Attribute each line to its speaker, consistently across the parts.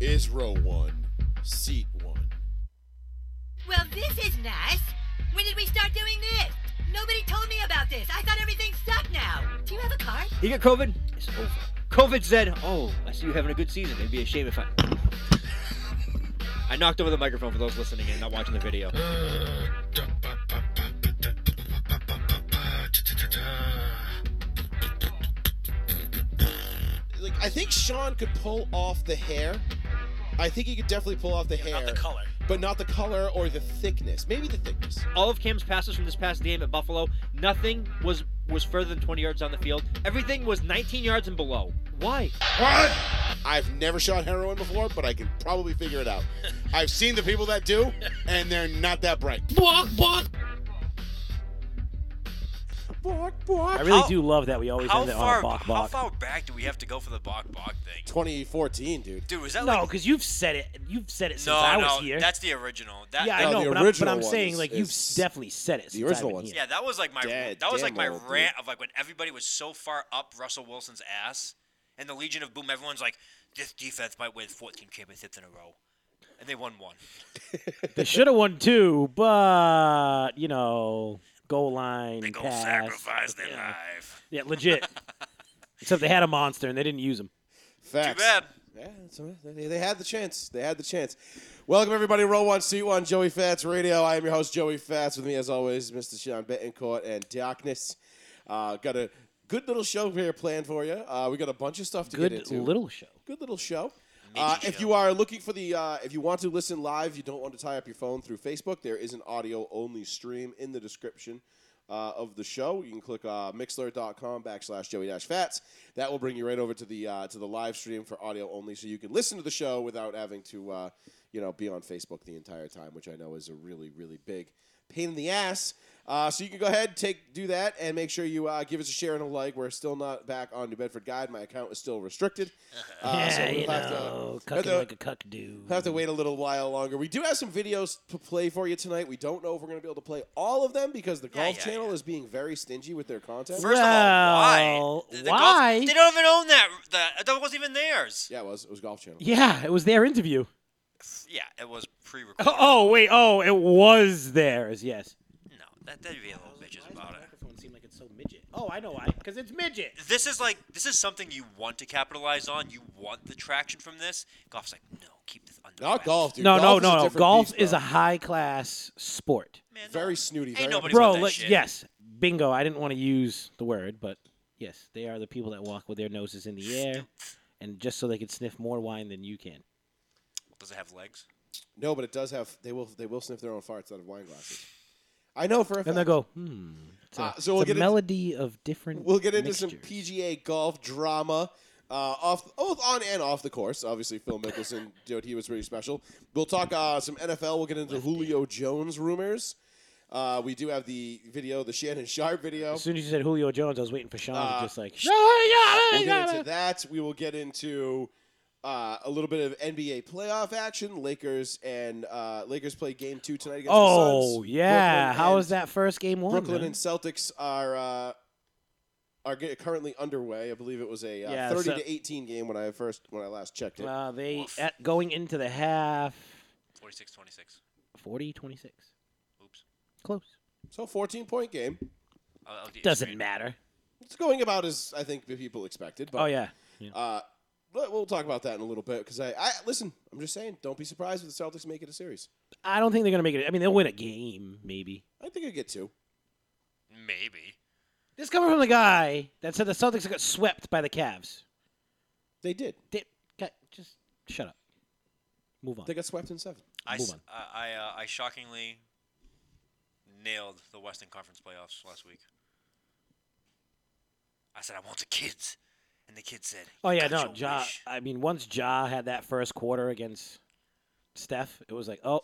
Speaker 1: is row one, seat one.
Speaker 2: Well, this is nice. When did we start doing this? Nobody told me about this. I thought everything sucked now. Do you have a card?
Speaker 3: You get COVID? It's over. COVID said, "Oh, I see you having a good season. It'd be a shame if I." I knocked over the microphone for those listening and not watching the video.
Speaker 1: Like I think Sean could pull off the hair. I think he could definitely pull off the hair,
Speaker 4: Not the color.
Speaker 1: but not the color or the thickness. Maybe the thickness.
Speaker 3: All of Cam's passes from this past game at Buffalo, nothing was was further than 20 yards on the field. Everything was 19 yards and below. Why?
Speaker 1: What? I've never shot heroin before, but I can probably figure it out. I've seen the people that do, and they're not that bright.
Speaker 5: I really
Speaker 4: How-
Speaker 5: do love that we always
Speaker 4: How
Speaker 5: end it on
Speaker 4: far,
Speaker 5: a bok
Speaker 4: how
Speaker 5: bok.
Speaker 4: far back do we have to go for the bok bok thing?
Speaker 1: 2014, dude.
Speaker 4: Dude, was that
Speaker 5: No,
Speaker 4: like
Speaker 5: because you've said it. You've said it since
Speaker 4: no,
Speaker 5: I was
Speaker 4: no,
Speaker 5: here.
Speaker 4: that's the original. That,
Speaker 5: yeah,
Speaker 4: that-
Speaker 5: I
Speaker 1: No,
Speaker 5: know,
Speaker 1: the
Speaker 5: but I'm, but
Speaker 1: original
Speaker 5: I'm
Speaker 1: one
Speaker 5: saying
Speaker 1: is-
Speaker 5: like you've
Speaker 1: is-
Speaker 5: definitely said it.
Speaker 1: the
Speaker 5: since I've
Speaker 1: original
Speaker 5: been
Speaker 1: one's-
Speaker 5: here.
Speaker 4: Yeah, that was like my
Speaker 1: Dead-
Speaker 4: that was like
Speaker 1: damn
Speaker 4: my
Speaker 1: old, dude.
Speaker 4: rant of like when everybody was so far up Russell Wilson's ass, and the Legion of Boom, everyone's like, this defense might win 14 championships in a row, and they won one.
Speaker 5: They should have won two, but you know, goal line
Speaker 4: They go
Speaker 5: pass.
Speaker 4: sacrifice their
Speaker 5: yeah.
Speaker 4: life.
Speaker 5: yeah, legit. Except they had a monster and they didn't use him.
Speaker 1: Facts.
Speaker 4: bad.
Speaker 1: Yeah, that's all right. They, they had the chance. They had the chance. Welcome everybody, Row One, Seat One, Joey Fats Radio. I am your host, Joey Fats. With me, as always, Mr. Sean Betancourt and Darkness. Uh, got a good little show here planned for you. Uh, we got a bunch of stuff to get
Speaker 5: Good
Speaker 1: into.
Speaker 5: little show.
Speaker 1: good little show. Uh,
Speaker 4: Mini
Speaker 1: if
Speaker 4: show.
Speaker 1: you are looking for the, uh, if you want to listen live, you don't want to tie up your phone through Facebook. There is an audio only stream in the description uh, of the show. You can click uh, mixler.com backslash Joey Dash Fats. That will bring you right over to the uh, to the live stream for audio only, so you can listen to the show without having to, uh, you know, be on Facebook the entire time, which I know is a really really big pain in the ass. Uh, so you can go ahead, take do that, and make sure you uh, give us a share and a like. We're still not back on New Bedford Guide. My account is still restricted. Uh,
Speaker 5: yeah,
Speaker 1: so
Speaker 5: you
Speaker 1: we'll have to-
Speaker 5: know,
Speaker 1: we'll have
Speaker 5: cucking
Speaker 1: to-
Speaker 5: like a cuck dude.
Speaker 1: We'll have to wait a little while longer. We do have some videos to play for you tonight. We don't know if we're going to be able to play all of them because the
Speaker 4: Yeah,
Speaker 1: golf
Speaker 4: yeah,
Speaker 1: channel
Speaker 4: yeah.
Speaker 1: is being very stingy with their content.
Speaker 4: First of all,
Speaker 5: Well,
Speaker 4: why? The- the Gulf-
Speaker 5: why?
Speaker 4: they don't even own that. That, that wasn't even theirs.
Speaker 1: yeah, it was it was golf channel.
Speaker 5: Yeah, it was their interview.
Speaker 4: Yeah, it was pre-recorded.
Speaker 5: Oh, oh, wait, oh, it was theirs. Yes.
Speaker 4: No, that that'd be a little bitches about it.
Speaker 5: microphone seem like it's so midget? Oh, I know why. Because it's midget.
Speaker 4: This is like this is something you want to capitalize on. You want the traction from this. Golf's like, no, keep this under.
Speaker 1: Not
Speaker 4: wraps."
Speaker 1: golf, dude.
Speaker 5: No,
Speaker 1: golf
Speaker 5: no,
Speaker 1: is a
Speaker 5: no, no.
Speaker 1: different
Speaker 5: Golf
Speaker 1: beast,
Speaker 5: is
Speaker 1: bro.
Speaker 5: a high class sport.
Speaker 4: Man, no.
Speaker 1: very snooty.
Speaker 4: Ain't
Speaker 1: very
Speaker 4: nobody- But it's
Speaker 5: Bro,
Speaker 4: about that
Speaker 5: let-
Speaker 4: shit.
Speaker 5: yes. Bingo. I didn't want to use the word, but yes, they are the people that walk with their noses in the air and just so they can sniff more wine than you can.
Speaker 4: Does it have legs?
Speaker 1: no, but it does have. They will they will sniff their own farts out of wine glasses. I know for a
Speaker 5: And they
Speaker 1: fact.
Speaker 5: go, hmm. It's a,
Speaker 1: Uh, so
Speaker 5: it's
Speaker 1: we'll
Speaker 5: a
Speaker 1: get into-
Speaker 5: melody of different.
Speaker 1: We'll get into some
Speaker 5: mixtures.
Speaker 1: PGA golf drama. Uh, off both on and off the course. Obviously, Phil Mickelson, dude, he was pretty special. We'll talk uh, some NFL. We'll get into Julio Jones rumors. Uh, we do have the video, the Shannon Sharp video.
Speaker 5: As soon as you said Julio Jones, I was waiting for Sean
Speaker 1: Uh,
Speaker 5: to just like.
Speaker 1: We'll get into that. We will get into uh, a little bit of NBA playoff action. Lakers and uh, Lakers play game two tonight against the
Speaker 5: Oh
Speaker 1: Suns.
Speaker 5: yeah,
Speaker 1: Brooklyn
Speaker 5: how
Speaker 1: and-
Speaker 5: was that first game one?
Speaker 1: Brooklyn
Speaker 5: man?
Speaker 1: and Celtics are uh, are get, currently underway. I believe it was a uh,
Speaker 5: Yeah,
Speaker 1: thirty
Speaker 5: so-
Speaker 1: to eighteen game when I first when I last checked it.
Speaker 5: Uh, they
Speaker 4: Woof.
Speaker 5: at, going into the half
Speaker 4: 46, 26.
Speaker 5: 40-26.
Speaker 4: Oops. Oh,
Speaker 5: Close.
Speaker 1: so fourteen point game.
Speaker 4: I'll- I'll get-
Speaker 5: Doesn't matter.
Speaker 1: It's going about as I think the people expected. But,
Speaker 5: Oh yeah.
Speaker 1: Uh, but we'll talk about that in a little bit because I, I listen. I'm just saying, don't be surprised if the Celtics make it a series.
Speaker 5: I don't think they're gonna make it. I mean, they'll win a game maybe.
Speaker 1: I think I get two.
Speaker 4: Maybe.
Speaker 5: This coming from the guy that said the Celtics got swept by the Cavs.
Speaker 1: They did.
Speaker 5: They, God, just shut up. Move on.
Speaker 1: They got swept in seven.
Speaker 4: I,
Speaker 5: Move
Speaker 4: s-
Speaker 5: on.
Speaker 4: I, I, uh, I shockingly nailed the Western Conference playoffs last week. I said I want the kids, and the kids said,
Speaker 5: Oh
Speaker 4: "You
Speaker 5: yeah,
Speaker 4: got
Speaker 5: no,
Speaker 4: your
Speaker 5: Ja.
Speaker 4: wish."
Speaker 5: I mean, once Ja had that first quarter against Steph, it was like, oh,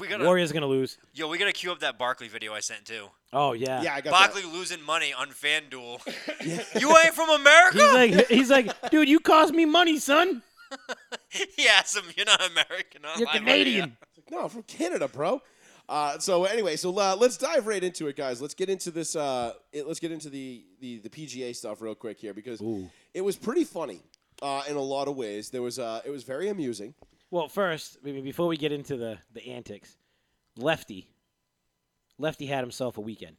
Speaker 4: we gotta,
Speaker 5: Warriors are gonna lose.
Speaker 4: yo, we gotta queue up that Barkley video I sent too.
Speaker 5: Oh yeah.
Speaker 1: Yeah, I got
Speaker 4: Barkley losing money on FanDuel. you ain't from
Speaker 5: He's
Speaker 4: America.
Speaker 5: like, he's like, dude, you cost me money, son.
Speaker 4: he asked him, "You're not American. not
Speaker 5: You're
Speaker 4: live on
Speaker 5: Canadian.
Speaker 1: that. No, I'm from Canada, bro. Uh, so anyway, so uh, let's dive right into it, guys. Let's get into this. Uh, it, let's get into the, the the PGA stuff real quick here because it was pretty funny. uh, in a lot of ways. There was uh, it was very amusing.
Speaker 5: Well, first, I mean, before we get into the, the antics, Lefty, Lefty had himself a weekend.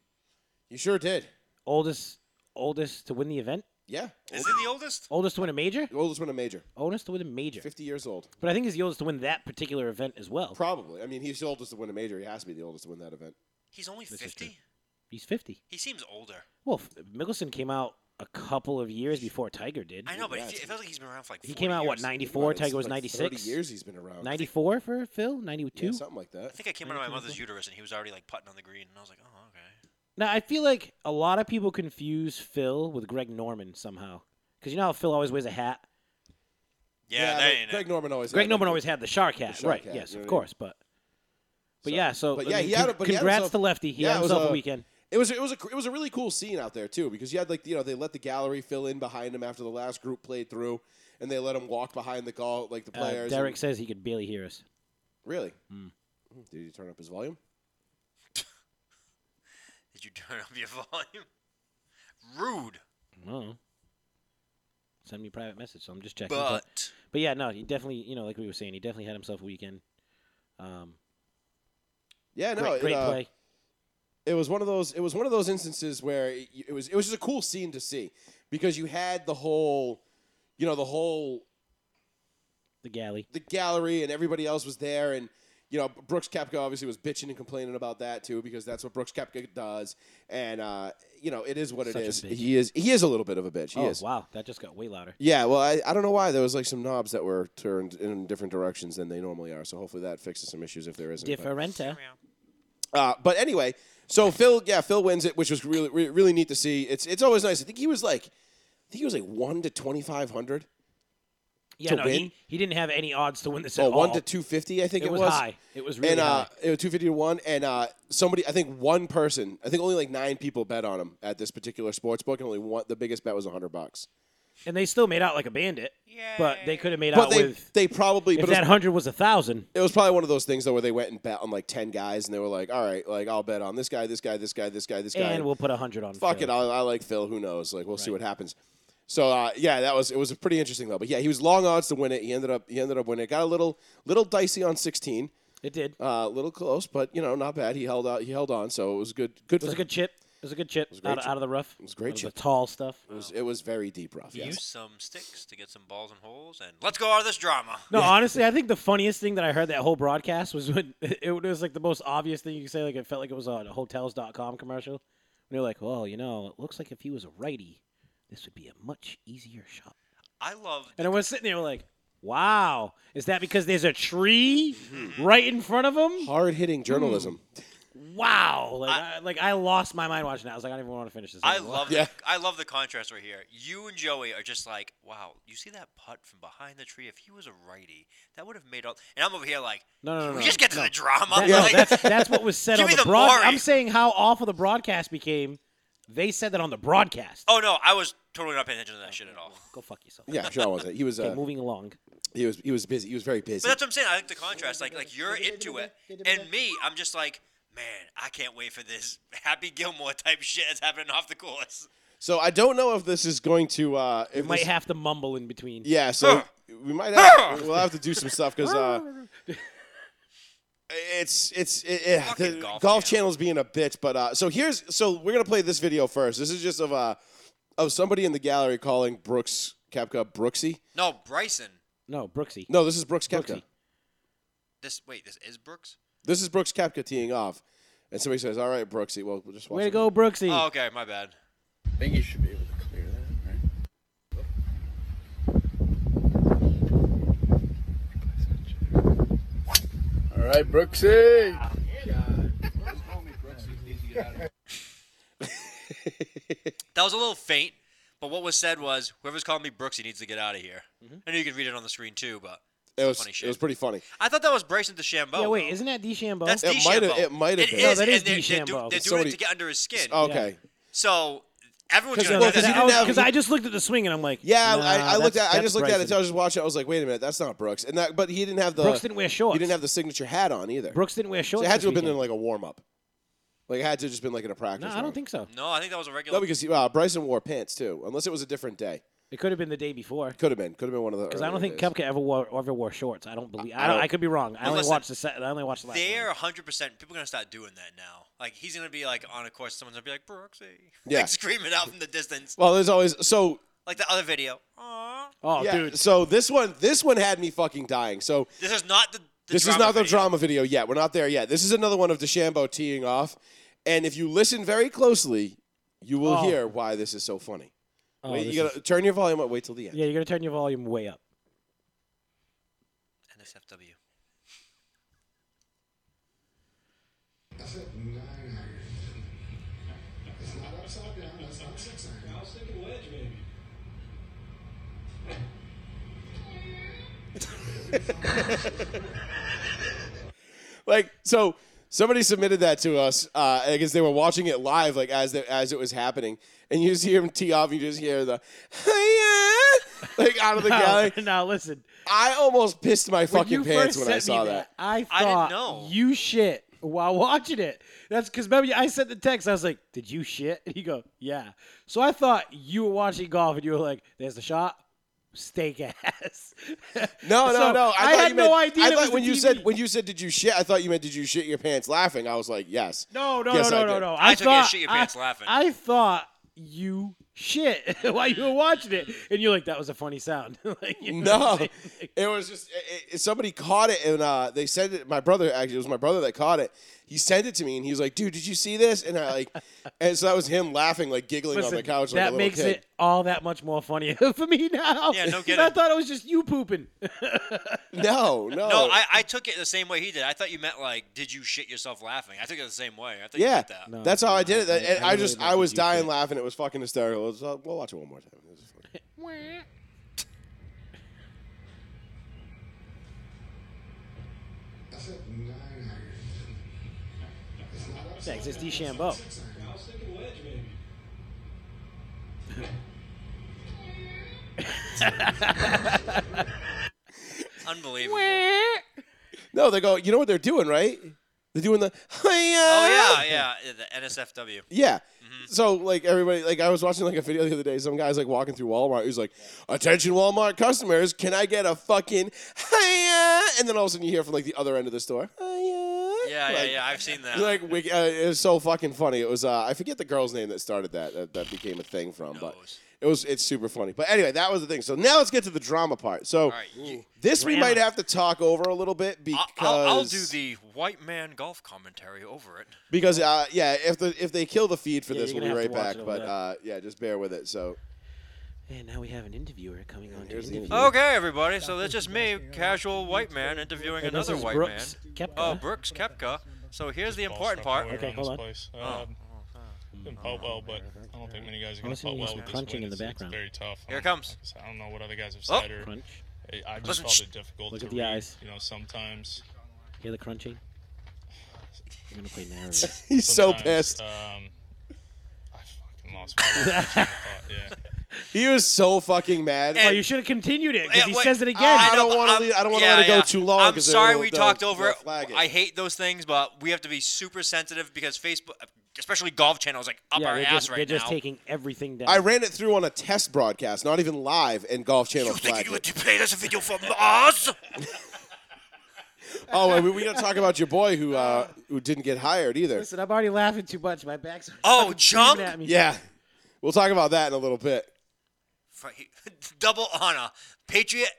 Speaker 1: You sure did.
Speaker 5: Oldest, oldest to win the event.
Speaker 1: Yeah.
Speaker 4: Is it the oldest?
Speaker 5: Oldest to win a major.
Speaker 1: Oldest one a major.
Speaker 5: Oldest to win a major.
Speaker 1: 50 years old.
Speaker 5: But I think he's the oldest to win that particular event as well.
Speaker 1: Probably. I mean, he's the oldest to win a major. He has to be the oldest to win that event.
Speaker 4: He's only
Speaker 5: This is true.
Speaker 4: fifty.
Speaker 5: He's fifty.
Speaker 4: He seems older.
Speaker 5: Well, F- Mickelson came out a couple of years before Tiger did.
Speaker 4: I know, but
Speaker 1: yeah,
Speaker 4: he,
Speaker 1: it's-
Speaker 4: it feels like he's been around for like.
Speaker 5: He
Speaker 4: 40
Speaker 5: came out what
Speaker 4: years.
Speaker 5: ninety four.
Speaker 1: It's
Speaker 5: Tiger was
Speaker 1: like
Speaker 5: ninety
Speaker 1: 30
Speaker 5: six.
Speaker 1: years he's been around.
Speaker 5: Ninety four for Phil. Ninety two.
Speaker 1: Yeah, something like
Speaker 4: I
Speaker 1: that.
Speaker 4: think I came out of my mother's uterus and he was already like putting on the green, and I was like, oh okay.
Speaker 5: Now I feel like a lot of people confuse Phil with Greg Norman somehow, because you know how Phil always wears a hat.
Speaker 4: Yeah, that
Speaker 1: but
Speaker 4: ain't
Speaker 1: Greg
Speaker 4: it.
Speaker 1: Norman always.
Speaker 5: Greg
Speaker 1: had
Speaker 5: Norman
Speaker 1: that.
Speaker 5: always had the shark hat,
Speaker 1: shark
Speaker 5: right?
Speaker 1: hat,
Speaker 5: yes,
Speaker 1: you know what I
Speaker 5: of
Speaker 1: mean?
Speaker 5: course, but but
Speaker 1: So-
Speaker 5: yeah, so
Speaker 1: but
Speaker 5: I
Speaker 1: yeah,
Speaker 5: mean,
Speaker 1: he had
Speaker 5: con-
Speaker 1: a- but he had
Speaker 5: congrats
Speaker 1: himself-
Speaker 5: to Lefty. He
Speaker 1: yeah,
Speaker 5: had
Speaker 1: it was
Speaker 5: himself a
Speaker 1: a-
Speaker 5: weekend.
Speaker 1: It was it was a it was a really cool scene out there too because you had like you know they let the gallery fill in behind him after the last group played through and they let him walk behind the golf like the
Speaker 5: Uh,
Speaker 1: players.
Speaker 5: Derek hmm.
Speaker 1: and-
Speaker 5: says he could barely hear us.
Speaker 1: really? Mm, Did you turn up his volume?
Speaker 4: Did you turn up your volume? Rude.
Speaker 5: Oh. Send me a private message. So I'm just checking. But,
Speaker 4: But
Speaker 5: but yeah, no, he definitely, you know, like we were saying, he definitely had himself a weekend. Um,
Speaker 1: Yeah, no,
Speaker 5: great,
Speaker 1: it,
Speaker 5: great
Speaker 1: uh,
Speaker 5: play.
Speaker 1: it was one of those it was one of those instances where it, it was it was just a cool scene to see because you had the whole you know the whole
Speaker 5: The galley.
Speaker 1: the gallery and everybody else was there and you know Brooks Koepka obviously was bitching and complaining about that too because that's what Brooks Koepka does and uh, you know it is what
Speaker 5: Such a
Speaker 1: it is
Speaker 5: bitch.
Speaker 1: he is he is a little bit of a bitch he
Speaker 5: oh
Speaker 1: is
Speaker 5: wow, that just got way louder.
Speaker 1: yeah well I, I don't know why there was like some knobs that were turned in different directions than they normally are so hopefully that fixes some issues if there isn't but-
Speaker 5: Differenta.
Speaker 1: uh, but anyway, so Phil, yeah, Phil wins it, which was really, really, really neat to see. It's it's always nice. I think he was like, I think he was like one to twenty five hundred.
Speaker 5: Yeah,
Speaker 1: To
Speaker 5: no,
Speaker 1: win?
Speaker 5: He, he didn't have any odds to win this
Speaker 1: Oh,
Speaker 5: at
Speaker 1: one
Speaker 5: all.
Speaker 1: to two fifty. I think
Speaker 5: It
Speaker 1: it,
Speaker 5: was high. It was really
Speaker 1: and, uh,
Speaker 5: high.
Speaker 1: It was two fifty to one, and uh, somebody, I think one person, I think only like nine people bet on him at this particular sports book, and only one. The biggest bet was hundred bucks.
Speaker 5: and they still made out like a bandit. But they could have made
Speaker 1: But
Speaker 5: out
Speaker 1: they
Speaker 5: with
Speaker 1: they probably
Speaker 5: if
Speaker 1: but it
Speaker 5: that
Speaker 1: was,
Speaker 5: hundred was a thousand.
Speaker 1: it was probably one of those things though where they went and bet on like ten guys, and they were like, all right, like I'll bet on this guy, this guy, this guy, this guy, this guy,
Speaker 5: And we'll put a hundred on.
Speaker 1: fuck
Speaker 5: Phil.
Speaker 1: it. I, I like Phil. Who knows? Like we'll see what happens. So uh, yeah, that was it was a pretty interesting though. But yeah, he was long odds to win it. He ended up he ended up winning. It got a little little dicey on sixteen,
Speaker 5: It did. It
Speaker 1: uh, a little close, but you know not bad. He held out. He held on. So it was good. Good.
Speaker 5: was
Speaker 1: for
Speaker 5: a good chip. It was a good chip,
Speaker 1: a great
Speaker 5: out, of-
Speaker 1: chip.
Speaker 5: out of the rough. It
Speaker 1: was a great chip.
Speaker 5: The tall stuff.
Speaker 1: It was, it was very deep rough. Yes.
Speaker 4: Use some sticks to get some balls and holes, and let's go out of this drama.
Speaker 5: No, honestly, I think the funniest thing that I heard that whole broadcast was when it was like the most obvious thing you could say. Like it felt like it was on a Hotels.com commercial. And they're like, "Well, you know, it looks like if he was a righty, this would be a much easier shot."
Speaker 4: I love.
Speaker 5: And I was sitting there like, "Wow, is that because there's a tree
Speaker 4: Mm-hmm.
Speaker 5: right in front of him?"
Speaker 1: Hard
Speaker 5: Hmm.
Speaker 1: hitting journalism.
Speaker 5: Wow, like I, like I lost my mind watching that. I was like, "I don't even want to finish this."
Speaker 4: I
Speaker 5: anymore."
Speaker 4: love.
Speaker 1: Yeah.
Speaker 4: The, I love the contrast right here. You and Joey are just like, wow. You see that putt from behind the tree? If he was a righty, that would have made all. And I'm over here like,
Speaker 5: No, no, no,
Speaker 4: "Can we
Speaker 5: no,
Speaker 4: just get to
Speaker 5: no.
Speaker 4: the drama.
Speaker 5: That-
Speaker 4: Like,
Speaker 5: no, that's that's what was said
Speaker 4: Give
Speaker 5: on
Speaker 4: me
Speaker 5: the
Speaker 4: the
Speaker 5: broad.
Speaker 4: Maury.
Speaker 5: I'm saying how awful the broadcast became. They said that on the broadcast.
Speaker 4: oh no, I was totally not paying attention to that shit at all.
Speaker 5: Go fuck yourself.
Speaker 1: Yeah, sure was it. He was
Speaker 5: Okay,
Speaker 1: uh,
Speaker 5: moving along.
Speaker 1: he was he was busy. He was very busy.
Speaker 4: But that's what I'm saying. I like the contrast. Like like you're into it, and me, I'm just like, man, I can't wait for this Happy Gilmore type shit that's happening off the course.
Speaker 1: So I don't know if this is going to uh, if
Speaker 5: You might
Speaker 1: this-
Speaker 5: have to mumble in between.
Speaker 1: Yeah, so we might have, we'll have to do some stuff because uh, it's it's it, it-
Speaker 4: Fucking
Speaker 1: the golf,
Speaker 4: Golf Channel.
Speaker 1: channel's being a bitch. But uh, so here's so we're gonna play this video first. This is just of uh of somebody in the gallery calling Brooks Kepka Brooksy.
Speaker 4: No, Bryson.
Speaker 5: No, Brooksy.
Speaker 1: No, this is Brooks Kepka.
Speaker 5: Brooksy.
Speaker 4: This wait, this is Brooks.
Speaker 1: This is Brooks Kepka teeing off, and somebody says, "All right, Brooksy, well, we'll just watch
Speaker 5: Way to
Speaker 1: it."
Speaker 5: go, Brooksy.
Speaker 4: Oh, okay, my bad.
Speaker 6: I think you should be able to clear that, right? All right, Brooksy.
Speaker 4: That was a little faint, but what was said was whoever's calling me Brooks, he needs to get out of here.
Speaker 5: Mm-hmm.
Speaker 4: I know you can read it on the screen too, but
Speaker 1: It was
Speaker 4: Funny
Speaker 1: it
Speaker 4: shit.
Speaker 1: was pretty funny.
Speaker 4: I thought that was Bryson DeChambeau.
Speaker 5: yeah, wait,
Speaker 4: though.
Speaker 5: isn't that DeChambeau?
Speaker 4: that's
Speaker 1: It might have-
Speaker 4: DeChambeau.
Speaker 1: it might have been.
Speaker 4: It
Speaker 1: No,
Speaker 4: is,
Speaker 5: that is
Speaker 4: and they're, they're, do-
Speaker 5: DeChambeau.
Speaker 4: they're doing
Speaker 1: Somebody- Oh.
Speaker 4: it to get under his skin.
Speaker 1: Okay.
Speaker 4: So everyone's
Speaker 5: because uh,
Speaker 4: gonna do
Speaker 1: he
Speaker 4: that.
Speaker 1: didn't
Speaker 5: I,
Speaker 1: have-
Speaker 5: was- 'cause I just looked at the swing and I'm like,
Speaker 1: Yeah,
Speaker 5: nah,
Speaker 1: I, I looked
Speaker 5: that's-
Speaker 1: at. I just
Speaker 5: that's
Speaker 1: looked at it.
Speaker 5: Bryson.
Speaker 1: I was just watching. I was like, "Wait a minute, that's not Brooks." And that, but he didn't have the
Speaker 5: Brooks didn't wear shorts.
Speaker 1: He didn't have the signature hat on either.
Speaker 5: Brooks didn't wear
Speaker 1: So
Speaker 5: shorts.
Speaker 1: it had
Speaker 5: this
Speaker 1: to have been in like
Speaker 5: weekend.
Speaker 1: a warm up. Like it had to have just been like in a practice.
Speaker 5: No, I don't
Speaker 1: round.
Speaker 5: think so.
Speaker 4: No, I think that was a regular.
Speaker 1: No, because uh, Bryson wore pants too, unless it was a different day.
Speaker 5: It could have been the day before.
Speaker 1: Could have been. Could have been one of the.
Speaker 5: Because I don't
Speaker 1: earlier
Speaker 5: think
Speaker 1: days.
Speaker 5: Kepka ever wore ever wore shorts. I don't believe. I,
Speaker 1: I
Speaker 5: don't,
Speaker 1: don't-
Speaker 5: I could be wrong. I
Speaker 4: Well,
Speaker 5: only
Speaker 4: listen,
Speaker 5: watched the set. I only watched the last.
Speaker 4: They're
Speaker 5: one.
Speaker 4: 100. percent People are gonna start doing that now. Like he's gonna be like on a course. Someone's gonna be like Brooksy,
Speaker 1: Yeah.
Speaker 4: like screaming out from the distance,
Speaker 1: Well, there's always so
Speaker 4: like the other video. Aww.
Speaker 5: Oh,
Speaker 1: yeah.
Speaker 5: dude.
Speaker 1: So this one, this one had me fucking dying. So
Speaker 4: This is not the. the
Speaker 1: this is
Speaker 4: drama
Speaker 1: not the
Speaker 4: video.
Speaker 1: drama video yet. We're not there yet. This is another one of DeChambeau teeing off, and if you listen very closely, you will
Speaker 5: Oh.
Speaker 1: hear why this is so funny.
Speaker 5: Oh,
Speaker 1: wait,
Speaker 5: this
Speaker 1: you gotta turn your volume up. Wait till the
Speaker 5: is-
Speaker 1: end.
Speaker 5: yeah, you gotta turn your volume way up.
Speaker 4: NSFW.
Speaker 7: That's it. Nine iron. It's not upside down. That's not six iron. I was thinking wedge, maybe.
Speaker 1: like so somebody submitted that to us uh, i guess they were watching it live like as the, as it was happening and you just hear him tee off and you just hear the like out of the galley
Speaker 5: now, now listen.
Speaker 1: i almost pissed my
Speaker 5: When
Speaker 1: fucking
Speaker 5: you
Speaker 1: pants
Speaker 5: first
Speaker 1: when i
Speaker 5: sent me
Speaker 1: saw that
Speaker 5: I thought
Speaker 4: I didn't know.
Speaker 5: you shit while watching it. That's because remember I sent the text. I was like, "Did you shit?" And you go, "Yeah." So I thought you were watching golf and you were like, "There's the shot." Steak ass.
Speaker 1: no no
Speaker 5: So
Speaker 1: no
Speaker 5: I,
Speaker 1: thought
Speaker 5: had
Speaker 1: you
Speaker 5: no
Speaker 1: meant-
Speaker 5: idea.
Speaker 1: i
Speaker 5: that
Speaker 1: thought
Speaker 5: was the
Speaker 1: when you
Speaker 5: TV.
Speaker 1: said when you said did you shit i thought you meant did you shit your pants laughing i was like yes
Speaker 5: No, no,
Speaker 1: Yes,
Speaker 5: no,
Speaker 1: I
Speaker 5: no, no,
Speaker 1: did.
Speaker 5: no.
Speaker 4: I
Speaker 5: I
Speaker 4: took it
Speaker 5: thought,
Speaker 4: as shit your pants
Speaker 5: I,
Speaker 4: laughing.
Speaker 5: I thought you shit while you were watching it, and you're like, "That was a funny sound." like, you know what
Speaker 1: no
Speaker 5: I'm saying?
Speaker 1: it was just it, it, somebody caught it and uh, they sent it my brother actually it was my brother that caught it he sent it to me and he was like dude did you see this and i like and so that was him laughing like giggling on the
Speaker 5: Listen,
Speaker 1: couch like a
Speaker 5: that
Speaker 1: little
Speaker 5: makes
Speaker 1: kid.
Speaker 5: it all that much more funnier for me now.
Speaker 4: Yeah, no
Speaker 5: 'Cause I
Speaker 4: kidding.
Speaker 5: thought it was just you pooping.
Speaker 1: no no
Speaker 4: No, I, I took it the same way he did. I thought you meant like, did you shit yourself laughing? I took it the same way. I thought you
Speaker 1: yeah
Speaker 4: meant that.
Speaker 5: No,
Speaker 1: that's how i did it
Speaker 5: no,
Speaker 1: and i,
Speaker 5: really
Speaker 1: just
Speaker 5: don't
Speaker 1: i was
Speaker 5: think you
Speaker 1: dying
Speaker 5: should.
Speaker 1: laughing it was fucking hysterical It was, uh, we'll watch it one more time It was funny.
Speaker 7: That's it. Nine iron. It's not upside
Speaker 5: Thanks, it's
Speaker 7: down.
Speaker 5: DeChambeau.
Speaker 7: not six iron. I was thinking wedge, maybe.
Speaker 4: Unbelievable.
Speaker 1: no they go you know what they're doing right they're doing the
Speaker 4: Oh yeah, yeah. The NSFW.
Speaker 1: Yeah.
Speaker 4: Mm-hmm.
Speaker 1: So like everybody, like I was watching like a video the other day. Some guy's like walking through Walmart. He's like, "Attention, Walmart customers, can I get a fucking hiya?" And then all of a sudden you hear from like the other end of the store, hiya.
Speaker 4: Yeah, yeah,
Speaker 1: like,
Speaker 4: yeah. I've seen that.
Speaker 1: Like we, uh, it was so fucking funny. It was uh, I forget the girl's name that started that that, that became a thing from, but
Speaker 4: Knows.
Speaker 1: it was it's super funny. But anyway, that was the thing. So now let's get to the drama part. So
Speaker 4: right, you-
Speaker 1: this we
Speaker 5: Drama.
Speaker 1: might have to talk over a little bit because
Speaker 4: I'll, I'll, I'll do the white man golf commentary over it.
Speaker 1: Because uh, yeah, if the if they kill the feed for
Speaker 5: Yeah,
Speaker 1: this,
Speaker 5: you're
Speaker 1: we'll be
Speaker 5: gonna have
Speaker 1: right
Speaker 5: to watch
Speaker 1: back.
Speaker 5: it over
Speaker 1: But
Speaker 5: there.
Speaker 1: uh, yeah, just bear with it. So
Speaker 5: and now we have an interviewer coming on to
Speaker 1: here's the
Speaker 5: interview.
Speaker 1: interview.
Speaker 4: Okay, everybody. So that's just me, casual white man, interviewing
Speaker 5: And this
Speaker 4: another
Speaker 5: is
Speaker 4: white
Speaker 5: Brooks
Speaker 4: man.
Speaker 5: Koepka.
Speaker 4: Oh, Brooks Kepka. So here's the important part. Oh.
Speaker 5: Okay, hold on. Mm-hmm.
Speaker 8: Uh, didn't pot well, but I don't think many guys are
Speaker 5: I'm
Speaker 8: going to
Speaker 5: listening to
Speaker 8: pot well
Speaker 5: some
Speaker 8: with this
Speaker 5: crunching
Speaker 8: win.
Speaker 5: in the
Speaker 8: It's- it's
Speaker 5: background.
Speaker 8: very tough. I
Speaker 4: Here it
Speaker 8: don't-
Speaker 4: comes.
Speaker 8: like I said, I don't know what other guys have
Speaker 4: Oh.
Speaker 8: said or
Speaker 5: Crunch.
Speaker 8: I- I just
Speaker 4: Listen,
Speaker 8: felt
Speaker 4: shh.
Speaker 8: it difficult
Speaker 5: Look
Speaker 8: to
Speaker 5: at the
Speaker 8: read,
Speaker 5: eyes.
Speaker 8: You know, sometimes.
Speaker 5: Hear the crunching? I'm gonna play narrative.
Speaker 1: he's so
Speaker 8: sometimes,
Speaker 1: pissed.
Speaker 8: Um, I fucking lost my line of thought, yeah.
Speaker 1: He was so fucking mad.
Speaker 5: oh,
Speaker 4: And-
Speaker 5: you should have continued it because
Speaker 4: Yeah,
Speaker 5: he
Speaker 4: wait,
Speaker 5: says it again.
Speaker 1: I
Speaker 4: know,
Speaker 1: don't
Speaker 4: but
Speaker 1: wanna
Speaker 4: I'm-
Speaker 1: leave- I don't wanna let it go too long
Speaker 4: I'm
Speaker 1: 'cause they'll-
Speaker 4: sorry we
Speaker 1: they'll-
Speaker 4: talked over
Speaker 1: they'll
Speaker 4: it.
Speaker 1: flag it.
Speaker 4: I hate those things, but we have to be super sensitive because Facebook, especially Golf Channel, is like up
Speaker 5: yeah,
Speaker 4: our
Speaker 5: they're
Speaker 4: ass
Speaker 5: just,
Speaker 4: right
Speaker 5: they're just
Speaker 4: now.
Speaker 5: taking everything down.
Speaker 1: I ran it through on a test broadcast, not even live, and Golf Channel
Speaker 4: you think
Speaker 1: flagged
Speaker 4: you would
Speaker 1: it.
Speaker 4: play this video from Mars?
Speaker 1: Oh, and we, we got to talk about your boy who uh, who didn't get hired either.
Speaker 5: Listen, I'm already laughing too much. My back's
Speaker 4: Oh,
Speaker 5: fucking
Speaker 4: Chunk?
Speaker 5: screaming At me.
Speaker 1: Yeah, we'll talk about that in a little bit.
Speaker 4: Double honor, patriot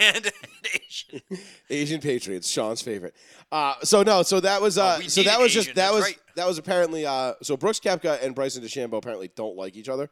Speaker 4: and Asian.
Speaker 1: Asian Patriots, Sean's favorite. Uh, so no, so that was uh,
Speaker 4: we
Speaker 1: so
Speaker 4: need
Speaker 1: that
Speaker 4: an
Speaker 1: was just
Speaker 4: Asian,
Speaker 1: that
Speaker 4: that's
Speaker 1: was
Speaker 4: right.
Speaker 1: that was apparently uh, so Brooks Koepka and Bryson DeChambeau apparently don't like each other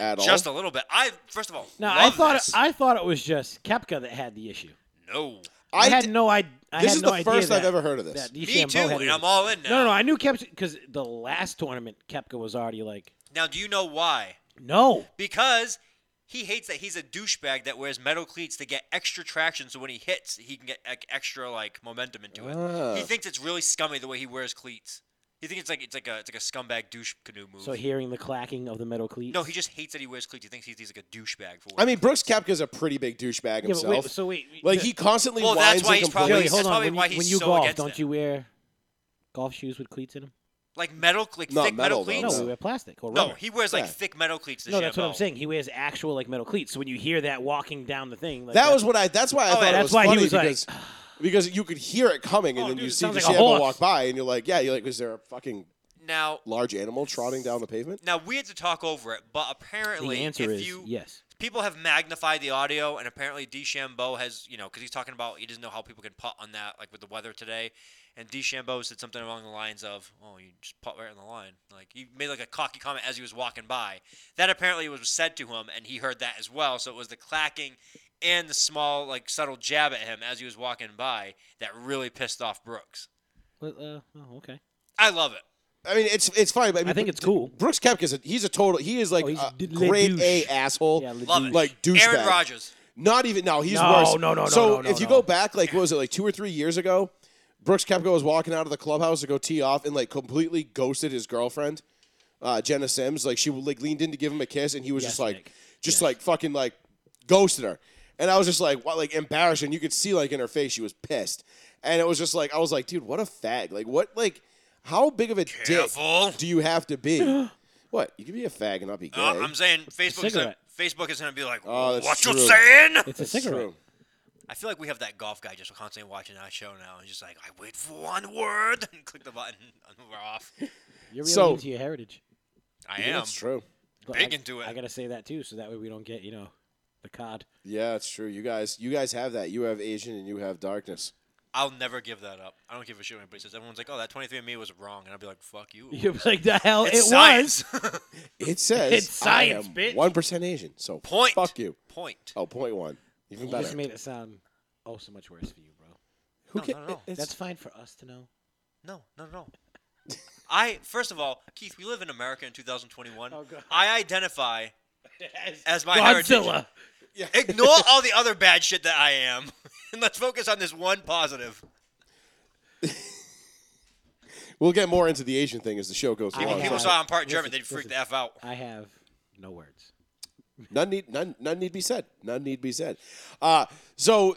Speaker 1: at all.
Speaker 4: Just a little bit. I first of all,
Speaker 5: No,
Speaker 4: love
Speaker 5: I thought
Speaker 4: this.
Speaker 5: I thought it was just Kepka that had the issue.
Speaker 4: no.
Speaker 5: I, had
Speaker 1: d-
Speaker 5: no idea. I
Speaker 1: This
Speaker 5: had
Speaker 1: is
Speaker 5: no
Speaker 1: the
Speaker 5: idea
Speaker 1: first
Speaker 5: that,
Speaker 1: I've ever heard of this.
Speaker 5: that
Speaker 4: Me
Speaker 5: DeChambeau
Speaker 4: too,
Speaker 5: had
Speaker 4: and
Speaker 5: it.
Speaker 4: I'm all in now.
Speaker 5: No, no, no, I knew Kepka because the last tournament Kepka was already like,
Speaker 4: Now, do you know why?
Speaker 5: no,
Speaker 4: Because he hates that he's a douchebag that wears metal cleats to get extra traction, so when he hits, he can get like, extra like momentum into it. He
Speaker 1: Ah.
Speaker 4: thinks it's really scummy the way he wears cleats. He thinks it's like it's like a it's like a scumbag douche canoe move.
Speaker 5: So hearing the clacking of the metal cleats.
Speaker 4: no, he just hates that he wears cleats. He thinks he's, he's like a douchebag for.
Speaker 1: I
Speaker 4: it.
Speaker 1: mean, Brooks Koepka's a pretty big douchebag
Speaker 5: Yeah, but
Speaker 1: himself.
Speaker 5: wait, so wait,
Speaker 1: like
Speaker 5: the-
Speaker 1: he constantly
Speaker 4: Well,
Speaker 1: whines
Speaker 4: that's why
Speaker 1: and
Speaker 4: he's probably-
Speaker 5: Joey,
Speaker 1: complains.
Speaker 4: that's
Speaker 5: hold on.
Speaker 4: probably
Speaker 5: when
Speaker 4: why
Speaker 5: you,
Speaker 4: he's
Speaker 5: when you
Speaker 4: so
Speaker 5: golf,
Speaker 4: against
Speaker 5: don't
Speaker 4: it.
Speaker 5: you wear golf shoes with cleats in them?
Speaker 4: Like metal, like
Speaker 1: Not
Speaker 4: thick
Speaker 1: metal, though,
Speaker 4: metal, cleats.
Speaker 5: No,
Speaker 1: No.
Speaker 5: we wear plastic or
Speaker 4: No,
Speaker 5: rubber.
Speaker 4: he wears like
Speaker 1: Yeah.
Speaker 4: thick metal cleats. To
Speaker 5: no,
Speaker 4: shit
Speaker 5: that's what I'm
Speaker 4: about.
Speaker 5: saying. He wears actual like metal cleats. So when you hear that walking down the thing, like,
Speaker 1: That
Speaker 5: that's-
Speaker 1: was what I. That's why I
Speaker 4: Oh,
Speaker 1: thought
Speaker 4: yeah,
Speaker 1: it
Speaker 5: that's
Speaker 1: was
Speaker 5: why he
Speaker 1: funny
Speaker 5: was like,
Speaker 1: because because you could hear it coming and
Speaker 5: Oh,
Speaker 1: then
Speaker 5: dude,
Speaker 1: you
Speaker 5: it
Speaker 1: see
Speaker 5: sounds
Speaker 1: the
Speaker 5: like a
Speaker 1: animal
Speaker 5: horse.
Speaker 1: walk by and you're like, yeah, you're like, is there a fucking
Speaker 4: Now,
Speaker 1: large animal trotting down the pavement?
Speaker 4: now we had to talk over it, but apparently,
Speaker 5: the answer
Speaker 4: if
Speaker 5: is
Speaker 4: you
Speaker 5: yes.
Speaker 4: people have magnified the audio, and apparently DeChambeau has, you know, because he's talking about he doesn't know how people can putt on that, like with the weather today. And DeChambeau said something along the lines of, "Oh, you just putt right on the line." Like he made like a cocky comment as he was walking by. That apparently was said to him, and he heard that as well. So it was the clacking and the small, like subtle jab at him as he was walking by that really pissed off Brooks.
Speaker 5: Well, uh, oh, okay.
Speaker 4: I love it.
Speaker 1: I mean, it's it's funny. But I, mean,
Speaker 5: I think
Speaker 1: but
Speaker 5: it's cool.
Speaker 1: Brooks Koepka's a he's a total. He is like
Speaker 5: Oh, he's
Speaker 1: a
Speaker 5: d- le
Speaker 1: grade
Speaker 5: douche.
Speaker 1: A asshole.
Speaker 5: Yeah, le
Speaker 4: Love it.
Speaker 5: douche.
Speaker 1: Like douchebag.
Speaker 4: Aaron Rodgers.
Speaker 1: Not even no, he's
Speaker 5: No,
Speaker 1: worse.
Speaker 5: no, no, no,
Speaker 1: So
Speaker 5: no, no,
Speaker 1: if you
Speaker 5: no.
Speaker 1: go back, like what was it, like two or three years ago, Brooks Koepka was walking out of the clubhouse to go tee off and like completely ghosted his girlfriend, uh, Jenna Sims. Like she like leaned in to give him a kiss, and he was
Speaker 5: Yes,
Speaker 1: just like,
Speaker 5: Nick.
Speaker 1: just like fucking like ghosted her. And I was just like, what, like embarrassed, and you could see like in her face she was pissed. And it was just like, I was like, dude, what a fag. Like what, like how big of a
Speaker 4: Careful.
Speaker 1: dick do you have to be? what you can be a fag and not be gay.
Speaker 4: Uh, I'm saying Facebook is gonna,
Speaker 5: cigarette.
Speaker 4: Facebook is gonna be like,
Speaker 1: Oh, that's
Speaker 4: what you
Speaker 1: true.
Speaker 4: saying?
Speaker 5: It's a
Speaker 1: That's
Speaker 5: cigarette.
Speaker 1: true.
Speaker 4: I feel like we have that golf guy just constantly watching that show now. He's just like, I wait for one word and click the button and we're off.
Speaker 5: You're really
Speaker 1: So-
Speaker 5: into your heritage.
Speaker 4: I
Speaker 1: Yeah,
Speaker 4: am.
Speaker 1: That's true.
Speaker 5: But
Speaker 4: Big
Speaker 5: I,
Speaker 4: into it.
Speaker 5: I gotta say that too, so that way we don't get you know the cod.
Speaker 1: Yeah, it's true. You guys, you guys have that. You have Asian and you have darkness.
Speaker 4: I'll never give that up. I don't give a shit what anybody says. Everyone's like, oh, that 23andMe was wrong. And I'll be like, fuck you.
Speaker 5: You're like the hell
Speaker 4: It's
Speaker 5: it was.
Speaker 4: science.
Speaker 1: It says
Speaker 5: It's science, bitch.
Speaker 1: One percent Asian. So
Speaker 4: Point.
Speaker 1: Fuck you.
Speaker 4: Point.
Speaker 1: Oh, point one. Even
Speaker 5: You
Speaker 1: better.
Speaker 5: just made it sound oh so much worse for you, bro.
Speaker 1: Who
Speaker 4: No,
Speaker 1: ca-
Speaker 4: no, no.
Speaker 1: it- it's-
Speaker 5: That's fine for us to know.
Speaker 4: No, no, no. I, first of all, Keith, we live in America in 2021.
Speaker 5: Oh, God.
Speaker 4: I identify as my heritage.
Speaker 5: Godzilla.
Speaker 4: Ignore all the other bad shit that I am. and let's focus on this one positive.
Speaker 1: we'll get more into the Asian thing as the show goes
Speaker 4: People,
Speaker 1: along.
Speaker 5: yeah.
Speaker 4: people
Speaker 1: People
Speaker 4: saw I'm part German. They'd
Speaker 5: Listen,
Speaker 4: freak the
Speaker 5: listen.
Speaker 4: F out.
Speaker 5: I have no words.
Speaker 1: none need none none need be said. None need be said. Uh, so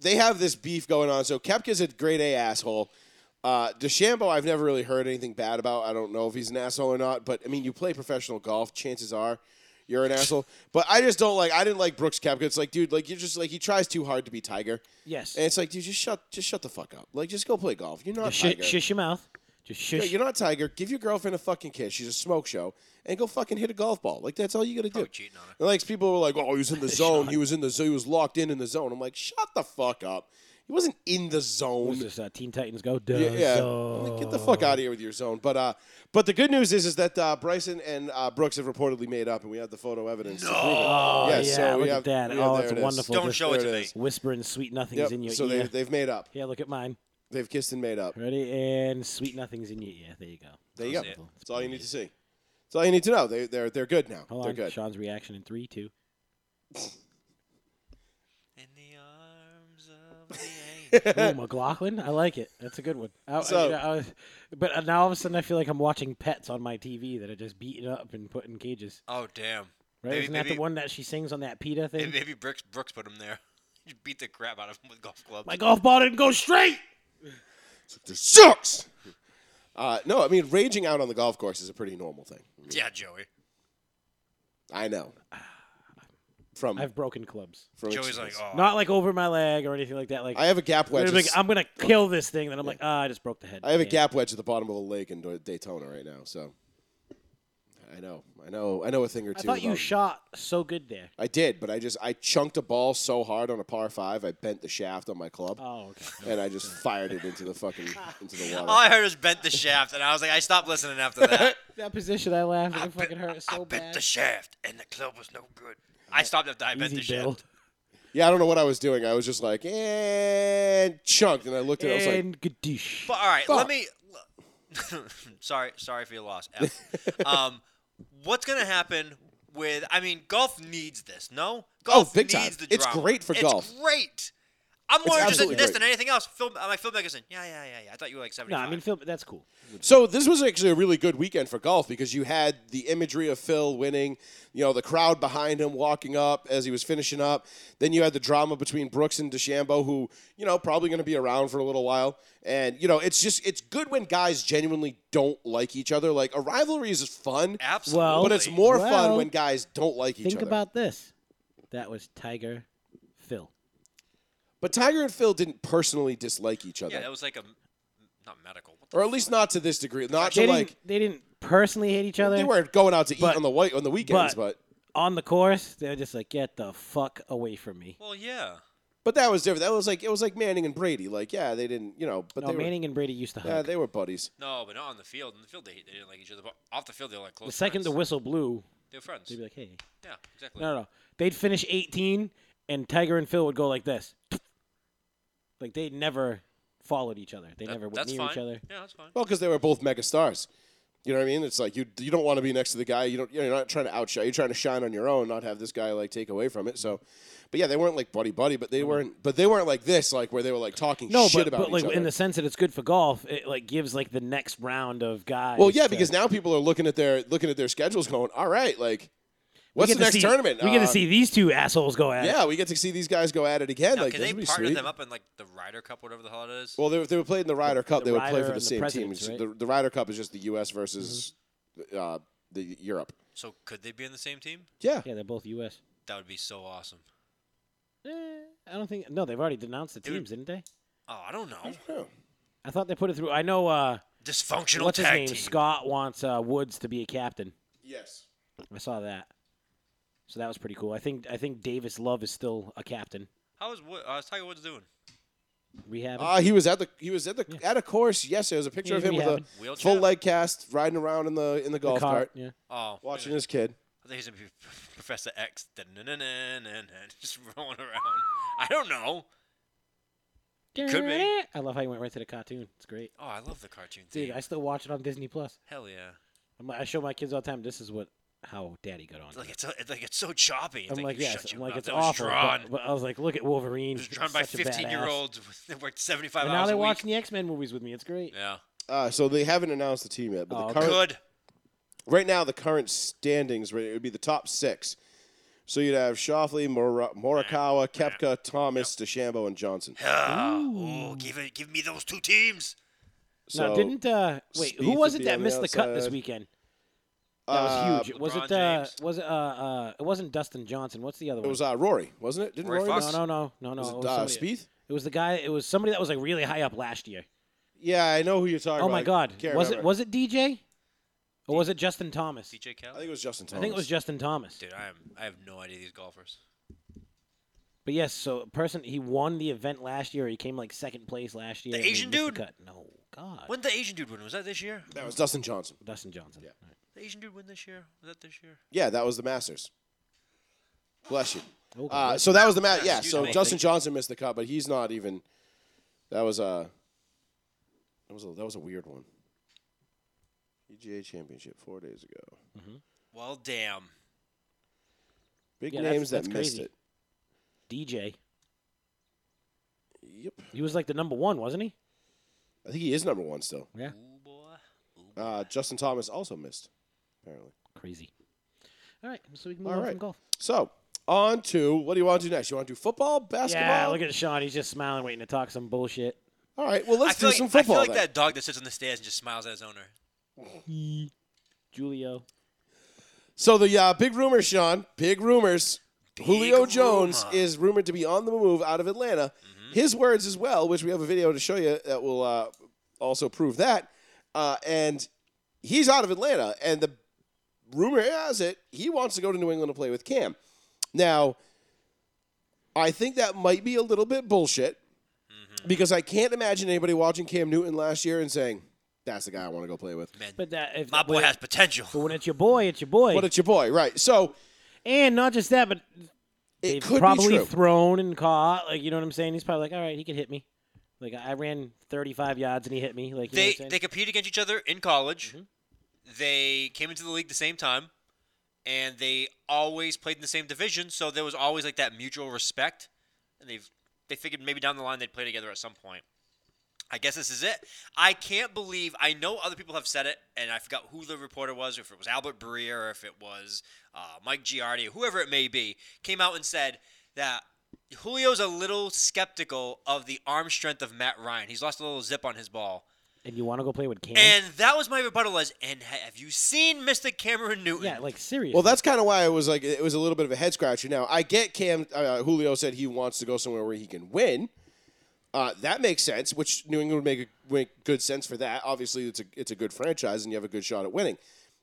Speaker 1: they have this beef going on. So Kepka's a grade A asshole. Uh, DeChambeau, I've never really heard anything bad about. I don't know if he's an asshole or not, but I mean, you play professional golf. Chances are, you're an asshole. But I just don't like. I didn't like Brooks Kepka. It's like, dude, like you're just like he tries too hard to be Tiger.
Speaker 5: Yes.
Speaker 1: And it's like, dude, just shut, just shut the fuck up. Like, just go play golf. You're not
Speaker 5: Just
Speaker 1: Tiger.
Speaker 5: shush, shush your mouth. Just
Speaker 1: Yeah,
Speaker 5: shush.
Speaker 1: you're not Tiger. Give your girlfriend a fucking kiss. She's a smoke show, and go fucking hit a golf ball. Like that's all you gotta do.
Speaker 4: Probably cheating on her.
Speaker 1: And, like people were like, "Oh, he was in the zone. He was in the zone. He was locked in in the zone." I'm like, "Shut the fuck up. He wasn't in the
Speaker 5: What
Speaker 1: zone."
Speaker 5: is this uh, Teen Titans Go? Duh,
Speaker 1: yeah, yeah.
Speaker 5: so-
Speaker 1: I'm like, get the fuck out of here with your zone. But uh, but the good news is is that uh, Bryson and uh, Brooks have reportedly made up, and we have the photo evidence. to prove it.
Speaker 5: Oh yeah,
Speaker 1: Yes, so we
Speaker 5: look
Speaker 1: have-
Speaker 5: at that.
Speaker 1: we have-
Speaker 5: oh,
Speaker 1: there
Speaker 5: it's
Speaker 1: it is.
Speaker 5: wonderful.
Speaker 4: Don't
Speaker 5: Just
Speaker 4: show it
Speaker 1: there
Speaker 4: to
Speaker 1: it
Speaker 4: me.
Speaker 1: is.
Speaker 5: Whispering sweet nothings
Speaker 1: Yep.
Speaker 5: in your
Speaker 1: So
Speaker 5: ear.
Speaker 1: they they've made up.
Speaker 5: yeah, look at mine.
Speaker 1: They've kissed and made up.
Speaker 5: Ready and sweet nothings in your ear. There you go.
Speaker 1: There you go.
Speaker 4: it.
Speaker 1: That's all you need to see. That's all you need to know. They they're they're good now.
Speaker 5: Hold
Speaker 1: they're
Speaker 5: on.
Speaker 1: good.
Speaker 5: Sean's reaction in three, two.
Speaker 4: In the arms of the
Speaker 5: Ooh, McLaughlin. I like it. That's a good one. I,
Speaker 1: So-
Speaker 5: I, you know, I was, but uh, now all of a sudden I feel like I'm watching pets on my TV that are just beaten up and put in cages.
Speaker 4: oh damn!
Speaker 5: Right?
Speaker 4: Maybe-
Speaker 5: Isn't that
Speaker 4: maybe-
Speaker 5: the one that she sings on that PETA thing?
Speaker 4: Maybe, maybe Brooks Brooks put him there. You beat the crap out of him with golf clubs.
Speaker 5: My golf ball didn't go straight.
Speaker 1: This sucks. Uh, no, I mean raging out on the golf course is a pretty normal thing.
Speaker 4: yeah, Joey.
Speaker 1: I know. From
Speaker 5: I've broken clubs.
Speaker 1: from
Speaker 4: Joey's like,
Speaker 1: experience.
Speaker 4: oh,
Speaker 5: Not like over my leg or anything like that. Like,
Speaker 1: I have a gap wedge.
Speaker 5: I'm like,
Speaker 1: that's-
Speaker 5: I'm gonna kill this thing. Then I'm like, ah, I just broke the head.
Speaker 1: I have a
Speaker 5: Damn.
Speaker 1: gap wedge at the bottom of a lake in Daytona right now. So I know, I know, I know a thing or
Speaker 5: I
Speaker 1: two.
Speaker 5: thought you
Speaker 1: about-
Speaker 5: shot so good there.
Speaker 1: I did, but I just I chunked a ball so hard on a par five, I bent the shaft on my club,
Speaker 5: Oh, okay.
Speaker 1: and I just fired it into the fucking into the
Speaker 5: Oh.
Speaker 1: water.
Speaker 4: all Oh, I heard was bent the shaft, and I was like, I stopped listening after that.
Speaker 5: that position I laughed.
Speaker 4: I
Speaker 5: It fucking hurt
Speaker 4: I
Speaker 5: so
Speaker 4: bent
Speaker 5: bad.
Speaker 4: the shaft, and the club was no good. I stopped after I bent the
Speaker 5: Easy build.
Speaker 4: shaft.
Speaker 1: yeah, I don't know what I was doing. I was just like and chunked, and I looked at it. I was like,
Speaker 5: And Gadoosh.
Speaker 4: But all right,
Speaker 1: Fuck.
Speaker 4: let me. sorry, sorry for your loss. F. um, what's gonna happen with? I mean, golf needs this. No,
Speaker 1: Oh,
Speaker 4: golf
Speaker 1: big
Speaker 4: needs
Speaker 1: time.
Speaker 4: the
Speaker 1: It's
Speaker 4: drama.
Speaker 1: great for
Speaker 4: It's
Speaker 1: golf.
Speaker 4: Great. I'm more interested in
Speaker 1: absolutely
Speaker 4: this
Speaker 1: great.
Speaker 4: than anything else. uh, Phil, I'm like Phil Mickelson. Yeah, yeah, yeah, yeah. I thought you were like 75.
Speaker 5: No, I mean, Phil, that's cool.
Speaker 1: So this was actually a really good weekend for golf because you had the imagery of Phil winning, you know, the crowd behind him walking up as he was finishing up. Then you had the drama between Brooks and DeChambeau, who you know probably going to be around for a little while. And you know, it's just it's good when guys genuinely don't like each other. Like a rivalry is fun,
Speaker 4: absolutely.
Speaker 5: Well-
Speaker 1: but it's more fun
Speaker 5: Well,
Speaker 1: when guys don't like each
Speaker 5: Think
Speaker 1: other.
Speaker 5: about this. That was Tiger, Phil.
Speaker 1: but Tiger and Phil didn't personally dislike each other,
Speaker 4: yeah, that was like a not medical. What the
Speaker 1: or at least not to this degree, not to
Speaker 5: They didn't,
Speaker 1: like.
Speaker 5: they didn't personally hate each other
Speaker 1: They weren't going out to eat
Speaker 5: But-
Speaker 1: on the white on the weekends,
Speaker 5: but-
Speaker 1: but
Speaker 5: on the course. They were just like, get the fuck away from me.
Speaker 4: well, yeah.
Speaker 1: But that was different. That was like it was like Manning and Brady. Like, yeah, they didn't, you know, but
Speaker 5: no,
Speaker 1: they
Speaker 5: Manning and Brady used to
Speaker 1: were, yeah,
Speaker 5: hug.
Speaker 1: they were buddies.
Speaker 4: No, but not on the field. In the field, they, they didn't like each other. But off the field, they were like close.
Speaker 5: the second the
Speaker 4: friends.
Speaker 5: whistle blew,
Speaker 4: they were friends.
Speaker 5: they'd be like, hey.
Speaker 4: yeah, exactly.
Speaker 5: No, no, no. They'd finish 18, and Tiger and Phil would go like this. Like, they never followed each other. They
Speaker 4: That-
Speaker 5: never went
Speaker 4: that's
Speaker 5: near
Speaker 4: fine.
Speaker 5: each other.
Speaker 4: Yeah, that's fine.
Speaker 1: Well, because they were both mega stars. You know what I mean? It's like you you don't want to be next to the guy. You don't. You're not trying to outshine. You're trying to shine on your own, not have this guy like take away from it. So, but yeah, they weren't like buddy buddy, but they weren't. But they weren't like this, like where they were like talking
Speaker 5: Mm-hmm. No,
Speaker 1: shit
Speaker 5: but,
Speaker 1: about
Speaker 5: but
Speaker 1: each
Speaker 5: like
Speaker 1: other.
Speaker 5: in the sense that it's good for golf, it like gives like the next round of guys.
Speaker 1: well, yeah,
Speaker 5: to-
Speaker 1: because now people are looking at their looking at their schedules, going, all right, like,
Speaker 5: we
Speaker 1: what's
Speaker 5: get
Speaker 1: the
Speaker 5: to
Speaker 1: next
Speaker 5: see-
Speaker 1: tournament?
Speaker 5: We get to
Speaker 1: Uh,
Speaker 5: see these two assholes go at it.
Speaker 1: Yeah, we get to see these guys go at it again.
Speaker 4: Now,
Speaker 1: like,
Speaker 4: can
Speaker 1: this
Speaker 4: they
Speaker 1: would be
Speaker 4: partner
Speaker 1: sweet.
Speaker 4: them up in like the Ryder Cup, whatever the hell it is?
Speaker 1: Well, they, if they were playing the Ryder Cup.
Speaker 5: the
Speaker 1: they would play for
Speaker 5: Ryder
Speaker 1: the
Speaker 5: and the
Speaker 1: same team.
Speaker 5: Presidents,
Speaker 1: It's-
Speaker 5: right? Mm-hmm.
Speaker 1: The, the Ryder Cup is just the U.S. versus uh, the Europe.
Speaker 4: so could they be in the same team?
Speaker 1: Yeah.
Speaker 5: Yeah, they're both U.S.
Speaker 4: That would be so awesome.
Speaker 5: Eh, I don't think. No, they've already denounced the
Speaker 4: Dude.
Speaker 5: teams, didn't they?
Speaker 4: Oh, I don't know.
Speaker 1: Yeah.
Speaker 5: I thought they put it through. I know. Uh,
Speaker 4: Dysfunctional
Speaker 5: what's his
Speaker 4: tag
Speaker 5: name?
Speaker 4: team.
Speaker 5: Scott wants uh, Woods to be a captain.
Speaker 1: Yes.
Speaker 5: I saw that. So that was pretty cool. I think I think Davis Love is still a captain.
Speaker 4: How is Wo- uh, is Tiger Woods doing?
Speaker 5: Rehab.
Speaker 1: Uh, he was at the he was at the at a course. Yes, there was a picture
Speaker 5: Yeah,
Speaker 1: of him
Speaker 5: we
Speaker 1: with
Speaker 5: have
Speaker 1: a
Speaker 5: him.
Speaker 4: Wheelchair.
Speaker 1: full leg cast, riding around in the in the golf cart,
Speaker 5: Yeah.
Speaker 4: Oh,
Speaker 1: watching his kid.
Speaker 4: I think he's gonna be Professor X. Dun-dun-dun-dun-dun, Just rolling around. I don't know. Could be.
Speaker 5: I love how you went right to the cartoon. It's great.
Speaker 4: Oh, I love the cartoon theme.
Speaker 5: Dude, I still watch it on Disney Plus.
Speaker 4: Hell yeah.
Speaker 5: I'm like- I show my kids all the time. This is what how Daddy got on.
Speaker 4: It's like it's, so- it's like it's so choppy. It's
Speaker 5: I'm like,
Speaker 4: you
Speaker 5: yes,
Speaker 4: shut
Speaker 5: I'm
Speaker 4: your
Speaker 5: like
Speaker 4: mouth.
Speaker 5: it's
Speaker 4: that was
Speaker 5: awful.
Speaker 4: Drawn.
Speaker 5: But, but I was like, look at Wolverine.
Speaker 4: It was drawn by
Speaker 5: Such a badass.
Speaker 4: 15 year olds that worked 75
Speaker 5: And now
Speaker 4: hours
Speaker 5: they're
Speaker 4: a week.
Speaker 5: watching the X Men movies with me. It's great.
Speaker 4: Yeah.
Speaker 1: Uh, so they haven't announced the team yet, but
Speaker 5: Oh,
Speaker 1: the
Speaker 5: okay.
Speaker 1: current
Speaker 4: Good.
Speaker 1: right now the current standings right, it would be the top six. So you'd have Shoffley, Mora- Morikawa, Kepka, Thomas, DeChambeau, and Johnson.
Speaker 4: Oh, give it, give me those two teams.
Speaker 1: So
Speaker 5: now, didn't uh wait,
Speaker 1: Spieth
Speaker 5: who
Speaker 1: would
Speaker 5: was it
Speaker 1: be
Speaker 5: that
Speaker 1: on the
Speaker 5: missed the, cut this
Speaker 1: outside.
Speaker 5: weekend? That
Speaker 1: uh,
Speaker 5: was huge. was
Speaker 4: LeBron
Speaker 5: it uh
Speaker 4: James.
Speaker 5: was it uh uh it wasn't Dustin Johnson. What's the other
Speaker 1: It
Speaker 5: one?
Speaker 1: was uh, Rory, wasn't it? Didn't
Speaker 4: Rory
Speaker 1: Rory?
Speaker 4: Fox?
Speaker 5: no, no, no, no, no.
Speaker 1: Was
Speaker 5: it
Speaker 1: it,
Speaker 5: was
Speaker 1: uh,
Speaker 5: somebody-
Speaker 1: Spieth?
Speaker 5: It was the guy. It was somebody that was like really high up last year.
Speaker 1: Yeah, I know who you're talking
Speaker 5: Oh
Speaker 1: about.
Speaker 5: my
Speaker 1: I
Speaker 5: God!
Speaker 1: can't
Speaker 5: Was it
Speaker 1: remember.
Speaker 5: was it DJ, or was it Justin Thomas?
Speaker 4: DJ Cal.
Speaker 1: I think it was Justin Thomas.
Speaker 5: I think it was Justin Thomas.
Speaker 4: Dude, I am. I have no idea these golfers.
Speaker 5: But yes, so a person he won the event last year. He came like second place last year. and he
Speaker 4: Asian
Speaker 5: missed
Speaker 4: dude?
Speaker 5: cut. No, God.
Speaker 4: When did the Asian dude win? Was that this year?
Speaker 1: that was Dustin Johnson.
Speaker 5: Dustin Johnson. Yeah.
Speaker 4: The Asian dude win this year? Was that this year?
Speaker 1: Yeah, that was the Masters. Bless you.
Speaker 5: Oh,
Speaker 1: Uh,
Speaker 5: bless
Speaker 1: so that was the match.
Speaker 4: Yeah,
Speaker 1: Yeah.
Speaker 4: excuse
Speaker 1: So
Speaker 4: me.
Speaker 1: Justin Johnson missed the cut, but he's not even. That was a. That was a, that was a weird one. PGA Championship four days ago.
Speaker 4: Well, damn.
Speaker 1: Big
Speaker 5: Yeah, that's-
Speaker 1: names
Speaker 5: that's
Speaker 1: that missed
Speaker 5: crazy.
Speaker 1: it.
Speaker 5: DJ.
Speaker 1: Yep.
Speaker 5: He was like the number one, wasn't he?
Speaker 1: I think he is number one still.
Speaker 5: Yeah.
Speaker 4: Ooh boy. Ooh.
Speaker 1: Uh, Justin Thomas also missed, apparently.
Speaker 5: Crazy. All right, so we can move
Speaker 1: All
Speaker 5: on
Speaker 1: right.
Speaker 5: from golf.
Speaker 1: So on to what do you want to do next? You want to do football, basketball?
Speaker 5: Yeah, look at Sean. He's just smiling, waiting to talk some bullshit.
Speaker 1: All right. Well, let's
Speaker 4: I
Speaker 1: do
Speaker 4: feel like,
Speaker 1: some
Speaker 4: I
Speaker 1: football.
Speaker 4: feel like
Speaker 1: then.
Speaker 4: that dog that sits on the stairs and just smiles at his owner.
Speaker 5: Julio.
Speaker 1: So the uh, big rumors, Sean, big rumors. Julio Jones
Speaker 4: rumor.
Speaker 1: is rumored to be on the move out of Atlanta.
Speaker 4: Mm-hmm.
Speaker 1: His words as well, which we have a video to show you that will uh, also prove that. Uh, and he's out of Atlanta, and the rumor has it he wants to go to New England to play with Cam. Now, I think that might be a little bit bullshit
Speaker 4: Mm-hmm.
Speaker 1: because I can't imagine anybody watching Cam Newton last year and saying that's the guy I want to go play with.
Speaker 4: Man,
Speaker 5: But that if
Speaker 4: my boy
Speaker 5: but-
Speaker 4: has potential.
Speaker 5: But when it's your boy, it's your boy.
Speaker 1: But it's your boy, right? So
Speaker 5: and not just that, but
Speaker 1: it
Speaker 5: they've
Speaker 1: could be
Speaker 5: probably
Speaker 1: true.
Speaker 5: thrown and caught. Like you know what I'm saying? He's probably like, all right, he could hit me. Like I ran 35 yards and he hit me. Like you
Speaker 4: they
Speaker 5: know what I'm
Speaker 4: they
Speaker 5: saying? Mm-hmm.
Speaker 4: competed against each other in college. They came into the league the same time, and they always played in the same division. So there was always like that mutual respect, and they've they figured maybe down the line they'd play together at some point. I guess this is it. I can't believe. I know other people have said it, and I forgot who the reporter was, if it was Albert Breer, or if it was uh, Mike Giardi, or whoever it may be, came out and said that Julio's a little skeptical of the arm strength of Matt Ryan. He's lost a little zip on his ball.
Speaker 5: And you want to go play with Cam?
Speaker 4: And that was my rebuttal was, and ha- have you seen Mr. Cameron Newton?
Speaker 5: yeah, like seriously.
Speaker 1: Well, that's kind of why it was like it was a little bit of a head scratcher. Now I get Cam uh, Julio said he wants to go somewhere where he can win. Uh, that makes sense, which New England would make, a, make good sense for that. Obviously, it's a it's a good franchise, and you have a good shot at winning.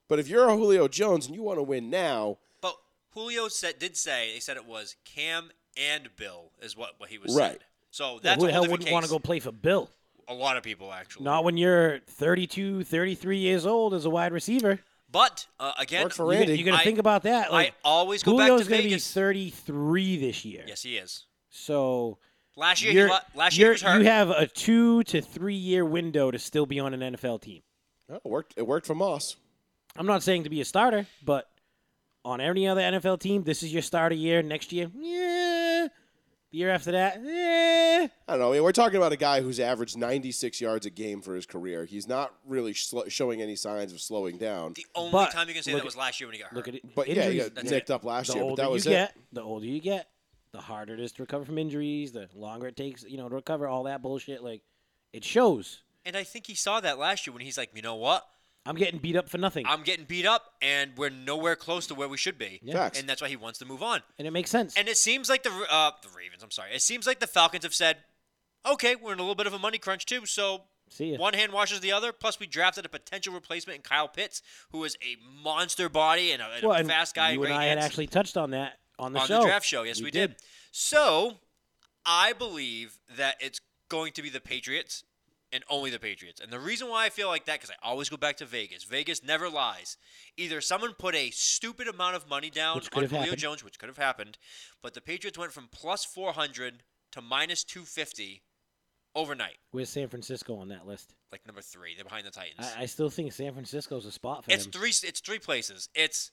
Speaker 1: But if you're a Julio Jones and you want to win now,
Speaker 4: But Julio said did say they said it was Cam and Bill is what what he was
Speaker 1: Right.
Speaker 4: said. So
Speaker 5: Yeah,
Speaker 4: that's
Speaker 5: who
Speaker 4: a whole
Speaker 5: the hell
Speaker 4: different
Speaker 5: wouldn't want to
Speaker 4: case.
Speaker 5: go play for Bill?
Speaker 4: A lot of people actually.
Speaker 5: Not when you're 32, 33 years old as a wide receiver.
Speaker 4: But uh, again,
Speaker 1: Work for
Speaker 5: You
Speaker 1: Randy.
Speaker 5: gotta- you got
Speaker 4: I-
Speaker 5: to think about that.
Speaker 4: I
Speaker 5: Like,
Speaker 4: always go back
Speaker 5: Julio's
Speaker 4: to
Speaker 5: gonna
Speaker 4: Vegas.
Speaker 5: be 33 this year.
Speaker 4: yes, he is.
Speaker 5: So
Speaker 4: Last year, he
Speaker 5: you're-
Speaker 4: lo- last year he
Speaker 5: you're-
Speaker 4: was hurt.
Speaker 5: you have a two to three year window to still be on an NFL team.
Speaker 1: oh, it worked. It worked for Moss.
Speaker 5: I'm not saying to be a starter, but on any other NFL team, this is your starter year. Next year, yeah. The year after that, yeah.
Speaker 1: I don't know. I mean, We're talking about a guy who's averaged 96 yards a game for his career. He's not really sl- showing any signs of slowing down.
Speaker 4: the only
Speaker 5: but
Speaker 4: time you can say
Speaker 5: look
Speaker 4: that
Speaker 5: at-
Speaker 4: was last year when he got hurt.
Speaker 5: Look at it.
Speaker 1: But yeah, he
Speaker 5: injuries.
Speaker 1: got
Speaker 4: that's
Speaker 1: nicked up last
Speaker 5: the
Speaker 1: year. But
Speaker 5: older
Speaker 1: that was
Speaker 5: you
Speaker 1: it.
Speaker 5: get, the older you get, the harder it is to recover from injuries. The longer it takes, you know, to recover all that bullshit. Like, it shows.
Speaker 4: And I think he saw that last year when he's like, you know what?
Speaker 5: I'm getting beat up for nothing,
Speaker 4: I'm getting beat up, and we're nowhere close to where we should be.
Speaker 5: Yeah.
Speaker 1: Facts.
Speaker 4: And that's why he wants to move on.
Speaker 5: and it makes sense.
Speaker 4: And it seems like the uh, the Ravens. I'm sorry. It seems like the Falcons have said, okay, we're in a little bit of a money crunch too. So
Speaker 5: See ya.
Speaker 4: one hand washes the other. Plus, we drafted a potential replacement in Kyle Pitts, who is a monster body and a, and a
Speaker 5: Well, and
Speaker 4: fast guy.
Speaker 5: You
Speaker 4: great
Speaker 5: and I had
Speaker 4: hands
Speaker 5: actually touched on that on the
Speaker 4: on
Speaker 5: show.
Speaker 4: the draft show. Yes, we,
Speaker 5: We
Speaker 4: did.
Speaker 5: did.
Speaker 4: So I believe that it's going to be the Patriots and only the Patriots. And the reason why I feel like that, because I always go back to Vegas. Vegas never lies. Either someone put a stupid amount of money down
Speaker 5: Which could
Speaker 4: on
Speaker 5: have
Speaker 4: Julio
Speaker 5: happened.
Speaker 4: Jones, which could have happened, but the Patriots went from plus 400 to minus 250 overnight,
Speaker 5: Where's San Francisco on that list?
Speaker 4: like number three. They're behind the Titans.
Speaker 5: I, I still think San Francisco's a spot for
Speaker 4: It's
Speaker 5: them.
Speaker 4: three. It's three places. It's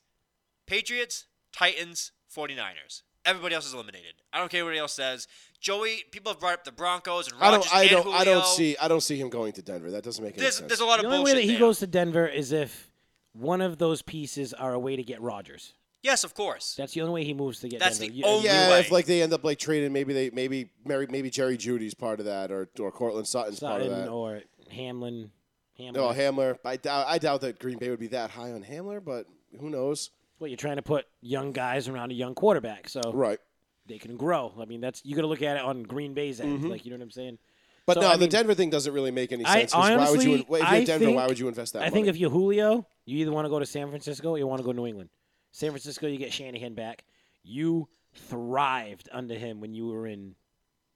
Speaker 4: Patriots, Titans, 49ers. Everybody else is eliminated. I don't care what anybody else says. Joey, people have brought up the Broncos and
Speaker 1: I
Speaker 4: Rodgers
Speaker 1: don't. I
Speaker 4: and
Speaker 1: don't.
Speaker 4: Julio.
Speaker 1: I don't see. I don't see him going to Denver. That doesn't make any
Speaker 4: There's,
Speaker 1: sense.
Speaker 4: there's a lot
Speaker 5: the
Speaker 4: of
Speaker 5: only way
Speaker 4: bullshit.
Speaker 5: that he
Speaker 4: there.
Speaker 5: goes to Denver is if one of those pieces are a way to get Rodgers.
Speaker 4: Yes, of course.
Speaker 5: That's the only way he moves to get
Speaker 4: That's
Speaker 5: Denver.
Speaker 4: the
Speaker 5: You- uh,
Speaker 4: only-
Speaker 1: yeah,
Speaker 4: way.
Speaker 1: if like they end up like trading, maybe they maybe Mary, maybe Jerry Judy's part of that, or or Cortland Sutton's part of
Speaker 5: Sutton
Speaker 1: that.
Speaker 5: or Hamlin. Hamlin.
Speaker 1: No, Hamler. I doubt. I doubt that Green Bay would be that high on Hamler, but who knows?
Speaker 5: Well, you're trying to put young guys around a young quarterback, so
Speaker 1: Right.
Speaker 5: they can grow. I mean, that's you got to look at it on Green Bay's end.
Speaker 1: Mm-hmm.
Speaker 5: Like, you know what I'm saying?
Speaker 1: But
Speaker 5: So,
Speaker 1: no,
Speaker 5: I
Speaker 1: the
Speaker 5: mean,
Speaker 1: Denver thing doesn't really make any
Speaker 5: I
Speaker 1: sense. 'cause why would you?
Speaker 5: honestly-
Speaker 1: If you're
Speaker 5: I
Speaker 1: Denver, why
Speaker 5: think-
Speaker 1: would you invest that?
Speaker 5: I
Speaker 1: money?
Speaker 5: think if you Julio, you either want to go to San Francisco or you want to go to New England. San Francisco, you get Shanahan back. You thrived under him when you were in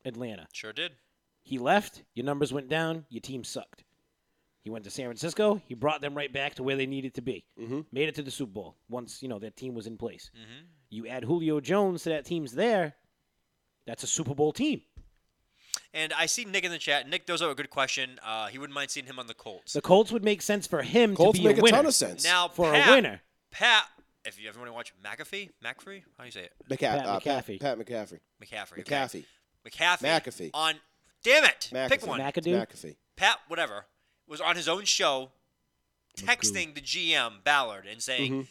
Speaker 5: Atlanta.
Speaker 4: Sure did.
Speaker 5: He left, your numbers went down, your team sucked. He went to San Francisco, he brought them right back to where they needed to be. Mm-hmm. Made it to the Super Bowl once, you know, that team was in place. You add Julio Jones to that team's there, that's a Super Bowl team.
Speaker 4: And I see Nick in the chat. Nick, those are a good question. Uh, he wouldn't mind seeing him on the Colts.
Speaker 5: The Colts would make sense for him
Speaker 1: Colts
Speaker 5: to be
Speaker 1: make
Speaker 5: a
Speaker 1: a
Speaker 5: winner.
Speaker 1: ton of sense.
Speaker 4: now
Speaker 5: For
Speaker 4: Pat,
Speaker 5: a winner.
Speaker 4: Pat. If you everyone watch McAfee, McAfee, how do you say it?
Speaker 1: McCa-
Speaker 5: Pat
Speaker 1: uh,
Speaker 5: McAfee.
Speaker 1: Pat, Pat McCaffrey.
Speaker 4: McCaffrey. okay.
Speaker 1: McAfee.
Speaker 4: McAfee.
Speaker 1: McAfee.
Speaker 4: On. Damn it!
Speaker 1: McAfee.
Speaker 4: Pick one.
Speaker 5: McAdoo?
Speaker 1: McAfee.
Speaker 4: Pat, whatever, was on his own show texting the GM, Ballard, and saying,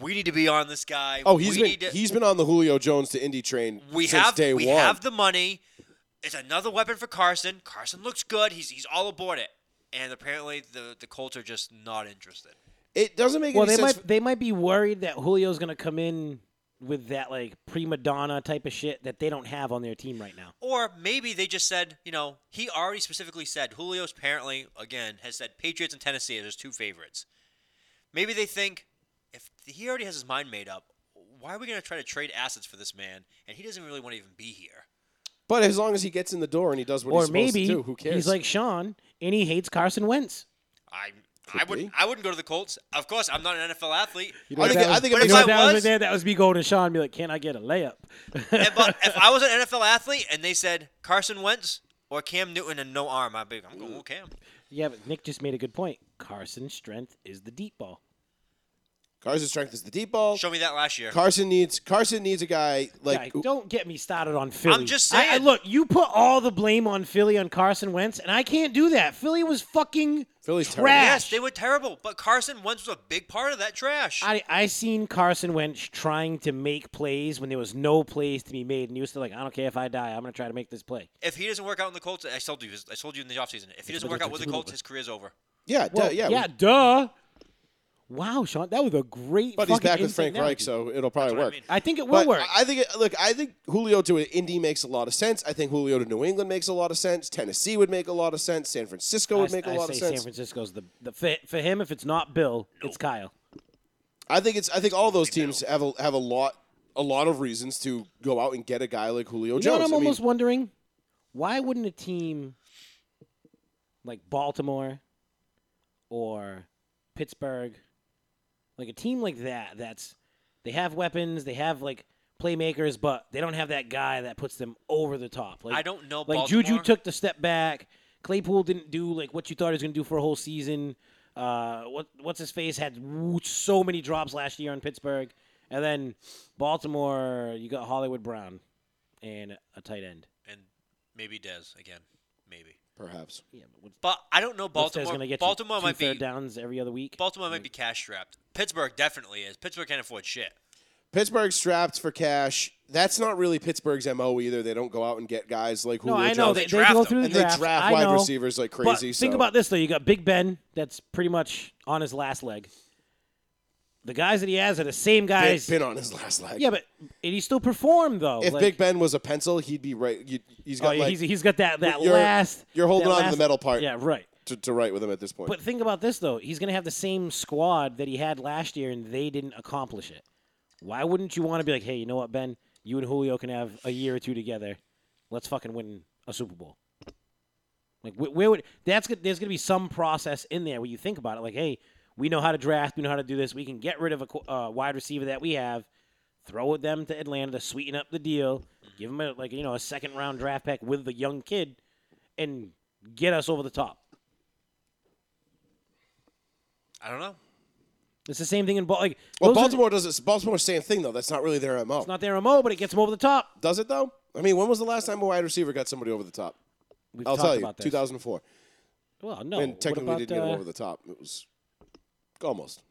Speaker 4: We need to be on this guy.
Speaker 1: Mm-hmm. Oh, he's
Speaker 4: we
Speaker 1: been
Speaker 4: need to,
Speaker 1: he's been on the Julio Jones to Indy train
Speaker 4: we
Speaker 1: since
Speaker 4: have,
Speaker 1: day
Speaker 4: we
Speaker 1: one.
Speaker 4: have the money. It's another weapon for Carson. Carson looks good. He's he's all aboard it. And apparently the, the Colts are just not interested.
Speaker 1: it doesn't make
Speaker 5: Well,
Speaker 1: any
Speaker 5: they
Speaker 1: sense.
Speaker 5: might they might be worried that Julio's going to come in with that like prima donna type of shit that they don't have on their team right now.
Speaker 4: Or maybe they just said, you know, he already specifically said Julio's apparently again has said Patriots and Tennessee are his two favorites. Maybe they think if he already has his mind made up, why are we going to try to trade assets for this man? And he doesn't really want to even be here.
Speaker 1: but as long as he gets in the door and he does what he's
Speaker 5: or
Speaker 1: supposed
Speaker 5: maybe
Speaker 1: to do, who cares?
Speaker 5: he's like Sean and he hates Carson Wentz.
Speaker 4: I
Speaker 1: Could
Speaker 4: I wouldn't
Speaker 1: be.
Speaker 4: I wouldn't go to the Colts. Of course, I'm not an NFL athlete.
Speaker 1: know I what think- that I was- think
Speaker 4: but
Speaker 1: it
Speaker 4: if
Speaker 1: was-
Speaker 4: I
Speaker 5: You know what that was right
Speaker 4: was,
Speaker 5: there? That was me going to Sean and be like, "Can I get a layup?"
Speaker 4: if I- if I was an NFL athlete and they said Carson Wentz or Cam Newton and no arm, I'd be I'm going with Cam.
Speaker 5: yeah, but Nick just made a good point. Carson's strength is the deep ball.
Speaker 1: Carson's strength is the deep ball.
Speaker 4: Show me that last year.
Speaker 1: Carson needs Carson needs a guy like
Speaker 5: Guy, don't get me started on Philly.
Speaker 4: just
Speaker 5: I- I-
Speaker 4: saying.
Speaker 5: look, you put all the blame on Philly on Carson Wentz, and I can't do that. Philly was fucking
Speaker 1: Philly's terrible.
Speaker 5: trash.
Speaker 4: yes, they were terrible, but Carson Wentz was a big part of that trash.
Speaker 5: I, I seen Carson Wentz trying to make plays when there was no plays to be made, and he was still like, I don't care if I die, I'm gonna try to make this play.
Speaker 4: if he doesn't work out in the Colts, I told you, this- I told you in the offseason, if he doesn't work out with the Colts, his career's over.
Speaker 1: yeah, duh,
Speaker 5: Well,
Speaker 1: yeah,
Speaker 5: yeah, duh. Wow, Sean, that was a great.
Speaker 1: But he's
Speaker 5: fucking
Speaker 1: back with Frank
Speaker 5: instant
Speaker 1: Reich,
Speaker 5: narrative.
Speaker 1: so it'll probably
Speaker 4: what I
Speaker 1: work.
Speaker 4: mean.
Speaker 5: I think it will
Speaker 1: But
Speaker 5: work.
Speaker 1: I I think it- look, I think Julio to Indy makes a lot of sense. I think Julio to New England makes a lot of sense. Tennessee would make a lot of sense. San Francisco would
Speaker 5: I-
Speaker 1: make a
Speaker 5: I
Speaker 1: lot
Speaker 5: say
Speaker 1: of sense.
Speaker 5: San Francisco's the, the for, for him. If it's not Bill, it's Kyle.
Speaker 1: I think it's I think all those teams have a, have a lot a lot of reasons to go out and get a guy like Julio
Speaker 5: You know
Speaker 1: Jones.
Speaker 5: what
Speaker 1: I
Speaker 5: I'm
Speaker 1: mean,
Speaker 5: almost wondering? Why wouldn't a team like Baltimore or Pittsburgh, like a team like that, that's they have weapons, they have like playmakers, but they don't have that guy that puts them over the top. Like
Speaker 4: I don't know
Speaker 5: Like Juju
Speaker 4: Baltimore.
Speaker 5: took the step back. Claypool didn't do like what you thought he was gonna do for a whole season. Uh, what what's his face had w- so many drops last year on Pittsburgh, and then Baltimore. You got Hollywood Brown and a tight end.
Speaker 4: And maybe Dez again. Maybe.
Speaker 1: perhaps.
Speaker 5: Yeah, but what's
Speaker 4: But I don't know Baltimore.
Speaker 5: Gonna get you
Speaker 4: Baltimore
Speaker 5: two
Speaker 4: might
Speaker 5: third
Speaker 4: be
Speaker 5: downs every other week.
Speaker 4: Baltimore might be cash strapped. Pittsburgh definitely is. Pittsburgh can't afford shit.
Speaker 1: Pittsburgh strapped for cash. That's not really Pittsburgh's mo either. They don't go out and get guys like
Speaker 5: no,
Speaker 1: Julio
Speaker 5: I
Speaker 1: Jones.
Speaker 5: know they, they
Speaker 4: draft
Speaker 5: go
Speaker 4: them.
Speaker 5: through the
Speaker 1: and they
Speaker 5: draft.
Speaker 1: draft
Speaker 5: I
Speaker 1: wide
Speaker 5: know.
Speaker 1: receivers like
Speaker 5: But
Speaker 1: crazy.
Speaker 5: think
Speaker 1: so.
Speaker 5: about this though. You got Big Ben. That's pretty much on his last leg. The guys that he has are the same
Speaker 1: Big
Speaker 5: guys.
Speaker 1: Ben on his last leg.
Speaker 5: yeah, but and he still performed though.
Speaker 1: if
Speaker 5: like-
Speaker 1: Big Ben was a pencil, he'd be right. You, he's
Speaker 5: Oh,
Speaker 1: got like
Speaker 5: he's, he's got that that
Speaker 1: you're-
Speaker 5: last.
Speaker 1: you're holding
Speaker 5: that
Speaker 1: on to the
Speaker 5: last-
Speaker 1: metal part.
Speaker 5: Yeah, right.
Speaker 1: to, to write with him at this point.
Speaker 5: But think about this though. He's going to have the same squad that he had last year, and they didn't accomplish it. Why wouldn't you want to be like, hey, you know what, Ben? You and Julio can have a year or two together. Let's fucking win a Super Bowl. Like, wh- where would that's go- there's going to be some process in there where you think about it. Like, hey, we know how to draft. We know how to do this. We can get rid of a qu- uh, wide receiver that we have. Throw them to Atlanta to sweeten up the deal. Give them a, like you know a second round draft pick with the young kid, and get us over the top.
Speaker 4: I don't know.
Speaker 1: Mm,
Speaker 5: It's the same thing in Bal- like
Speaker 1: well,
Speaker 5: those are-
Speaker 1: Baltimore does it. Baltimore's same thing though. That's not really their mo.
Speaker 5: it's not their MO, but it gets them over the top.
Speaker 1: does it though? I mean, when was the last time a wide receiver got somebody over the top?
Speaker 5: We've
Speaker 1: I'll
Speaker 5: talked
Speaker 1: tell you,
Speaker 5: about this.
Speaker 1: 2004.
Speaker 5: Well, no,
Speaker 1: and technically
Speaker 5: what about,
Speaker 1: didn't get
Speaker 5: uh,
Speaker 1: him over the top. It was almost.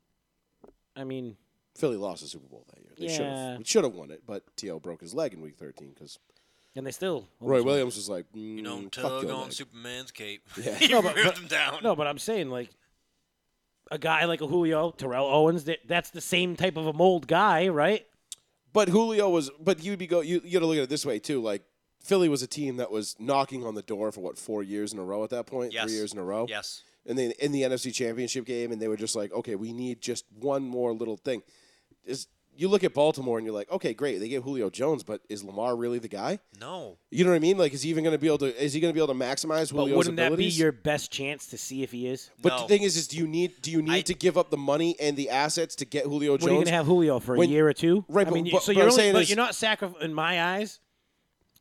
Speaker 5: I mean,
Speaker 1: Philly lost the Super Bowl that year. They
Speaker 5: Yeah.
Speaker 1: should have won it, but T.O. broke his leg in Week 13 because
Speaker 5: and they still
Speaker 1: Roy Williams was like, mm,
Speaker 4: You don't
Speaker 1: fuck
Speaker 4: tug
Speaker 1: your
Speaker 4: on
Speaker 1: leg.
Speaker 4: Superman's cape.
Speaker 1: Yeah.
Speaker 4: you
Speaker 5: No, but-
Speaker 4: ripped
Speaker 5: but-
Speaker 4: him down.
Speaker 5: No, but I'm saying like a guy like a Julio, Terrell Owens. That, that's the same type of a mold guy, right?
Speaker 1: But Julio was. But you'd be go. You you got to look at it this way too. Like Philly was a team that was knocking on the door for what four years in a row at that point,
Speaker 4: Yes.
Speaker 1: three years in a row.
Speaker 4: Yes.
Speaker 1: And then in the NFC Championship game, and they were just like, okay, we need just one more little thing. Is you look at Baltimore and you're like, okay, great, they get Julio Jones, but is Lamar really the guy?
Speaker 4: No.
Speaker 1: You know what I mean? Like, is he even going to be able to? Is he going to be able to maximize Julio's
Speaker 5: but wouldn't that be
Speaker 1: abilities?
Speaker 5: your best chance to see if he is?
Speaker 1: but
Speaker 4: No.
Speaker 1: the thing is, is do you need do you need
Speaker 4: I-
Speaker 1: to give up the money and the assets to get Julio Jones?
Speaker 5: What are you going to have Julio for
Speaker 1: when-
Speaker 5: a year or two?
Speaker 1: Right,
Speaker 5: I
Speaker 1: but
Speaker 5: mean, you-
Speaker 1: what-
Speaker 5: so
Speaker 1: what
Speaker 5: you're
Speaker 1: I'm
Speaker 5: only,
Speaker 1: saying
Speaker 5: but
Speaker 1: is-
Speaker 5: you're not sacri- in my eyes,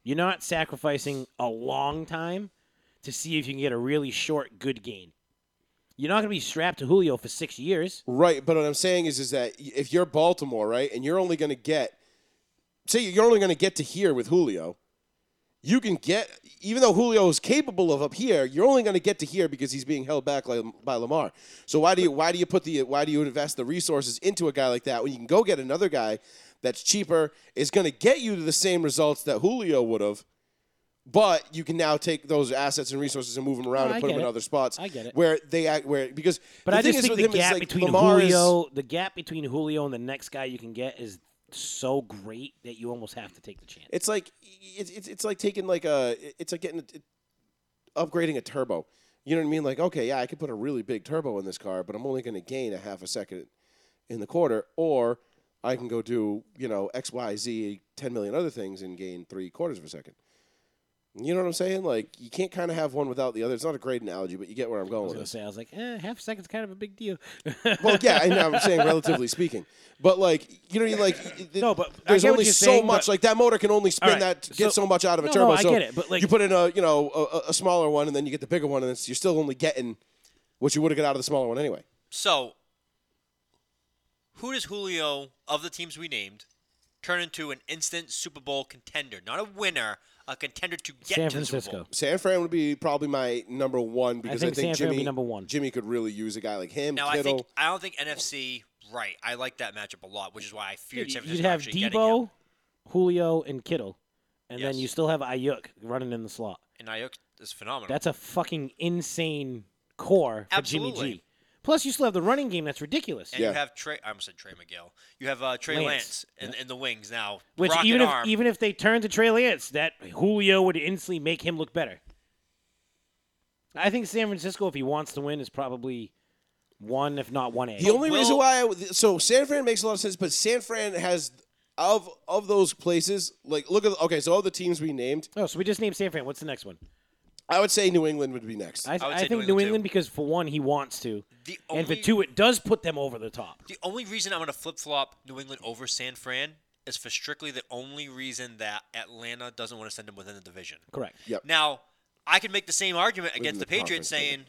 Speaker 5: you're not sacrificing a long time to see if you can get a really short good gain. You're not going to be strapped to Julio for six years.
Speaker 1: Right, but what I'm saying is, is that y- if you're Baltimore, right, and you're only going to get, say, you're only going to get to here with Julio, you can get, even though Julio is capable of up here, you're only going to get to here because he's being held back like, by Lamar. So why do you why do you put the why do you invest the resources into a guy like that when you can go get another guy that's cheaper is going to get you to the same results that Julio would have, but you can now take those assets and resources and move them around and
Speaker 5: No, I
Speaker 1: put them
Speaker 5: get
Speaker 1: in
Speaker 5: it.
Speaker 1: other spots.
Speaker 5: I get it.
Speaker 1: Where they act where because
Speaker 5: But
Speaker 1: the
Speaker 5: I
Speaker 1: thing
Speaker 5: just
Speaker 1: is
Speaker 5: think
Speaker 1: with
Speaker 5: the
Speaker 1: him is,
Speaker 5: gap
Speaker 1: like,
Speaker 5: between
Speaker 1: Lamar is-
Speaker 5: Julio, the gap between Julio and the next guy you can get is so great that you almost have to take the chance.
Speaker 1: It's like it's it's, it's like taking like a it's like getting a, it- upgrading a turbo. You know what I mean? Like okay, yeah, I could put a really big turbo in this car, but I'm only going to gain a half a second in the quarter, or I can go do you know X Y Z ten million other things and gain three quarters of a second. You know what I'm saying? Like you can't kind of have one without the other. It's not a great analogy, but you get where I'm
Speaker 5: I
Speaker 1: going
Speaker 5: was
Speaker 1: with
Speaker 5: going
Speaker 1: this.
Speaker 5: to say, I was like, eh, half a second's kind of a big deal.
Speaker 1: Well, yeah, I know I'm saying relatively speaking, but like you know, what I mean? like it-
Speaker 5: No, but I
Speaker 1: there's
Speaker 5: get what
Speaker 1: only
Speaker 5: you're
Speaker 1: so
Speaker 5: saying,
Speaker 1: much.
Speaker 5: but-
Speaker 1: Like that motor can only spin
Speaker 5: All right,
Speaker 1: that to get
Speaker 5: so-
Speaker 1: so much out of a
Speaker 5: No, no,
Speaker 1: turbo.
Speaker 5: I
Speaker 1: so
Speaker 5: get it, but, like-
Speaker 1: you put in a you know a, a- a smaller one, and then you get the bigger one, and it's, you're still only getting what you would have got out of the smaller one anyway.
Speaker 4: So Who does Julio of the teams we named turn into an instant Super Bowl contender? Not a winner, a contender to get
Speaker 5: San
Speaker 4: to the Super
Speaker 5: Francisco.
Speaker 4: Bowl.
Speaker 1: San Fran would be probably my number one because I
Speaker 5: think
Speaker 1: think,
Speaker 5: San Fran
Speaker 1: Jimmy
Speaker 5: would be number one.
Speaker 1: Jimmy could really use a guy like him.
Speaker 4: Now I
Speaker 1: Kittle.
Speaker 4: think I don't think NFC right. I like that matchup a lot, which is why I feared San
Speaker 5: You'd
Speaker 4: Francisco
Speaker 5: have
Speaker 4: actually getting him.
Speaker 5: Debo, Julio, and Kittle, and then
Speaker 4: Yes.
Speaker 5: you still have Ayuk running in the slot.
Speaker 4: And Ayuk is phenomenal.
Speaker 5: That's a fucking insane core for Jimmy G.
Speaker 4: Absolutely.
Speaker 5: Plus, you still have the running game. That's ridiculous.
Speaker 4: and
Speaker 1: Yeah.
Speaker 4: you have Trey. I almost said Trey Miguel. You have uh, Trey
Speaker 5: Lance.
Speaker 4: Lance, in, in the wings now.
Speaker 5: Which
Speaker 4: rocket
Speaker 5: even if
Speaker 4: arm.
Speaker 5: even if they turn to Trey Lance, that Julio would instantly make him look better. I think San Francisco, if he wants to win, is probably one, if not one A.
Speaker 1: The only
Speaker 4: Will-
Speaker 1: reason why I, would- so San Fran makes a lot of sense, but San Fran has of of those places like look at okay so all the teams we named
Speaker 5: Oh, so we just named San Fran. What's the next one?
Speaker 1: I would say New England would be next.
Speaker 5: I,
Speaker 4: would
Speaker 5: I
Speaker 4: say
Speaker 5: think
Speaker 4: New
Speaker 5: New
Speaker 4: England, too.
Speaker 5: England because for one, he wants to,
Speaker 4: The
Speaker 5: and for
Speaker 4: only-
Speaker 5: two, it does put them over the top.
Speaker 4: The only reason I'm going to flip flop New England over San Fran is for strictly the only reason that Atlanta doesn't want to send them within the division.
Speaker 5: Correct.
Speaker 1: Yep.
Speaker 4: Now, I could make the same argument against
Speaker 1: the
Speaker 4: the Patriots
Speaker 1: conference, maybe.
Speaker 4: saying,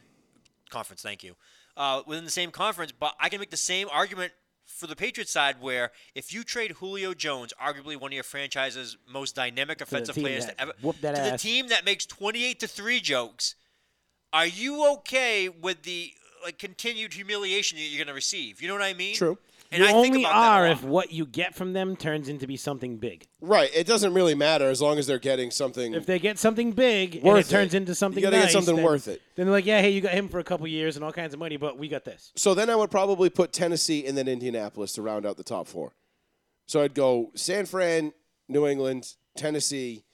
Speaker 4: conference, thank you, uh, within the same conference, but I can make the same argument for the Patriots side where if you trade Julio Jones, arguably one of your franchise's most dynamic offensive
Speaker 5: team
Speaker 4: players
Speaker 5: that
Speaker 4: to ever,
Speaker 5: whooped that
Speaker 4: to the
Speaker 5: ass.
Speaker 4: team that makes 28 to 3 jokes, are you okay with the like continued humiliation that you're going to receive? You know what I mean?
Speaker 1: True.
Speaker 4: And
Speaker 5: you
Speaker 4: I
Speaker 5: only
Speaker 4: think about that a
Speaker 5: are
Speaker 4: lot.
Speaker 5: if what you get from them turns into be something big.
Speaker 1: Right. It doesn't really matter as long as they're getting something.
Speaker 5: If they get something big and it
Speaker 1: Worth
Speaker 5: turns
Speaker 1: it.
Speaker 5: into something,
Speaker 1: You gotta get
Speaker 5: nice,
Speaker 1: something
Speaker 5: then-
Speaker 1: worth it.
Speaker 5: Then they're like, yeah, hey, you got him for a couple years and all kinds of money, but we got this.
Speaker 1: so then I would probably put Tennessee and then Indianapolis to round out the top four. So I'd go San Fran, New England, Tennessee,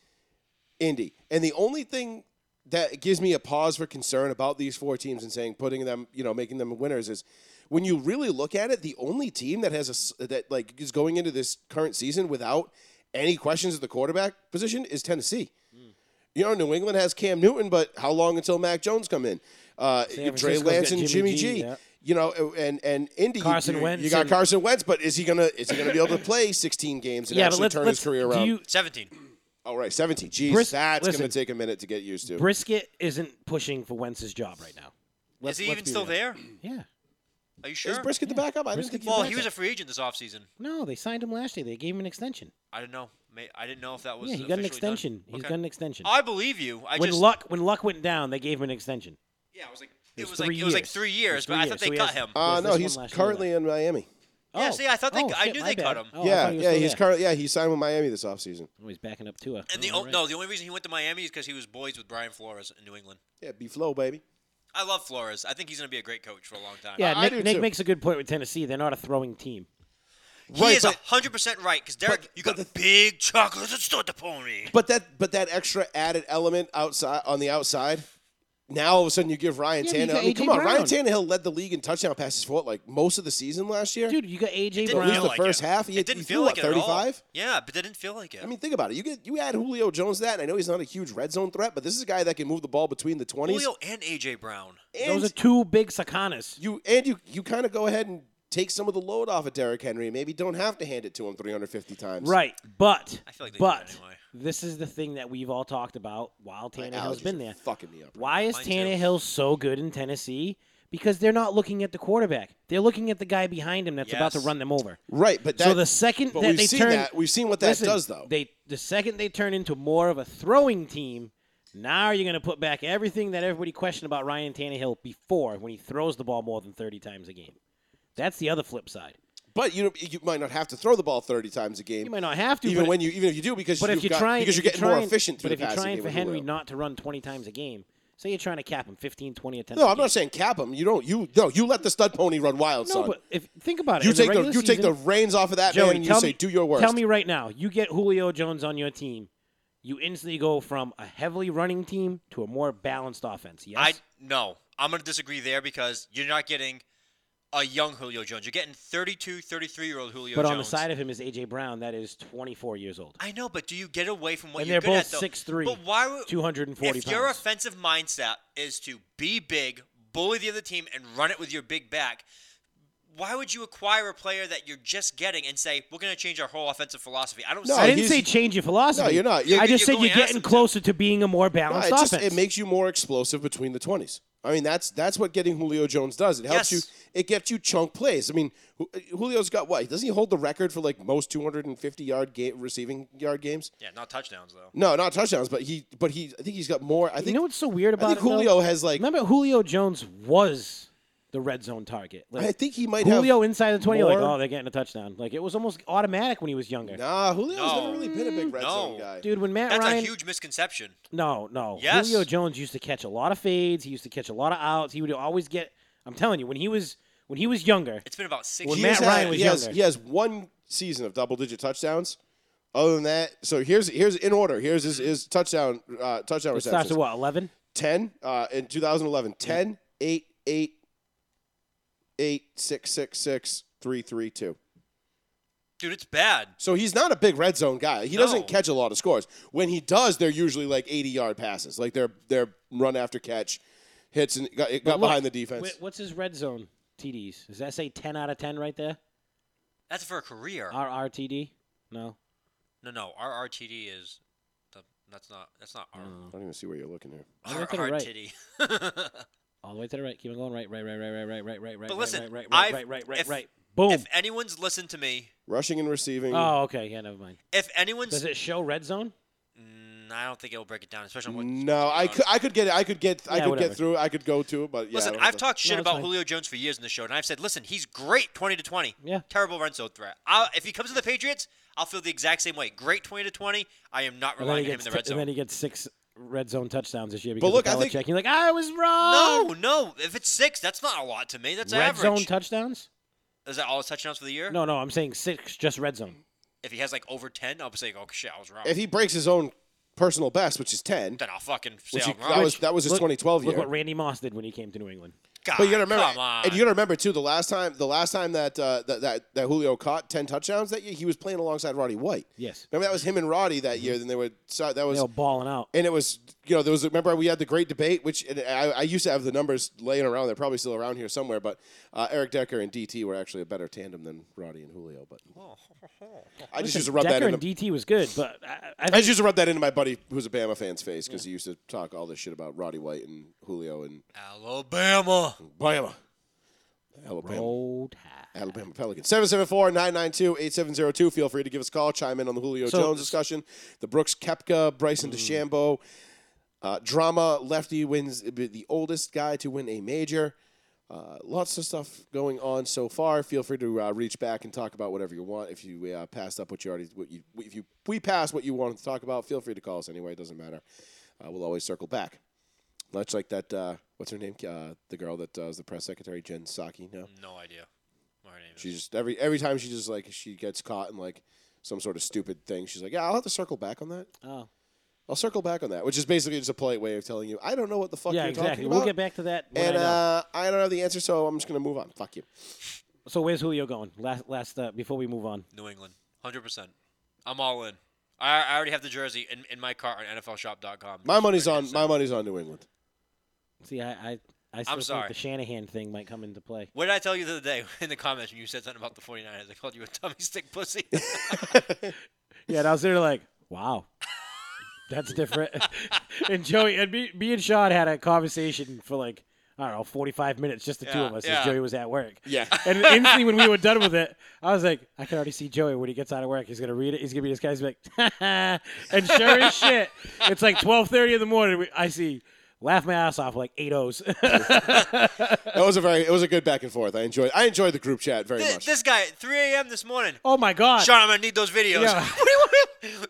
Speaker 1: Indy. And the only thing that gives me a pause for concern about these four teams and saying putting them, you know, making them winners is when you really look at it, the only team that has a s- that like is going into this current season without any questions at the quarterback position is Tennessee.
Speaker 5: Hmm.
Speaker 1: You know, New England has Cam Newton, but how long until Mac Jones come in? Uh, Trey
Speaker 5: Francisco's
Speaker 1: Lance
Speaker 5: got
Speaker 1: and Jimmy,
Speaker 5: Jimmy
Speaker 1: G.
Speaker 5: G, yeah.
Speaker 1: You know, and and Indy.
Speaker 5: Carson
Speaker 1: you,
Speaker 5: Wentz
Speaker 1: You got
Speaker 5: and-
Speaker 1: Carson Wentz, but is he gonna is he gonna be able to play 16 games and
Speaker 5: yeah, but
Speaker 1: actually
Speaker 5: let's,
Speaker 1: turn
Speaker 5: let's
Speaker 1: his career
Speaker 5: do
Speaker 1: around?
Speaker 5: you-
Speaker 4: 17.
Speaker 1: All right, 17. Jeez,
Speaker 5: Bris-
Speaker 1: that's
Speaker 5: listen.
Speaker 1: gonna take a minute to get used to.
Speaker 5: Brisket isn't pushing for Wentz's job right now.
Speaker 4: Is he even still there?
Speaker 5: Yeah.
Speaker 4: Are you
Speaker 1: is
Speaker 4: sure?
Speaker 1: Brisket the backup? I didn't
Speaker 5: Brisket
Speaker 1: think
Speaker 4: Well,
Speaker 1: was
Speaker 4: he was a free agent this offseason.
Speaker 5: No, they signed him last year. They gave him an extension.
Speaker 4: I didn't know. May- I didn't know if that was.
Speaker 5: yeah, he got an
Speaker 4: officially done.
Speaker 5: extension. He's
Speaker 4: Okay.
Speaker 5: got an extension.
Speaker 4: I believe you. I
Speaker 5: when
Speaker 4: just
Speaker 5: luck when luck went down, they gave him an extension.
Speaker 4: yeah, I was like it
Speaker 5: it was
Speaker 4: was like
Speaker 5: three
Speaker 4: it was like
Speaker 5: years.
Speaker 4: three
Speaker 5: It was
Speaker 4: years,
Speaker 5: three
Speaker 4: but I
Speaker 5: years,
Speaker 4: thought
Speaker 5: so
Speaker 4: they
Speaker 5: he
Speaker 4: cut
Speaker 5: has-
Speaker 4: him.
Speaker 1: Uh,
Speaker 5: Was
Speaker 1: no,
Speaker 5: this
Speaker 1: he's
Speaker 5: one last year,
Speaker 1: currently in Miami.
Speaker 4: Yeah,
Speaker 5: Oh.
Speaker 4: see, I thought they
Speaker 5: Oh,
Speaker 4: cut- I
Speaker 5: shit,
Speaker 4: knew
Speaker 5: my
Speaker 4: they cut
Speaker 5: bad.
Speaker 4: him.
Speaker 5: Oh, I
Speaker 1: yeah,
Speaker 5: thought he was
Speaker 1: yeah,
Speaker 5: still
Speaker 1: he's
Speaker 5: there.
Speaker 1: currently yeah he signed with Miami this offseason.
Speaker 5: Oh, he's backing up Tua.
Speaker 4: and the
Speaker 5: Oh,
Speaker 4: o-
Speaker 5: right.
Speaker 4: no, the only reason he went to Miami is because he was boys with Brian Flores in New England.
Speaker 1: Yeah, be flow, baby.
Speaker 4: I love Flores. I think he's gonna be a great coach for a long time.
Speaker 5: Yeah,
Speaker 1: I
Speaker 5: Nick,
Speaker 1: do
Speaker 5: Nick
Speaker 1: too.
Speaker 5: makes a good point with Tennessee. They're not a throwing team.
Speaker 4: he
Speaker 1: Right,
Speaker 4: is
Speaker 1: but-
Speaker 4: hundred percent right because Derek,
Speaker 1: but-
Speaker 4: you
Speaker 1: but
Speaker 4: got big chocolates and start the pony.
Speaker 1: But that but that extra added element outside on the outside. Now all of a sudden you give Ryan
Speaker 5: Yeah, but you
Speaker 1: Tannehill.
Speaker 5: got
Speaker 1: I mean,
Speaker 5: A.J.
Speaker 1: come on, Ryan
Speaker 5: Brown.
Speaker 1: Tannehill led the league in touchdown passes for what, like most of the season last year.
Speaker 5: Dude, you got AJ
Speaker 4: Didn't
Speaker 1: at least
Speaker 4: feel
Speaker 1: the
Speaker 5: Brown.
Speaker 4: like
Speaker 1: first
Speaker 4: it.
Speaker 1: half, he-
Speaker 4: it didn't
Speaker 1: he
Speaker 4: feel
Speaker 1: threw,
Speaker 4: like
Speaker 1: what,
Speaker 4: it at all.
Speaker 1: 35?
Speaker 4: Yeah, but that didn't feel like it.
Speaker 1: I mean, think about it. You get you add Julio Jones to that, and I know he's not a huge red zone threat, but this is a guy that can move the ball between the twenties.
Speaker 4: Julio and AJ Brown.
Speaker 1: And
Speaker 5: Those are two big Sakanas.
Speaker 1: you and you you kind of go ahead and take some of the load off of Derrick Henry. and Maybe don't have to hand it to him 350 times.
Speaker 5: Right, but
Speaker 4: I feel like they do
Speaker 5: but
Speaker 4: it anyway.
Speaker 5: this is the thing that we've all talked about while
Speaker 1: My
Speaker 5: Tannehill's
Speaker 1: allergies
Speaker 5: been
Speaker 1: are
Speaker 5: there.
Speaker 1: Fucking me up.
Speaker 5: Why is
Speaker 4: Mine too.
Speaker 5: Tannehill so good in Tennessee? Because they're not looking at the quarterback. They're looking at the guy behind him that's about to
Speaker 4: Yes.
Speaker 5: run them over.
Speaker 1: Right, but that,
Speaker 5: so the second
Speaker 1: but
Speaker 5: that
Speaker 1: we've
Speaker 5: they
Speaker 1: seen
Speaker 5: turn,
Speaker 1: that. We've seen what that
Speaker 5: Listen,
Speaker 1: does, though.
Speaker 5: They the second they turn into more of a throwing team, now you're going to put back everything that everybody questioned about Ryan Tannehill before when he throws the ball more than 30 times a game. That's the other flip side.
Speaker 1: but you don't- you might not have to throw the ball 30 times a game.
Speaker 5: You might not have to,
Speaker 1: even
Speaker 5: but,
Speaker 1: when you even if you do because
Speaker 5: but
Speaker 1: you've
Speaker 5: if you're
Speaker 1: got-
Speaker 5: trying
Speaker 1: because
Speaker 5: if
Speaker 1: you're getting
Speaker 5: trying,
Speaker 1: more efficient through
Speaker 5: But if
Speaker 1: the
Speaker 5: you're
Speaker 1: passing
Speaker 5: trying
Speaker 1: game
Speaker 5: for
Speaker 1: with
Speaker 5: Henry
Speaker 1: Julio.
Speaker 5: not to run 20 times a game, say you're trying to cap him 15, 20 attempts.
Speaker 1: no,
Speaker 5: a
Speaker 1: I'm
Speaker 5: game.
Speaker 1: not saying cap him. You don't. You no. You let the stud pony run wild,
Speaker 5: No,
Speaker 1: son.
Speaker 5: but if think about it,
Speaker 1: you
Speaker 5: in the
Speaker 1: take the,
Speaker 5: regular
Speaker 1: you take the
Speaker 5: season-
Speaker 1: reins off of that
Speaker 5: Joey,
Speaker 1: man and you
Speaker 5: tell
Speaker 1: say
Speaker 5: me,
Speaker 1: do your worst.
Speaker 5: Tell me right now, you get Julio Jones on your team, you instantly go from a heavily running team to a more balanced offense. Yes,
Speaker 4: I no. I'm going to disagree there because you're not getting a young Julio Jones. You're getting 32, 33 year old Julio
Speaker 5: but
Speaker 4: Jones.
Speaker 5: on the side of him is AJ Brown, that is 24 years old,
Speaker 4: I know, but do you get away from what
Speaker 5: and
Speaker 4: you're
Speaker 5: they're
Speaker 4: good
Speaker 5: both
Speaker 4: at though?
Speaker 5: 6'3",
Speaker 4: But why would
Speaker 5: 240
Speaker 4: If your
Speaker 5: pounds.
Speaker 4: offensive mindset is to be big, bully the other team, and run it with your big back, why would you acquire a player that you're just getting and say we're going to change our whole offensive philosophy? I don't.
Speaker 1: No,
Speaker 4: see
Speaker 5: I
Speaker 4: it.
Speaker 5: didn't
Speaker 1: he's-
Speaker 5: say change your philosophy.
Speaker 1: No, you're not. You're-
Speaker 5: I just
Speaker 4: you're
Speaker 5: said
Speaker 4: going
Speaker 5: you're
Speaker 4: after
Speaker 5: getting
Speaker 4: them.
Speaker 5: closer to being a more
Speaker 1: No,
Speaker 5: balanced
Speaker 1: it, just,
Speaker 5: offense.
Speaker 1: it makes you more explosive between the twenties. I mean, that's that's what getting Julio Jones does. It helps
Speaker 4: Yes.
Speaker 1: you. It gets you chunk plays. I mean, Ju- uh, Julio's got what? Doesn't he hold the record for like most 250 yard ga- receiving yard games?
Speaker 4: Yeah, not touchdowns though.
Speaker 1: No, not touchdowns, but he but he I think he's got more. I think
Speaker 5: you know what's so weird
Speaker 1: I
Speaker 5: about
Speaker 1: think
Speaker 5: it, though?
Speaker 1: Julio has like
Speaker 5: Remember, Julio Jones was the red zone target. Like,
Speaker 1: I think he might
Speaker 5: Julio inside the 20, like,
Speaker 1: more-
Speaker 5: oh, they're getting a touchdown. Like, it was almost automatic when he was younger.
Speaker 1: have Nah, Julio's
Speaker 4: No.
Speaker 1: never really been a big red
Speaker 4: No.
Speaker 1: zone guy.
Speaker 5: Dude, when Matt
Speaker 4: That's
Speaker 5: Ryan.
Speaker 4: a huge misconception.
Speaker 5: No, no.
Speaker 4: Yes.
Speaker 5: Julio Jones used to catch a lot of fades. He used to catch a lot of outs. He would always get. I'm telling you, when he was when he was younger,
Speaker 4: It's been about six
Speaker 5: When
Speaker 4: years.
Speaker 5: Matt Ryan was
Speaker 1: he has,
Speaker 5: younger.
Speaker 1: he has one season of double digit touchdowns. Other than that, so here's here's in order. Here's his, his touchdown uh, touchdown
Speaker 5: it starts
Speaker 1: receptions.
Speaker 5: at what 11?
Speaker 1: 10 uh, in 2011 10 8 8 8 6 6 6 3 3 2
Speaker 4: Dude, it's bad.
Speaker 1: so he's not a big red zone guy he
Speaker 4: No.
Speaker 1: doesn't catch a lot of scores when he does they're usually like 80 yard passes like they're they're run after catch hits and got, it got
Speaker 5: Look,
Speaker 1: behind the defense
Speaker 5: wh- what's his red zone TDs? Does that say 10 out of 10 right there?
Speaker 4: That's for a career.
Speaker 5: RRTD? No.
Speaker 4: No, no, RRTD is. the- That's not. That's not R.
Speaker 1: i don't even see where you're looking here
Speaker 5: I'm Mm. looking at it right.
Speaker 4: RRTD. if
Speaker 5: All the way to the right. Keep on going right, right, right, right, right, right, right, right, right.
Speaker 4: But listen,
Speaker 5: right, right, right,
Speaker 4: I've-
Speaker 5: right, right, right,
Speaker 4: if-
Speaker 5: right. Boom.
Speaker 4: anyone's listened to me,
Speaker 1: rushing and receiving
Speaker 5: oh, okay. Yeah, never mind.
Speaker 4: if anyone's,
Speaker 5: Does it show red zone?
Speaker 4: Mm, I don't think it'll break it down, especially on what.
Speaker 1: no i could i could get it i could get i
Speaker 5: Yeah,
Speaker 1: could
Speaker 5: whatever.
Speaker 1: get through it i could go to it but yeah I
Speaker 4: Listen,
Speaker 1: don't
Speaker 4: I've
Speaker 1: know.
Speaker 4: talked shit
Speaker 5: No, it's
Speaker 4: about
Speaker 5: fine.
Speaker 4: Julio Jones for years in the show, and I've said, listen, he's great, twenty to twenty.
Speaker 5: Yeah.
Speaker 4: Terrible run zone threat. I'll, if he comes to the Patriots, I'll feel the exact same way. Great twenty to twenty. I am not
Speaker 5: And then, he
Speaker 4: relying on him in
Speaker 5: gets
Speaker 4: the red
Speaker 5: and then
Speaker 4: zone.
Speaker 5: he gets six red zone touchdowns this year because
Speaker 1: look,
Speaker 5: of
Speaker 1: I
Speaker 5: Belichick.
Speaker 1: think-
Speaker 5: You're like, I was wrong.
Speaker 4: No, no. If it's six, that's not a lot to me. That's
Speaker 5: red
Speaker 4: average.
Speaker 5: zone touchdowns?
Speaker 4: Is that all his touchdowns for the year?
Speaker 5: No, no. I'm saying six, just red zone.
Speaker 4: If he has like over ten, I'll say, oh shit, I was wrong.
Speaker 1: if he breaks his own personal best which is 10
Speaker 4: then I'll fucking say
Speaker 1: which he,
Speaker 4: I'm
Speaker 1: that
Speaker 4: wrong.
Speaker 1: was that was his
Speaker 5: Look-
Speaker 1: 2012
Speaker 5: Look
Speaker 1: year
Speaker 5: what Randy Moss did when he came to New England.
Speaker 4: God,
Speaker 1: But you gotta remember,
Speaker 4: come on.
Speaker 1: and you gotta remember too. The last time, the last time that uh, that, that that Julio caught ten touchdowns that year, he was playing alongside Roddy White.
Speaker 5: Yes.
Speaker 1: Remember that was him and Roddy that year. Then they were so that was,
Speaker 5: They were balling out.
Speaker 1: and it was you know there was remember we had the great debate, which and I, I used to have the numbers laying around. They're probably still around here somewhere. But uh, Eric Decker and DT were actually a better tandem than Roddy and Julio. But I just used to rub
Speaker 5: Decker
Speaker 1: that
Speaker 5: and
Speaker 1: into.
Speaker 5: DT was good, but I, I
Speaker 1: I
Speaker 5: think
Speaker 1: just used to rub that into my buddy who's a Bama fan's face because he used to talk all this shit about Roddy White and Julio and
Speaker 4: Alabama.
Speaker 1: Bama. Alabama.
Speaker 5: roll tide.
Speaker 1: Alabama Pelicans. 774-992-8702. Feel free to give us a call. Chime in on the Julio
Speaker 5: So-
Speaker 1: Jones discussion. The Brooks Kepka, Bryson DeChambeau. Uh, drama, lefty wins uh, the oldest guy to win a major. Uh, lots of stuff going on so far. Feel free to uh, reach back and talk about whatever you want. If you uh, passed up what you already, what you, if you we passed what you wanted to talk about, feel free to call us anyway. It doesn't matter. Uh, we'll always circle back. Much like that, uh, what's her name? Uh, the girl that uh, is the press secretary, Jen Psaki. No,
Speaker 4: No idea. What her name is.
Speaker 1: she just every every time she just like she gets caught in like some sort of stupid thing. She's like, "Yeah, I'll have to circle back on that.
Speaker 5: Oh,
Speaker 1: I'll circle back on that," which is basically just a polite way of telling you, "I don't know what the fuck
Speaker 5: yeah,
Speaker 1: you're
Speaker 5: exactly.
Speaker 1: talking
Speaker 5: We'll
Speaker 1: about."
Speaker 5: get back to that. when
Speaker 1: and
Speaker 5: I know.
Speaker 1: uh, I don't have the answer, so I'm just gonna move on. Fuck you.
Speaker 5: so where's Julio going? Last, last uh, before we move on.
Speaker 4: New England. 100%. I'm all in. I, I already have the jersey in, in my car on NFLshop.com.
Speaker 1: My money's on my money's on New England.
Speaker 5: See, I, I, I still
Speaker 4: sorry.
Speaker 5: think the Shanahan thing might come into play.
Speaker 4: What did I tell you the other day in the comments when you said something about the 49ers? I called you a tummy stick pussy.
Speaker 5: Yeah, and I was there like, wow, that's different. and Joey and me, me and Sean had a conversation for like I don't know, forty five minutes, just the two
Speaker 4: Yeah,
Speaker 5: of us,
Speaker 4: yeah.
Speaker 5: as Joey was at work.
Speaker 1: Yeah.
Speaker 5: And instantly when we were done with it, I was like, I can already see Joey when he gets out of work. He's gonna read it. He's gonna be this guy. He's like, and sure as shit, it's like twelve thirty in the morning. we- I see. Laugh my ass off like eight O's.
Speaker 1: That was a very it was a good back and forth. I enjoyed I enjoyed the group chat very
Speaker 4: Th-
Speaker 1: much.
Speaker 4: this guy, 3 a.m. this morning.
Speaker 5: oh my god.
Speaker 4: Sean, I'm going to need those videos.
Speaker 5: Yeah.
Speaker 4: What do you want me-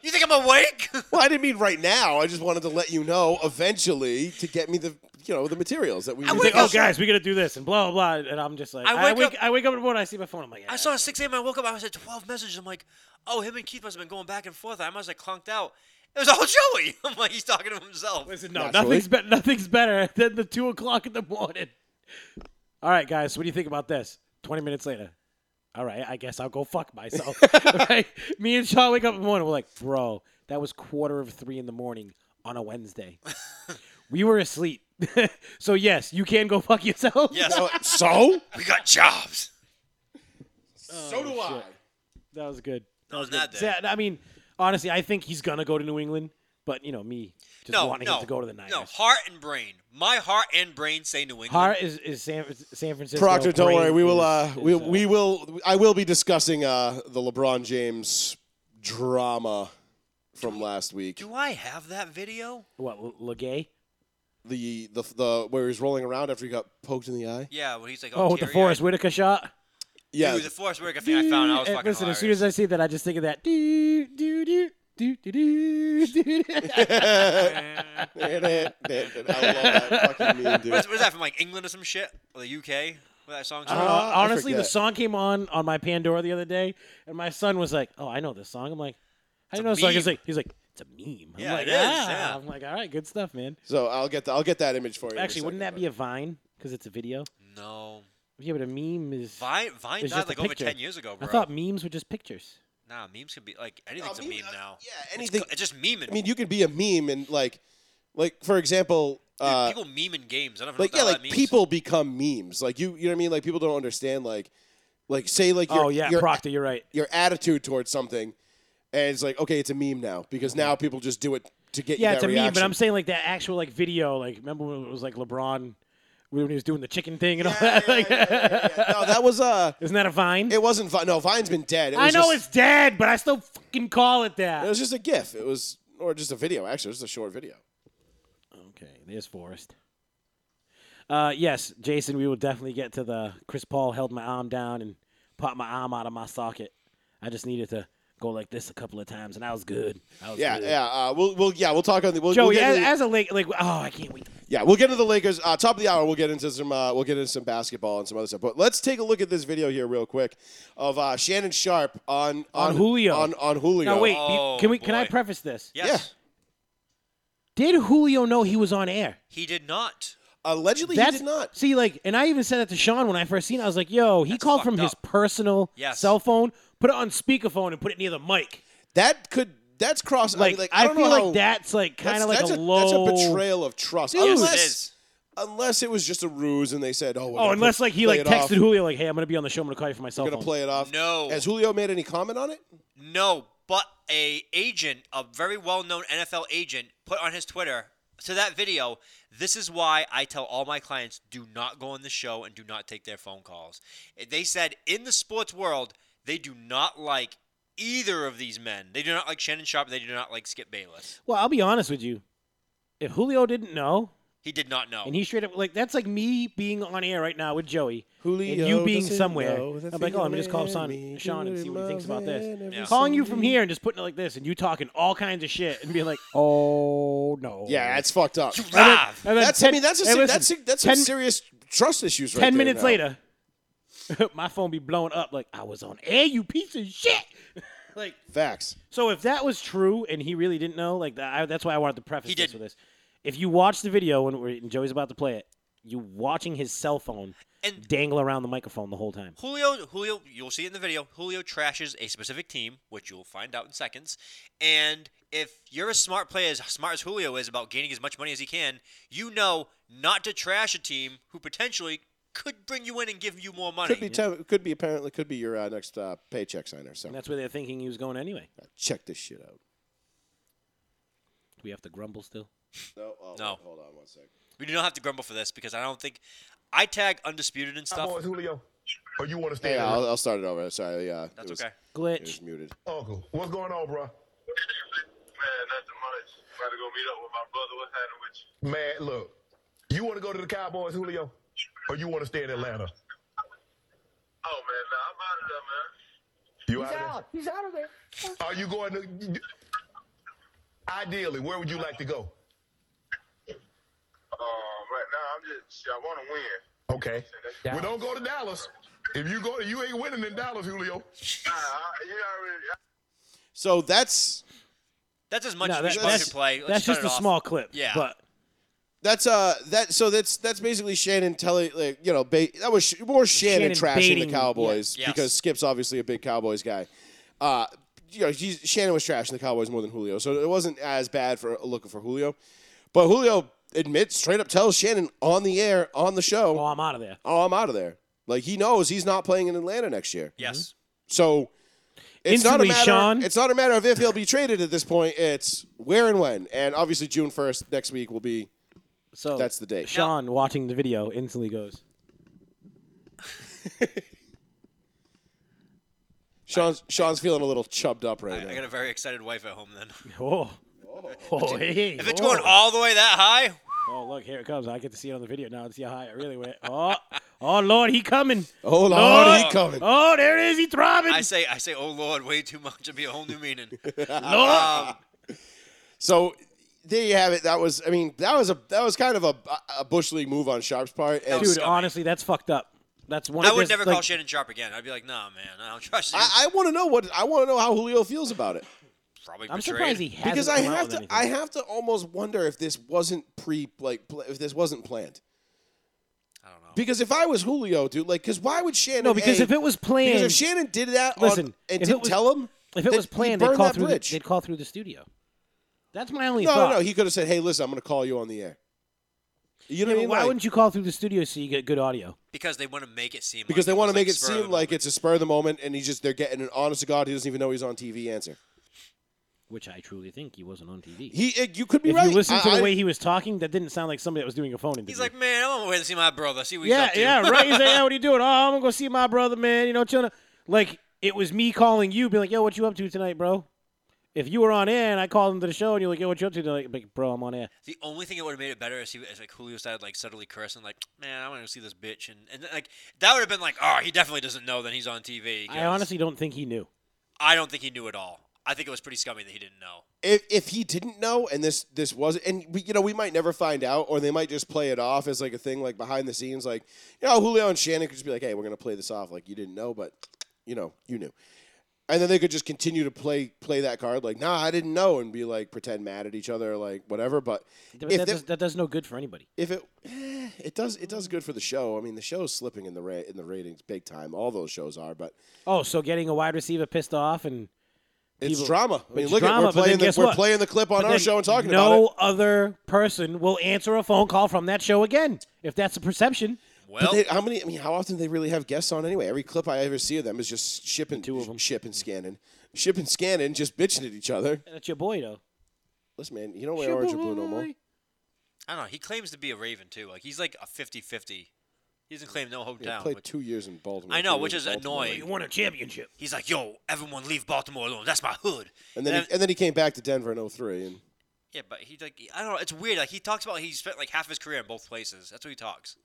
Speaker 4: you think I'm awake?
Speaker 1: well, I didn't mean right now. I just wanted to let you know eventually to get me the you know the materials that we.
Speaker 4: I
Speaker 1: need
Speaker 5: He's
Speaker 1: to
Speaker 5: like,
Speaker 4: wake
Speaker 5: oh,
Speaker 1: discuss.
Speaker 5: guys, we gotta do this and blah blah blah, and I'm just like,
Speaker 4: I
Speaker 5: I
Speaker 4: wake
Speaker 5: wake,
Speaker 4: up-
Speaker 5: I wake up in the morning, I see my phone, I'm like,
Speaker 4: I saw 6 a.m. I woke up. I was at 12 messages. I'm like, oh, him and Keith must have been going back and forth. I must have clunked out. It was all Joey. I'm like, he's talking to himself.
Speaker 5: Listen, no,
Speaker 1: Naturally.
Speaker 5: nothing's, be- nothing's better than the 2 o'clock in the morning. All right, guys, what do you think about this? 20 minutes later. All right, I guess I'll go fuck myself. right? Me and Sean wake up in the morning. We're like, bro, that was quarter of three in the morning on a Wednesday. we were asleep. so, yes, you can go fuck yourself.
Speaker 4: Yes,
Speaker 1: Uh, so
Speaker 4: we got jobs.
Speaker 1: so do I.
Speaker 5: That was good.
Speaker 4: That was that day.
Speaker 5: Yeah, I mean, honestly, I think he's going to go to New England. But you know me, just
Speaker 4: no,
Speaker 5: wanting
Speaker 4: no,
Speaker 5: him to go to the Niners.
Speaker 4: No, heart and brain. My heart and brain say New England.
Speaker 5: Hart is, is San, San Francisco.
Speaker 1: Proctor, don't
Speaker 5: Brain
Speaker 1: worry. We will.
Speaker 5: is-
Speaker 1: Uh,
Speaker 5: is,
Speaker 1: we
Speaker 5: uh,
Speaker 1: we will. I will be discussing uh, the LeBron James drama from last week.
Speaker 4: Do I have that video?
Speaker 5: what L- Legay?
Speaker 1: The the the where he's rolling around after he got poked in the eye.
Speaker 4: Yeah, when he's like,
Speaker 5: Oh, with the Forrest Whitaker shot.
Speaker 4: Yeah,
Speaker 1: Yeah,
Speaker 4: the Forrest Whitaker thing I found. I was
Speaker 5: And
Speaker 4: fucking
Speaker 5: listen, as soon
Speaker 4: hilarious.
Speaker 5: as I see that, I just think of that. Do do do do do do do.
Speaker 1: I love that fucking meme, dude.
Speaker 4: What is, what is that from like England or some shit or the UK? What that song's
Speaker 5: I
Speaker 4: from?
Speaker 5: don't know.
Speaker 1: Uh, I
Speaker 5: Honestly, the
Speaker 1: forget.
Speaker 5: song came on on my Pandora the other day, and my son was like, "Oh, I know this song." I'm like, "I
Speaker 4: It's
Speaker 5: don't
Speaker 4: a
Speaker 5: know this song." He's
Speaker 4: meme.
Speaker 5: like, "He's like, it's a meme." I'm
Speaker 4: Yeah,
Speaker 5: like,
Speaker 4: it is,
Speaker 5: "Ah."
Speaker 4: yeah.
Speaker 5: I'm like, "All right, good stuff, man."
Speaker 1: So I'll get the, I'll get that image for you. in a
Speaker 5: Actually, wouldn't that
Speaker 1: second,
Speaker 5: be a Vine because it's a video?
Speaker 4: No,
Speaker 5: Yeah, but a meme is.
Speaker 4: Vine Vine
Speaker 5: It's
Speaker 4: died
Speaker 5: just a
Speaker 4: like over
Speaker 5: picture.
Speaker 4: ten years ago,
Speaker 5: I
Speaker 4: bro.
Speaker 5: thought memes were just pictures.
Speaker 4: nah, memes can be like anything's
Speaker 1: No,
Speaker 4: a meme
Speaker 1: meme- uh,
Speaker 4: now.
Speaker 1: yeah,
Speaker 4: It's
Speaker 1: anything-
Speaker 4: co- It's, just memeing.
Speaker 1: but- I mean, you could be a meme and like, like for example,
Speaker 4: Dude,
Speaker 1: uh,
Speaker 4: people memeing games. I don't even
Speaker 1: like
Speaker 4: know
Speaker 1: yeah,
Speaker 4: what the hell
Speaker 1: like
Speaker 4: that means.
Speaker 1: people become memes. Like you, you know what I mean? Like people don't understand. Like, like say like your,
Speaker 5: oh yeah,
Speaker 1: your,
Speaker 5: Proctor, you're right.
Speaker 1: your attitude towards something, and it's like okay, it's a meme now because now people just do it to get
Speaker 5: Yeah,
Speaker 1: you
Speaker 5: it's
Speaker 1: that
Speaker 5: a meme, but
Speaker 1: reaction.
Speaker 5: I'm saying like that actual like video. Like, remember when it was like LeBron when he was doing the chicken thing and all
Speaker 1: Yeah,
Speaker 5: that?
Speaker 1: yeah,
Speaker 5: Like,
Speaker 1: yeah, yeah, yeah. No, that was uh,
Speaker 5: isn't that a Vine?
Speaker 1: it wasn't Vi- no Vine's been dead. It
Speaker 5: I
Speaker 1: was
Speaker 5: know
Speaker 1: just-
Speaker 5: it's dead, but I still fucking call it that.
Speaker 1: It was just a GIF. It was, or just a video. Actually, it was just a short video.
Speaker 5: Okay, there's Forrest. Uh, yes, Jason, we will definitely get to the Chris Paul held my arm down and popped my arm out of my socket. I just needed to go like this a couple of times, and I was good. I was
Speaker 1: Yeah,
Speaker 5: good.
Speaker 1: yeah. Uh, we'll, we'll, yeah, we'll talk on the. We'll,
Speaker 5: Joey,
Speaker 1: we'll get
Speaker 5: as,
Speaker 1: into the-
Speaker 5: as a late, like, oh, I can't wait.
Speaker 1: yeah, we'll get into the Lakers. Uh, top of the hour, we'll get into some, uh, we'll get into some basketball and some other stuff. But let's take a look at this video here real quick of uh, Shannon Sharp on
Speaker 5: On Julio.
Speaker 1: on on Julio.
Speaker 5: Now wait, be-
Speaker 4: Oh,
Speaker 5: can we? Can I
Speaker 4: boy.
Speaker 5: preface this?
Speaker 4: Yes,
Speaker 5: Did Julio know he was on air?
Speaker 4: he did not.
Speaker 1: allegedly he did not.
Speaker 5: See, like, and I even said that to Sean when I first seen. it. I was like, "Yo, he
Speaker 4: That's
Speaker 5: called from
Speaker 4: fucked
Speaker 5: his
Speaker 4: up.
Speaker 5: personal
Speaker 4: Yes.
Speaker 5: cell phone, put it on speakerphone, and put it near the mic."
Speaker 1: That could that's cross.
Speaker 5: Like,
Speaker 1: I, mean, like, I, don't
Speaker 5: feel
Speaker 1: know
Speaker 5: like
Speaker 1: how-
Speaker 5: that's like
Speaker 1: that's-
Speaker 5: kind of like
Speaker 1: that's
Speaker 5: a, low.
Speaker 1: That's a betrayal of trust.
Speaker 5: Dude.
Speaker 4: Yes,
Speaker 1: unless,
Speaker 4: it is.
Speaker 1: unless it was just a ruse and they said, "Oh, we're
Speaker 5: Oh,
Speaker 1: gonna
Speaker 5: unless
Speaker 1: put-
Speaker 5: like he
Speaker 1: play
Speaker 5: like
Speaker 1: it off.
Speaker 5: texted Julio like, "Hey, I'm gonna be on the show. I'm gonna call you for my cell
Speaker 1: We're gonna
Speaker 5: phone."
Speaker 1: play it off.
Speaker 4: No.
Speaker 1: Has Julio made any comment on it?
Speaker 4: No, but a agent, a very well-known NFL agent, put on his Twitter to that video. This is why I tell all my clients: do not go on the show and do not take their phone calls. They said in the sports world they do not like either of these men. They do not like Shannon Sharp. They do not like Skip Bayless.
Speaker 5: Well, I'll be honest with you. If Julio didn't know,
Speaker 4: He did not know.
Speaker 5: and he straight up like that's like me being on air right now with Joey, and you
Speaker 1: Julio
Speaker 5: being
Speaker 1: doesn't
Speaker 5: somewhere.
Speaker 1: know the
Speaker 5: I'm like, oh, I'm
Speaker 1: thing
Speaker 5: just call up
Speaker 1: that
Speaker 5: Son,
Speaker 1: made
Speaker 5: Sean and
Speaker 1: you
Speaker 5: see what he thinks about
Speaker 1: in
Speaker 5: this.
Speaker 1: my van
Speaker 4: Yeah.
Speaker 1: every
Speaker 5: Calling you from
Speaker 1: Sunday.
Speaker 5: here and just putting it like this, and you talking all kinds of shit, and being like, "Oh no."
Speaker 1: Yeah, that's fucked up.
Speaker 4: you
Speaker 5: And then-
Speaker 4: laugh.
Speaker 5: and then
Speaker 1: That's I
Speaker 5: ten-
Speaker 1: mean that's a,
Speaker 5: hey,
Speaker 1: se-
Speaker 5: listen,
Speaker 1: that's a, that's some
Speaker 5: ten-
Speaker 1: serious trust issues right
Speaker 5: Ten
Speaker 1: there
Speaker 5: minutes
Speaker 1: now.
Speaker 5: later, my phone be blowing up like I was on air. You piece of shit. like
Speaker 1: Facts.
Speaker 5: So if that was true and he really didn't know, like that, I, that's why I wanted to preface
Speaker 4: He
Speaker 5: this
Speaker 4: didn't.
Speaker 5: with this. If you watch the video when we're, and Joey's about to play it, you watching his cell phone
Speaker 4: And-
Speaker 5: dangle around the microphone the whole time.
Speaker 4: Julio, Julio, you'll see it in the video. Julio trashes a specific team, which you'll find out in seconds. And if you're a smart player, as smart as Julio is about gaining as much money as he can, you know not to trash a team who potentially could bring you in and give you more money.
Speaker 1: Could be te- could be apparently could be your uh, next uh, paycheck signer. So
Speaker 5: And that's where they're thinking he was going anyway.
Speaker 1: check this shit out.
Speaker 5: Do we have to grumble still?
Speaker 1: No, oh,
Speaker 4: No.
Speaker 1: Hold on one second.
Speaker 4: we do not have to grumble for this because I don't think I tag undisputed and stuff.
Speaker 9: Julio. Or you want to stay
Speaker 1: Yeah, I'll, I'll start it over. Sorry. Yeah, it
Speaker 4: That's
Speaker 1: was-
Speaker 4: okay.
Speaker 1: It
Speaker 5: Glitch.
Speaker 1: was muted.
Speaker 9: Uncle, what's going on, bro?
Speaker 10: Man, nothing much. About to go meet up with my brother. What's happening with you?
Speaker 9: Man, look. You want to go to the Cowboys, Julio? Or you want to stay in Atlanta?
Speaker 10: Oh man, nah, I'm out of there, man.
Speaker 9: You out, He's out of there. Are you going to? Ideally, where would you like to go?
Speaker 10: Uh, right now I'm just, I want to win.
Speaker 9: Okay. We don't go to Dallas. If you go, you ain't winning in Dallas, Julio.
Speaker 10: Nah, I, you already,
Speaker 1: So that's
Speaker 4: That's as much
Speaker 5: No,
Speaker 4: as
Speaker 5: that-
Speaker 4: we should
Speaker 1: that's-
Speaker 4: probably play. Let's
Speaker 5: that's
Speaker 4: shut
Speaker 5: just
Speaker 4: it
Speaker 5: a
Speaker 4: off.
Speaker 5: small clip.
Speaker 4: Yeah.
Speaker 5: But
Speaker 1: that's uh that so that's that's basically Shannon telling like you know ba- that was sh- more Shannon,
Speaker 5: Shannon
Speaker 1: trashing
Speaker 5: baiting-
Speaker 1: the Cowboys
Speaker 4: yeah. Yes.
Speaker 1: because Skip's obviously a big Cowboys guy. Uh, you know he's, Shannon was trashing the Cowboys more than Julio, so it wasn't as bad for looking for Julio. But Julio admits straight up tells Shannon on the air on the show,
Speaker 5: oh, I'm out of there.
Speaker 1: "Oh, I'm out of there." Like he knows he's not playing in Atlanta next year.
Speaker 4: Yes.
Speaker 1: So It's not a
Speaker 5: instantly,
Speaker 1: matter.
Speaker 5: Sean.
Speaker 1: It's not a matter of if he'll be traded at this point. It's where and when, and obviously June first next week will be.
Speaker 5: so
Speaker 1: That's the date.
Speaker 5: Sean watching the video instantly goes.
Speaker 1: Sean's Sean's feeling a little chubbed up right
Speaker 4: I
Speaker 1: now.
Speaker 4: got a very excited wife at home then.
Speaker 5: Oh, oh, hey,
Speaker 4: If it's
Speaker 5: oh.
Speaker 4: going all the way that high,
Speaker 5: Oh, look, here it comes. I get to see it on the video now and see how high it really went. Oh, oh, Lord, he coming.
Speaker 1: Oh Lord,
Speaker 5: Lord.
Speaker 1: he coming.
Speaker 5: Oh, there it is. He throbbing.
Speaker 4: I say, I say, oh Lord, way too much. It'd be a whole new meaning. uh, Um,
Speaker 5: Lord.
Speaker 1: So there you have it. That was. I mean, that was a that was kind of a a bush league move on Sharp's part. And
Speaker 5: Dude,
Speaker 4: scummy.
Speaker 5: honestly, that's fucked up. That's one
Speaker 4: I
Speaker 5: of
Speaker 4: would
Speaker 5: his,
Speaker 4: never
Speaker 5: like,
Speaker 4: call Shannon Sharp again. I'd be like, nah, man, I don't trust you.
Speaker 1: I, I want to know what I want to know how Julio feels about it
Speaker 4: Probably
Speaker 5: I'm
Speaker 4: betrayed.
Speaker 5: surprised he hasn't
Speaker 1: because I
Speaker 5: come out
Speaker 1: have
Speaker 5: with
Speaker 1: to
Speaker 5: anything.
Speaker 1: I have to almost wonder if this wasn't pre like pl- if this wasn't planned.
Speaker 4: I don't know.
Speaker 1: Because if I was Julio, dude, like, because why would Shannon?
Speaker 5: No, because
Speaker 1: A,
Speaker 5: if it was
Speaker 1: because
Speaker 5: planned,
Speaker 1: if Shannon did that, on-
Speaker 5: Listen,
Speaker 1: and
Speaker 5: if it
Speaker 1: didn't
Speaker 5: was-
Speaker 1: tell him,
Speaker 5: if it
Speaker 1: then
Speaker 5: was
Speaker 1: he'd
Speaker 5: planned,
Speaker 1: burn
Speaker 5: they'd call
Speaker 1: that
Speaker 5: through. The,
Speaker 1: bridge.
Speaker 5: they'd call through the studio. That's my only
Speaker 1: no,
Speaker 5: thought.
Speaker 1: no, no, he could have said, "Hey, listen, I'm going to call you on the air." You know what
Speaker 5: Yeah,
Speaker 1: I
Speaker 5: but
Speaker 1: mean?
Speaker 5: why
Speaker 1: Like,
Speaker 5: wouldn't you call through the studio so you get good audio?
Speaker 4: Because they want to make it seem.
Speaker 1: because
Speaker 4: like
Speaker 1: they want
Speaker 4: was,
Speaker 1: to make it
Speaker 4: spur of the
Speaker 1: seem like
Speaker 4: moment.
Speaker 1: it's a spur of the moment, and he just they're getting an honest to god, he doesn't even know he's on TV answer.
Speaker 5: Which I truly think he wasn't on TV.
Speaker 1: He, it, you could be
Speaker 5: if
Speaker 1: right.
Speaker 5: you listen to
Speaker 1: I-
Speaker 5: the
Speaker 1: I-
Speaker 5: way he was talking, that didn't sound like somebody that was doing a phone interview.
Speaker 4: He's like, man, I'm on my way to see my brother. See what he's
Speaker 5: yeah,
Speaker 4: up to.
Speaker 5: yeah, right. He's like, yeah, what are you doing? Oh, I'm gonna go see my brother, man. You know, chilling. Like it was me calling you, being like, yo, what you up to tonight, bro? If you were on air and I called him to the show and you're like, yo, what you up to tonight? Like, bro, I'm on air.
Speaker 4: The only thing that would have made it better is, he, is like Julio started like subtly cursing, like, man, I want to see this bitch, and, and like that would have been like, oh, he definitely doesn't know that he's on TV. 'cause
Speaker 5: I honestly don't think he knew.
Speaker 4: I don't think he knew at all. I think it was pretty scummy that he didn't know.
Speaker 1: if if he didn't know and this this was and we, you know we might never find out or they might just play it off as like a thing like behind the scenes like you know Julio and Shannon could just be like hey we're gonna play this off like you didn't know but you know you knew and then they could just continue to play play that card like nah I didn't know and be like pretend mad at each other or like whatever but
Speaker 5: But
Speaker 1: If
Speaker 5: that,
Speaker 1: they-
Speaker 5: does, that does no good for anybody.
Speaker 1: if it eh, it does it does good for the show I mean the show's slipping in the ra- in the ratings big time all those shows are but
Speaker 5: Oh, so getting a wide receiver pissed off and
Speaker 1: it's
Speaker 5: People-
Speaker 1: drama I mean
Speaker 5: it's
Speaker 1: look
Speaker 5: drama,
Speaker 1: at we're
Speaker 5: but then
Speaker 1: playing the,
Speaker 5: guess
Speaker 1: we're
Speaker 5: what?
Speaker 1: playing the clip on
Speaker 5: But
Speaker 1: our
Speaker 5: then
Speaker 1: show and talking
Speaker 5: no
Speaker 1: about it
Speaker 5: other person will answer a phone call from that show again if that's a perception.
Speaker 4: Well,
Speaker 1: But they, how many? I mean, how often do they really have guests on anyway? Every clip I ever see of them is just shipping,
Speaker 5: Two of 'em.
Speaker 1: shipping, scanning, shipping, scanning, just bitching at each other.
Speaker 5: That's your boy though.
Speaker 1: Listen, man, you don't wear orange or blue no more.
Speaker 4: I don't know. He claims to be a Raven too. Like he's like a 50-50. He doesn't claim no hometown.
Speaker 1: Yeah, played
Speaker 4: which-
Speaker 1: two years in Baltimore.
Speaker 4: I know,
Speaker 1: two
Speaker 4: which
Speaker 1: years
Speaker 4: is
Speaker 1: in Baltimore.
Speaker 4: annoying.
Speaker 5: You won a championship.
Speaker 4: He's like, yo, everyone leave Baltimore alone. That's my hood.
Speaker 1: And then,
Speaker 4: And
Speaker 1: he, and then he came back to Denver in 03. And
Speaker 4: Yeah, but he like I don't know. It's weird. Like he talks about he spent like half his career in both places. That's what he talks.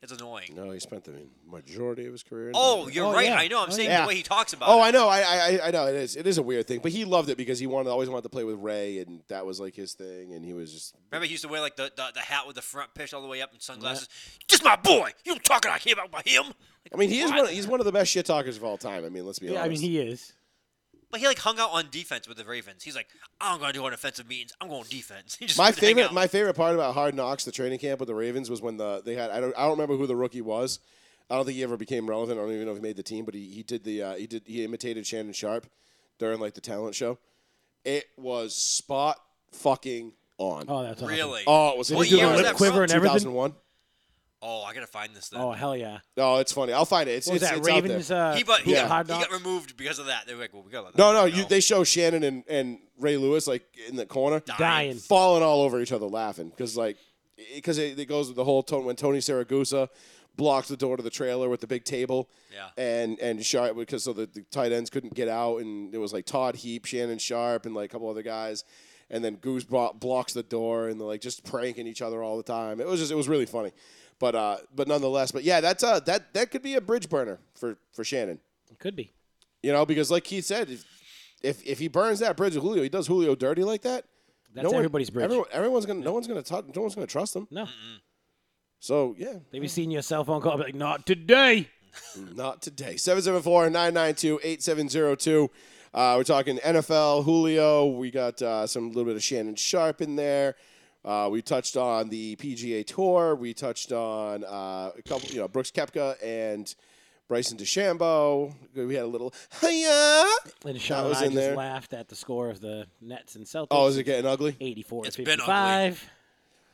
Speaker 4: It's annoying.
Speaker 1: no, he spent the majority of his career. In
Speaker 4: Oh,
Speaker 1: Denver.
Speaker 4: you're
Speaker 5: Oh,
Speaker 4: right.
Speaker 5: yeah.
Speaker 4: I know. I'm
Speaker 5: Oh,
Speaker 4: saying
Speaker 1: yeah.
Speaker 4: the way he talks about.
Speaker 1: Oh,
Speaker 4: it.
Speaker 1: I know. I, I, I know. It is. It is a weird thing, but he loved it because he wanted always wanted to play with Ray, and that was like his thing. And he was just
Speaker 4: remember he used to wear like the, the, the hat with the front pitched all the way up and sunglasses. Just my boy. You talking like him about him? Like,
Speaker 1: I mean, he is
Speaker 4: what?
Speaker 1: one. He's one of the best shit talkers of all time. I mean, let's be
Speaker 5: Yeah,
Speaker 1: honest.
Speaker 5: I mean he is.
Speaker 4: But he like hung out on defense with the Ravens. He's like, I'm gonna do on offensive meetings. I'm going defense. He just
Speaker 1: My
Speaker 4: would hang
Speaker 1: favorite,
Speaker 4: out.
Speaker 1: my favorite part about Hard Knocks, the training camp with the Ravens, was when the they had I don't I don't remember who the rookie was. I don't think he ever became relevant. I don't even know if he made the team, but he, he did the uh, he did he imitated Shannon Sharp during like the talent show. It was spot fucking on.
Speaker 5: Oh, that's awesome.
Speaker 4: really.
Speaker 1: Oh, it was
Speaker 4: What
Speaker 1: he did
Speaker 4: year
Speaker 1: a
Speaker 4: was
Speaker 1: lip
Speaker 4: that
Speaker 5: quiver
Speaker 4: from?
Speaker 5: and everything?
Speaker 1: 2001.
Speaker 4: Oh, I gotta find this then.
Speaker 5: Oh hell yeah!
Speaker 1: No, it's funny. I'll find it. It's,
Speaker 5: What was
Speaker 1: it's,
Speaker 5: that
Speaker 1: it's
Speaker 5: Ravens?
Speaker 1: out
Speaker 5: Uh,
Speaker 4: he but he,
Speaker 1: Yeah.
Speaker 4: got,
Speaker 5: Hard
Speaker 4: he got
Speaker 5: Knocks?
Speaker 4: removed because of that. They were like, well, we got
Speaker 1: there. No, no, you, they show Shannon and, and Ray Lewis like in the corner.
Speaker 5: dying.
Speaker 1: falling all over each other laughing because like because it, it goes with the whole tone when Tony Saragusa blocked the door to the trailer with the big table.
Speaker 4: Yeah.
Speaker 1: And and Sharp because so the, the tight ends couldn't get out and it was like Todd Heap, Shannon Sharp, and like a couple other guys. And then Goose blo- blocks the door and they're like just pranking each other all the time. It was just it was really funny. But uh but nonetheless, but yeah, that's uh that that could be a bridge burner for for Shannon.
Speaker 5: Could be.
Speaker 1: You know, because like Keith said, if if, if he burns that bridge with Julio, he does Julio dirty like that.
Speaker 5: That's everybody's bridge.
Speaker 1: Everyone, everyone's gonna. No one's gonna. Talk, no one's gonna trust him.
Speaker 5: No,
Speaker 1: So yeah,
Speaker 5: they be seeing your cell phone call, be like, not today.
Speaker 1: not today. 774-992-8702. Uh, we're talking NFL, Julio. We got uh, some little bit of Shannon Sharp in there. Uh, we touched on the PGA Tour. We touched on uh, a couple, you know, Brooks Kepka and Bryson DeChambeau. We had a little hiya.
Speaker 5: And Sean
Speaker 1: was
Speaker 5: and I
Speaker 1: in
Speaker 5: just
Speaker 1: there.
Speaker 5: laughed at the score of the Nets and Celtics.
Speaker 1: Oh, is it getting ugly?
Speaker 5: 84
Speaker 4: It's
Speaker 5: to
Speaker 4: been ugly.
Speaker 5: 55.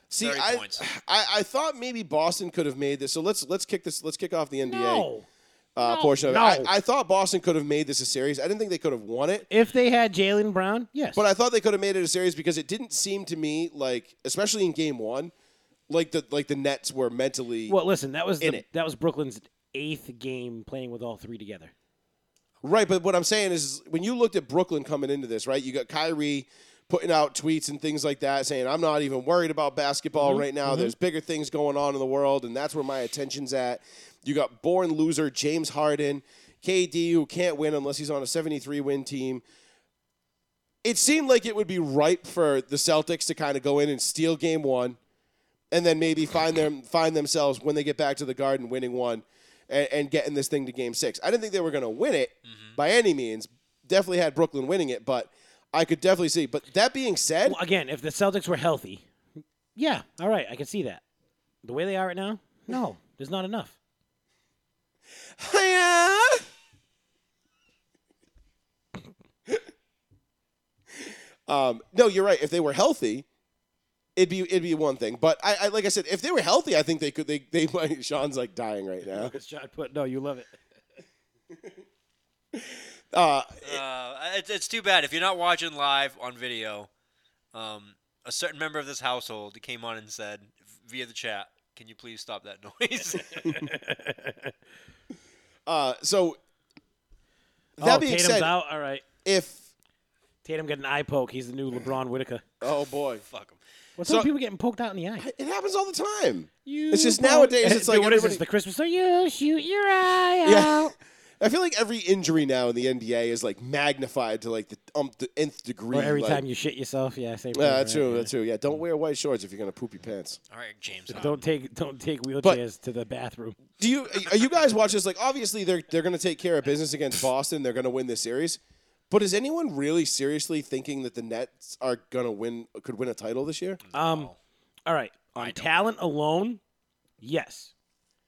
Speaker 1: See,
Speaker 4: 30
Speaker 1: I,
Speaker 4: points.
Speaker 1: I I thought maybe Boston could have made this. So let's let's kick this. Let's kick off the NBA.
Speaker 5: No.
Speaker 1: uh,
Speaker 5: No.
Speaker 1: portion of it.
Speaker 5: No.
Speaker 1: I, I thought Boston could have made this a series. I didn't think they could have won it.
Speaker 5: If they had Jalen Brown, yes.
Speaker 1: But I thought they could have made it a series because it didn't seem to me like, especially in Game One, like the like the Nets were mentally
Speaker 5: well, listen, that was
Speaker 1: in
Speaker 5: the,
Speaker 1: it.
Speaker 5: that was Brooklyn's eighth game playing with all three together.
Speaker 1: Right, but what I'm saying is, is when you looked at Brooklyn coming into this, right? You got Kyrie putting out tweets and things like that saying, "I'm not even worried about basketball right now. There's bigger things going on in the world, and that's where my attention's at." You got born loser James Harden, KD who can't win unless he's on a 73 win team. It seemed like it would be ripe for the Celtics to kind of go in and steal game 1 and then maybe find them find themselves when they get back to the Garden winning one and, and getting this thing to Game Six. I didn't think they were going to win it by any means. Definitely had Brooklyn winning it, but I could definitely see. But that being said,
Speaker 5: Well, again, if the Celtics were healthy, yeah, all right, I can see that. The way they are right now, no, there's not enough.
Speaker 1: um, no, you're right. If they were healthy, it'd be it'd be one thing. But I, I like I said, if they were healthy, I think they could. They they might. Sean's like dying right now.
Speaker 5: Shot put, no, you love it.
Speaker 1: Uh,
Speaker 4: Uh, it's, it's too bad if you're not watching live on video. Um, a certain member of this household came on and said via the chat, "Can you please stop that noise?"
Speaker 1: uh, so that
Speaker 5: oh,
Speaker 1: being
Speaker 5: Tatum's
Speaker 1: said,
Speaker 5: out. All right,
Speaker 1: if
Speaker 5: Tatum got an eye poke. He's the new LeBron Whitaker.
Speaker 1: oh boy,
Speaker 4: Fuck 'em.
Speaker 5: What's
Speaker 1: So-
Speaker 5: up with people getting poked out in the eye?
Speaker 1: it happens all the time.
Speaker 5: You
Speaker 1: It's just
Speaker 5: poke-
Speaker 1: nowadays, it's like
Speaker 5: Dude, what is this?
Speaker 1: everybody-
Speaker 5: The Christmas? So you shoot your eye
Speaker 1: Yeah.
Speaker 5: out.
Speaker 1: I feel like every injury now in the NBA is like magnified to like the umpth nth degree.
Speaker 5: Or every
Speaker 1: like-
Speaker 5: time you shit yourself, yeah, same.
Speaker 1: Yeah,
Speaker 5: thing,
Speaker 1: that's
Speaker 5: right?
Speaker 1: true.
Speaker 5: Yeah.
Speaker 1: That's true. Yeah, don't wear white shorts if you're gonna poop your pants.
Speaker 4: All right, James.
Speaker 5: Don't take don't take wheelchairs to the bathroom.
Speaker 1: Do you are you guys watching this? Like, obviously they're they're gonna take care of business against Boston. They're gonna win this series. But is anyone really seriously thinking that the Nets are gonna win? Could win a title this year?
Speaker 5: Um,
Speaker 4: Oh.
Speaker 5: all right, on
Speaker 4: don't.
Speaker 5: talent alone, yes,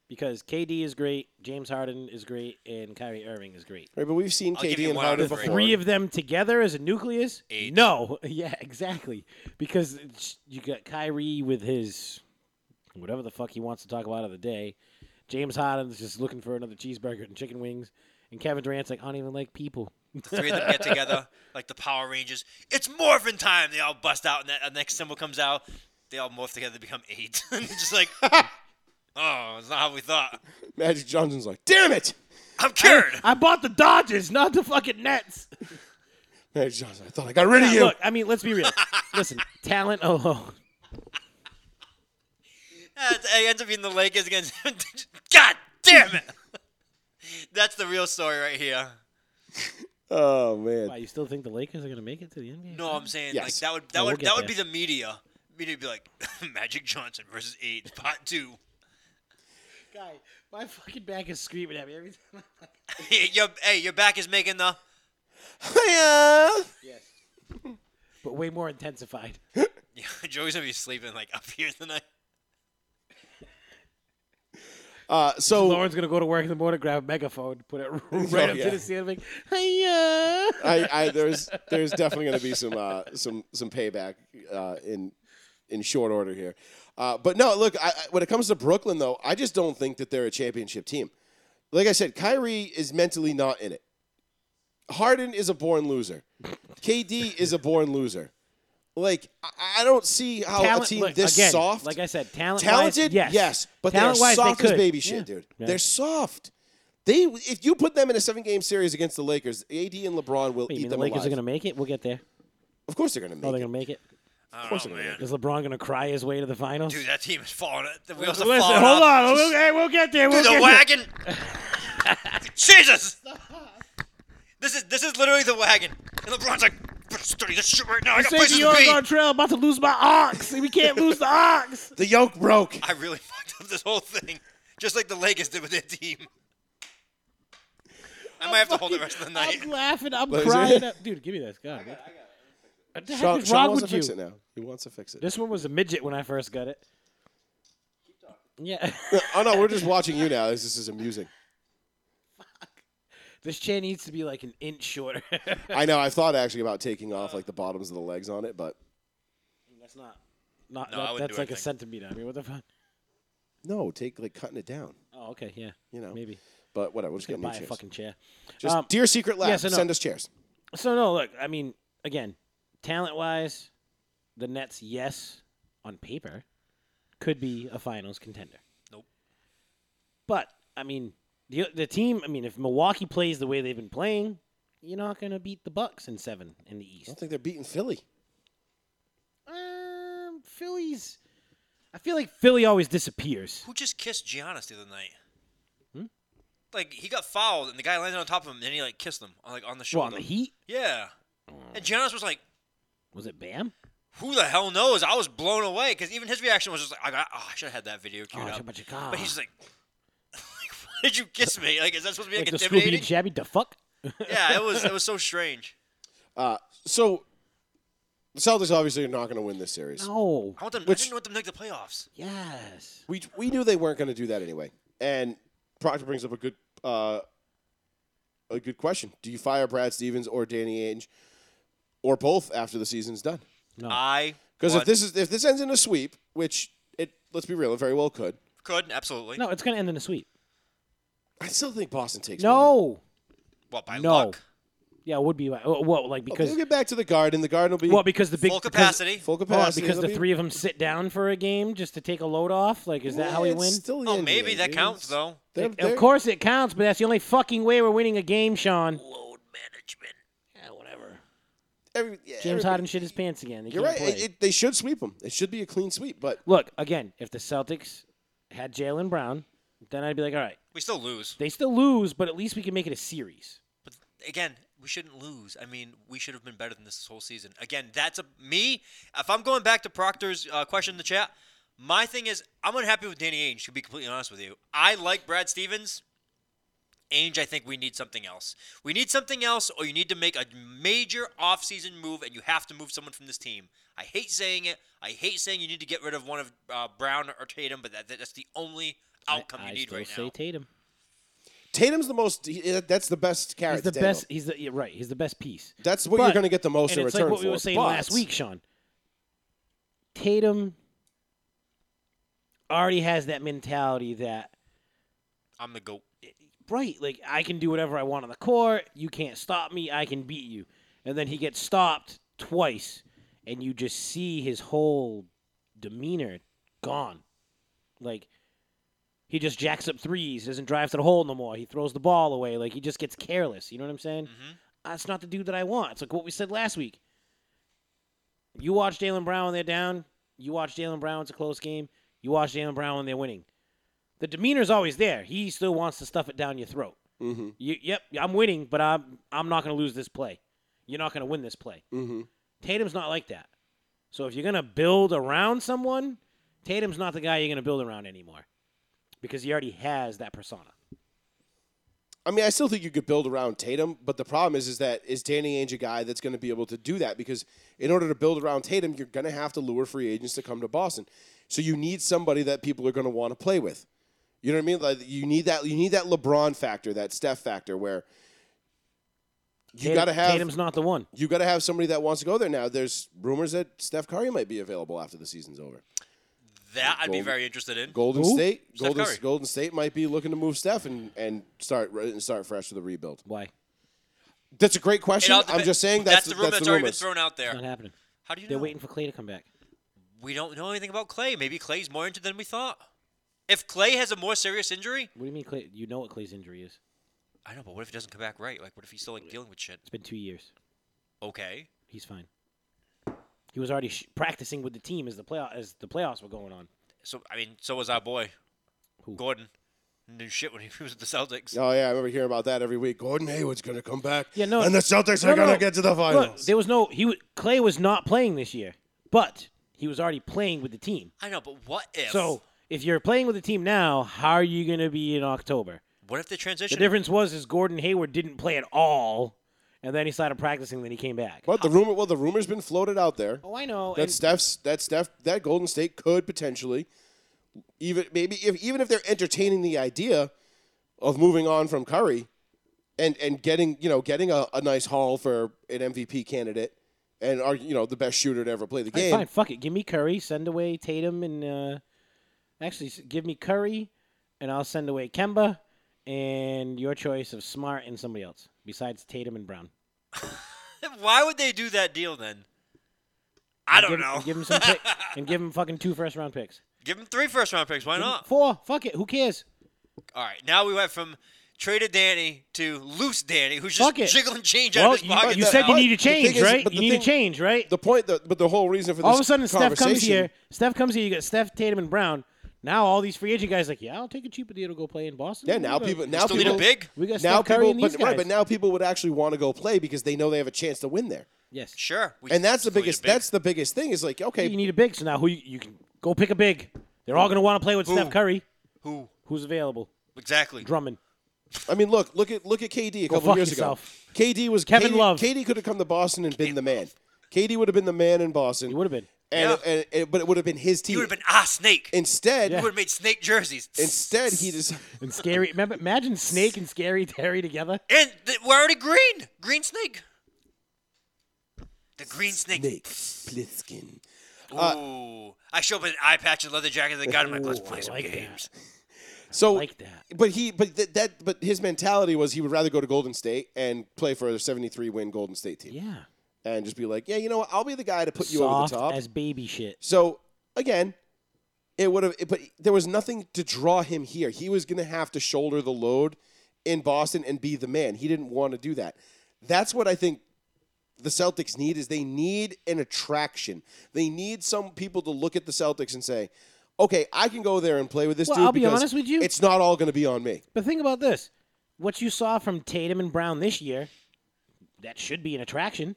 Speaker 5: because KD is great, James Harden is great, and Kyrie Irving is great.
Speaker 1: Right, but we've seen
Speaker 4: I'll give
Speaker 1: KD
Speaker 4: you
Speaker 1: and
Speaker 4: one
Speaker 1: Harden
Speaker 4: other
Speaker 1: before.
Speaker 4: break.
Speaker 5: Three of them together as a nucleus?
Speaker 4: Eight.
Speaker 5: No, yeah, exactly, because it's- you got Kyrie with his whatever the fuck he wants to talk about of the day. James Harden's just looking for another cheeseburger and chicken wings, and Kevin Durant's like, I don't even like people.
Speaker 4: The three of them get together like the Power Rangers. It's morphin' time. They all bust out, and that uh, next symbol comes out. They all morph together to become eight. Just like, oh, it's not how we thought.
Speaker 1: Magic Johnson's like, damn it!
Speaker 4: I'm cured.
Speaker 5: I bought the Dodgers, not the fucking Nets.
Speaker 1: Magic Johnson, I thought I got rid of
Speaker 5: Now,
Speaker 1: you.
Speaker 5: Look, I mean, let's be real. Listen, talent alone.
Speaker 4: Yeah, it's- it ends up being the Lakers against. God damn it! That's the real story right here.
Speaker 1: Oh man.
Speaker 5: Wow, you still think the Lakers are going to make it to the NBA?
Speaker 4: No, I'm saying like
Speaker 1: Yes.
Speaker 4: that would that
Speaker 5: Oh, we'll
Speaker 4: would
Speaker 5: get
Speaker 4: that would be
Speaker 5: there.
Speaker 4: the media. Media would be like Magic Johnson versus eight, part two.
Speaker 5: guy, my fucking back is screaming at me every time.
Speaker 4: your, hey, your back is making the.
Speaker 1: Hiya!
Speaker 5: But way more intensified.
Speaker 4: Yeah, Joey's gonna be sleeping like up here tonight.
Speaker 1: Uh, so
Speaker 5: Lauren's going to go to work in the morning, grab a megaphone, put it right
Speaker 1: Oh,
Speaker 5: up
Speaker 1: yeah.
Speaker 5: to the ceiling. Hiya!
Speaker 1: I, I there's there's definitely going to be some uh, some some payback uh, in in short order here. Uh, but no, look, I, I, when it comes to Brooklyn though, I just don't think that they're a championship team. Like I said, Kyrie is mentally not in it. Harden is a born loser. KD is a born loser. Like I, I don't see how a
Speaker 5: Talent-
Speaker 1: team
Speaker 5: look,
Speaker 1: this
Speaker 5: again,
Speaker 1: soft,
Speaker 5: like I said, talent
Speaker 1: talented,
Speaker 5: yes.
Speaker 1: but they're
Speaker 5: Talent-wise, they
Speaker 1: soft as
Speaker 5: could.
Speaker 1: baby shit,
Speaker 5: Yeah.
Speaker 1: dude.
Speaker 5: Yeah.
Speaker 1: They're soft. They, if you put them in a seven-game series against the Lakers, AD and LeBron will
Speaker 5: Wait, you
Speaker 1: eat
Speaker 5: mean the
Speaker 1: them
Speaker 5: Lakers
Speaker 1: alive.
Speaker 5: are going to make it? We'll get there.
Speaker 1: Of course they're going to make
Speaker 5: Oh, they're
Speaker 1: it. Oh,
Speaker 5: going to make it?
Speaker 4: I
Speaker 1: course
Speaker 4: don't know,
Speaker 1: they're gonna
Speaker 4: man.
Speaker 5: Is LeBron going to cry his way to the finals?
Speaker 4: Dude, that team is falling. The wheels
Speaker 5: Listen,
Speaker 4: are
Speaker 5: hold
Speaker 4: falling. off.
Speaker 5: on. We'll, hey, we'll get there. We'll
Speaker 4: the
Speaker 5: get
Speaker 4: wagon. Jesus. This is this is literally the wagon. And LeBron's like, better study this shit right now. I got
Speaker 5: there. Save
Speaker 4: places
Speaker 5: the
Speaker 4: to
Speaker 5: Oregon
Speaker 4: be.
Speaker 5: Trail. About to lose my ox. We can't lose the ox.
Speaker 1: The yoke broke.
Speaker 4: I really fucked up this whole thing, just like the Lakers did with their team. I might have to hold the rest of the night.
Speaker 5: I'm laughing. I'm
Speaker 1: What is
Speaker 5: crying.
Speaker 1: it?
Speaker 5: up. Dude, give me this. God. What the heck
Speaker 1: Sean,
Speaker 5: is
Speaker 1: Sean
Speaker 5: wrong
Speaker 1: wants
Speaker 5: with
Speaker 1: to
Speaker 5: you?
Speaker 1: fix it now. He wants to fix it.
Speaker 5: This one was a midget when I first got it. Yeah.
Speaker 1: oh no, we're just watching you now. This, this is amusing.
Speaker 5: this chair needs to be like an inch shorter.
Speaker 1: I know. I thought actually about taking off like the bottoms of the legs on it, but
Speaker 5: that's not. Not
Speaker 4: No, I
Speaker 5: that,
Speaker 4: wouldn't
Speaker 5: that's
Speaker 4: do
Speaker 5: like a
Speaker 4: anything.
Speaker 5: centimeter. I mean, what the fuck?
Speaker 1: no, take like cutting it down.
Speaker 5: Oh, okay, yeah.
Speaker 1: You know.
Speaker 5: Maybe.
Speaker 1: But whatever, we'll just get new
Speaker 5: Gonna buy a
Speaker 1: chairs.
Speaker 5: fucking chair.
Speaker 1: Just
Speaker 5: Um,
Speaker 1: dear secret lab,
Speaker 5: yes and no.
Speaker 1: send us chairs.
Speaker 5: So no, look, I mean, again, talent wise, the Nets, yes, on paper, could be a finals contender.
Speaker 4: Nope.
Speaker 5: But I mean, the the team. I mean, if Milwaukee plays the way they've been playing, you're not gonna beat the Bucks in seven in the
Speaker 1: I don't
Speaker 5: East.
Speaker 1: think they're beating Philly.
Speaker 5: Um, Philly's. I feel like Philly always disappears.
Speaker 4: Who just kissed Giannis the other night?
Speaker 5: Hmm?
Speaker 4: Like he got fouled and the guy landed on top of him and he like kissed him on like on the
Speaker 5: Well,
Speaker 4: shoulder.
Speaker 5: on the Heat,
Speaker 4: Yeah. And Giannis was like,
Speaker 5: was it Bam?
Speaker 4: "Who the hell knows?" I was blown away because even his reaction was just like, "I got, oh, I should have had that video
Speaker 5: Oh,
Speaker 4: queued up."
Speaker 5: Chupacabra.
Speaker 4: But he's just like, like, "Why did you kiss me? Like, is that supposed to be like,
Speaker 5: like the Scooby and
Speaker 4: intimidating?"
Speaker 5: Shabby. The fuck?
Speaker 4: yeah, it was. It was so strange.
Speaker 1: Uh, so the Celtics obviously are not going to win this series.
Speaker 5: No.
Speaker 4: I want them.
Speaker 1: Which-
Speaker 4: I didn't want them to make the playoffs.
Speaker 5: Yes.
Speaker 1: We we knew they weren't going to do that anyway. And Proctor brings up a good uh, a good question. Do you fire Brad Stevens or Danny Ainge or both after the season's done?
Speaker 5: No.
Speaker 4: I
Speaker 1: Because if
Speaker 4: want-
Speaker 1: this is if this ends in a sweep, which it let's be real, it very well could.
Speaker 4: could absolutely
Speaker 5: No, it's gonna end in a sweep.
Speaker 1: I still think Boston takes. one.
Speaker 5: No.
Speaker 4: what by
Speaker 5: no.
Speaker 4: luck
Speaker 5: Yeah, it would be like oh, well, like
Speaker 1: because
Speaker 5: because
Speaker 1: we'll get back to the Garden. The Garden will be
Speaker 5: well, because the big
Speaker 4: full
Speaker 5: because-
Speaker 4: capacity.
Speaker 1: full
Speaker 5: hold on,
Speaker 1: capacity
Speaker 5: because
Speaker 1: It'll be-
Speaker 5: the three of them sit down for a game just to take a load off. Like, is that how we
Speaker 1: Yeah,
Speaker 5: win?
Speaker 1: it's Still the
Speaker 4: oh,
Speaker 1: NBA,
Speaker 4: maybe that
Speaker 1: dude.
Speaker 4: counts though.
Speaker 1: They're-
Speaker 5: of
Speaker 1: they're-
Speaker 5: course it counts, but that's the only fucking way we're winning a game, Sean.
Speaker 4: Load management.
Speaker 5: Yeah, whatever.
Speaker 1: every- yeah,
Speaker 5: James
Speaker 1: every-
Speaker 5: Harden shit his pants again. They
Speaker 1: You're
Speaker 5: can't
Speaker 1: right. It,
Speaker 5: play.
Speaker 1: it- they should sweep them. It should be a clean sweep, but
Speaker 5: Look again. If the Celtics had Jalen Brown, then I'd be like, all right,
Speaker 4: We still lose,
Speaker 5: they still lose, but at least we can make it a series.
Speaker 4: but again, we shouldn't lose. I mean, we should have been better than this this whole season. Again, that's a me. If I'm going back to Proctor's uh, question in the chat, my thing is I'm unhappy with Danny Ainge. To be completely honest with you, I like Brad Stevens. Ainge, I think we need something else. We need something else, or you need to make a major offseason move, and you have to move someone from this team. I hate saying it. I hate saying you need to get rid of one of uh, Brown or Tatum, but that, that's the only outcome
Speaker 5: I,
Speaker 4: you
Speaker 5: I
Speaker 4: need
Speaker 5: still
Speaker 4: right
Speaker 5: say
Speaker 4: now.
Speaker 5: Tatum.
Speaker 1: Tatum's the most. he- That's the best
Speaker 5: He's
Speaker 1: carrot.
Speaker 5: the
Speaker 1: to dangle.
Speaker 5: best. He's the yeah, right. He's the best piece.
Speaker 1: That's what
Speaker 5: But-
Speaker 1: you're going to get the most
Speaker 5: and
Speaker 1: in
Speaker 5: it's
Speaker 1: return
Speaker 5: like what
Speaker 1: for.
Speaker 5: we were saying
Speaker 1: but-
Speaker 5: last week, Sean. Tatum already has that mentality that
Speaker 4: I'm the goat.
Speaker 5: right, like I can do whatever I want on the court. You can't stop me. I can beat you. And then he gets stopped twice, and you just see his whole demeanor gone. Like he just jacks up threes, doesn't drive to the hole no more. He throws the ball away. Like he just gets careless. You know what I'm saying?
Speaker 4: hmm
Speaker 5: that's not the dude that I want. It's like what we said last week. You watch Jalen Brown when they're down. You watch Jalen Brown when it's a close game. You watch Jalen Brown when they're winning. The demeanor's always there. He still wants to stuff it down your throat.
Speaker 1: Mm-hmm.
Speaker 5: You, yep, I'm winning, but I'm I'm not going to lose this play. You're not going to win this play.
Speaker 1: Mm-hmm.
Speaker 5: Tatum's not like that. So if you're going to build around someone, Tatum's not the guy you're going to build around anymore because he already has that persona.
Speaker 1: I mean, I still think you could build around Tatum, but the problem is, is that is Danny Ainge a guy that's going to be able to do that? Because in order to build around Tatum, you're going to have to lure free agents to come to Boston. So you need somebody that people are going to want to play with. You know what I mean? Like you need that. You need that LeBron factor, that Steph factor, where you
Speaker 5: Tatum-
Speaker 1: got to have
Speaker 5: Tatum's not the one.
Speaker 1: you got to have somebody that wants to go there. Now, there's rumors that Steph Curry might be available after the season's over.
Speaker 4: That I'd be
Speaker 1: Gold-
Speaker 4: very interested in.
Speaker 1: Golden
Speaker 5: Who?
Speaker 1: State,
Speaker 4: Steph
Speaker 1: Golden,
Speaker 4: Curry.
Speaker 1: Golden State might be looking to move Steph and and start re- and start fresh with a rebuild.
Speaker 5: Why?
Speaker 1: That's a great
Speaker 4: It
Speaker 1: question.
Speaker 4: all
Speaker 1: I'm
Speaker 4: depe-
Speaker 1: just saying that's
Speaker 4: the rumor that's,
Speaker 1: the
Speaker 4: already
Speaker 1: rumors.
Speaker 4: been thrown out
Speaker 5: It's
Speaker 4: there.
Speaker 5: not happening.
Speaker 4: How do you
Speaker 5: They're
Speaker 4: know?
Speaker 5: waiting for Clay to come back.
Speaker 4: We don't know anything about Clay. Maybe Clay's more injured than we thought. If Clay has a more serious injury,
Speaker 5: What do you mean, Clay? You know what Clay's injury is?
Speaker 4: I know, but what if it doesn't come back right? Like, what if he's still like dealing with shit?
Speaker 5: It's been two years.
Speaker 4: Okay,
Speaker 5: He's fine. He was already sh- practicing with the team as the playoff as the playoffs were going on.
Speaker 4: so I mean, so was our boy,
Speaker 5: Who?
Speaker 4: Gordon. Knew shit when he was with the Celtics.
Speaker 1: Oh yeah, I remember hearing about that every week. Gordon Hayward's going to come back.
Speaker 5: Yeah, no.
Speaker 1: and the Celtics
Speaker 5: No,
Speaker 1: are
Speaker 5: no,
Speaker 1: going to
Speaker 5: no.
Speaker 1: get to the
Speaker 5: Look,
Speaker 1: finals.
Speaker 5: there was no he. W- Clay was not playing this year, but he was already playing with the team.
Speaker 4: I know, but what if?
Speaker 5: So if you're playing with the team now, how are you going to be in October?
Speaker 4: what if the
Speaker 5: The
Speaker 4: transition?
Speaker 5: difference was is Gordon Hayward didn't play at all, and then he started practicing. Then he came back.
Speaker 1: but the rumor, well, the rumor's been floated out there
Speaker 5: Oh, I know.
Speaker 1: that Steph's that Steph that Golden State could potentially even maybe if even if they're entertaining the idea of moving on from Curry and and getting you know getting a, a nice haul for an MVP candidate and are you know the best shooter to ever play the
Speaker 5: All right,
Speaker 1: game.
Speaker 5: fine, fuck it. Give me Curry. Send away Tatum and uh, actually s- give me Curry, and I'll send away Kemba, and your choice of Smart and somebody else besides Tatum and Brown.
Speaker 4: Why would they do that deal then? I
Speaker 5: And
Speaker 4: don't
Speaker 5: give-
Speaker 4: know.
Speaker 5: and Give him some pick, and give him fucking two first round picks.
Speaker 4: Give him three first round picks. Why
Speaker 5: Give him
Speaker 4: not?
Speaker 5: Four. Fuck it. Who cares?
Speaker 4: All right. Now we went from traded Danny to loose Danny, who's just
Speaker 5: Fuck it.
Speaker 4: jiggling change
Speaker 5: Well,
Speaker 4: out of his
Speaker 5: you-
Speaker 4: pocket.
Speaker 5: you
Speaker 4: now.
Speaker 5: said you need a
Speaker 1: But the thing
Speaker 5: change,
Speaker 1: is-
Speaker 5: right?
Speaker 1: but
Speaker 5: You
Speaker 1: the
Speaker 5: need a
Speaker 1: thing-
Speaker 5: change, right?
Speaker 1: The point, the, but the whole reason for this
Speaker 5: All of a sudden, Steph comes
Speaker 1: conversation-
Speaker 5: here. Steph comes here. You got Steph, Tatum, and Brown. Now all these free agent guys like, yeah, I'll take a cheaper deal to go play in Boston.
Speaker 1: Yeah,
Speaker 5: We
Speaker 1: now
Speaker 5: got-
Speaker 1: people now
Speaker 4: Still need
Speaker 1: people
Speaker 4: a big.
Speaker 5: We got
Speaker 1: now
Speaker 5: Steph Curry
Speaker 1: people,
Speaker 5: and
Speaker 1: but,
Speaker 5: these
Speaker 1: right,
Speaker 5: guys.
Speaker 1: but now people would actually want to go play because they know they have a chance to win there,
Speaker 5: yes,
Speaker 4: Sure. We
Speaker 1: and that's the
Speaker 4: still need a
Speaker 1: biggest.
Speaker 4: big.
Speaker 1: That's the biggest thing. Is like okay,
Speaker 5: you need a big. So now who you, you can go pick a big. They're all going to want to play with
Speaker 4: Who?
Speaker 5: Steph Curry.
Speaker 4: who
Speaker 5: Who's available?
Speaker 4: exactly.
Speaker 5: Drummond.
Speaker 1: I mean, look, look at look at KD a
Speaker 5: Go
Speaker 1: couple
Speaker 5: fuck
Speaker 1: years
Speaker 5: yourself.
Speaker 1: ago. KD was
Speaker 5: Kevin
Speaker 1: KD,
Speaker 5: Love.
Speaker 1: KD could have come to Boston and been the man. KD would have been the man in Boston.
Speaker 5: He would have been.
Speaker 1: And,
Speaker 4: Yeah.
Speaker 1: and, and- but it would have been his
Speaker 4: You
Speaker 1: team.
Speaker 4: would have been ah snake.
Speaker 1: instead,
Speaker 4: You would have made snake jerseys.
Speaker 1: instead he just
Speaker 5: And scary. Remember, imagine Snake and Scary Terry together.
Speaker 4: And th- we're already green. Green snake. The green snake.
Speaker 1: Nick Plissken.
Speaker 4: Ooh. I show up with an eye patch and leather jacket and the gun. I'm like, let's play some
Speaker 5: like that.
Speaker 4: games.
Speaker 1: So
Speaker 5: Like that.
Speaker 1: But he, but th- that, but his mentality was he would rather go to Golden State and play for a 73 win Golden State team
Speaker 5: Yeah.
Speaker 1: and just be like, yeah, you know what, I'll be the guy to put you
Speaker 5: Soft
Speaker 1: over the top.
Speaker 5: as baby shit.
Speaker 1: so again, it would have, but there was nothing to draw him here. He was going to have to shoulder the load in Boston and be the man. He didn't want to do that. That's what I think the Celtics need is they need an attraction. They need some people to look at the Celtics and say, "Okay, I can go there and play with this
Speaker 5: Well,
Speaker 1: dude."
Speaker 5: I'll be
Speaker 1: because
Speaker 5: honest with you.
Speaker 1: It's not all going to be on me.
Speaker 5: But think about this: what you saw from Tatum and Brown this year, that should be an attraction.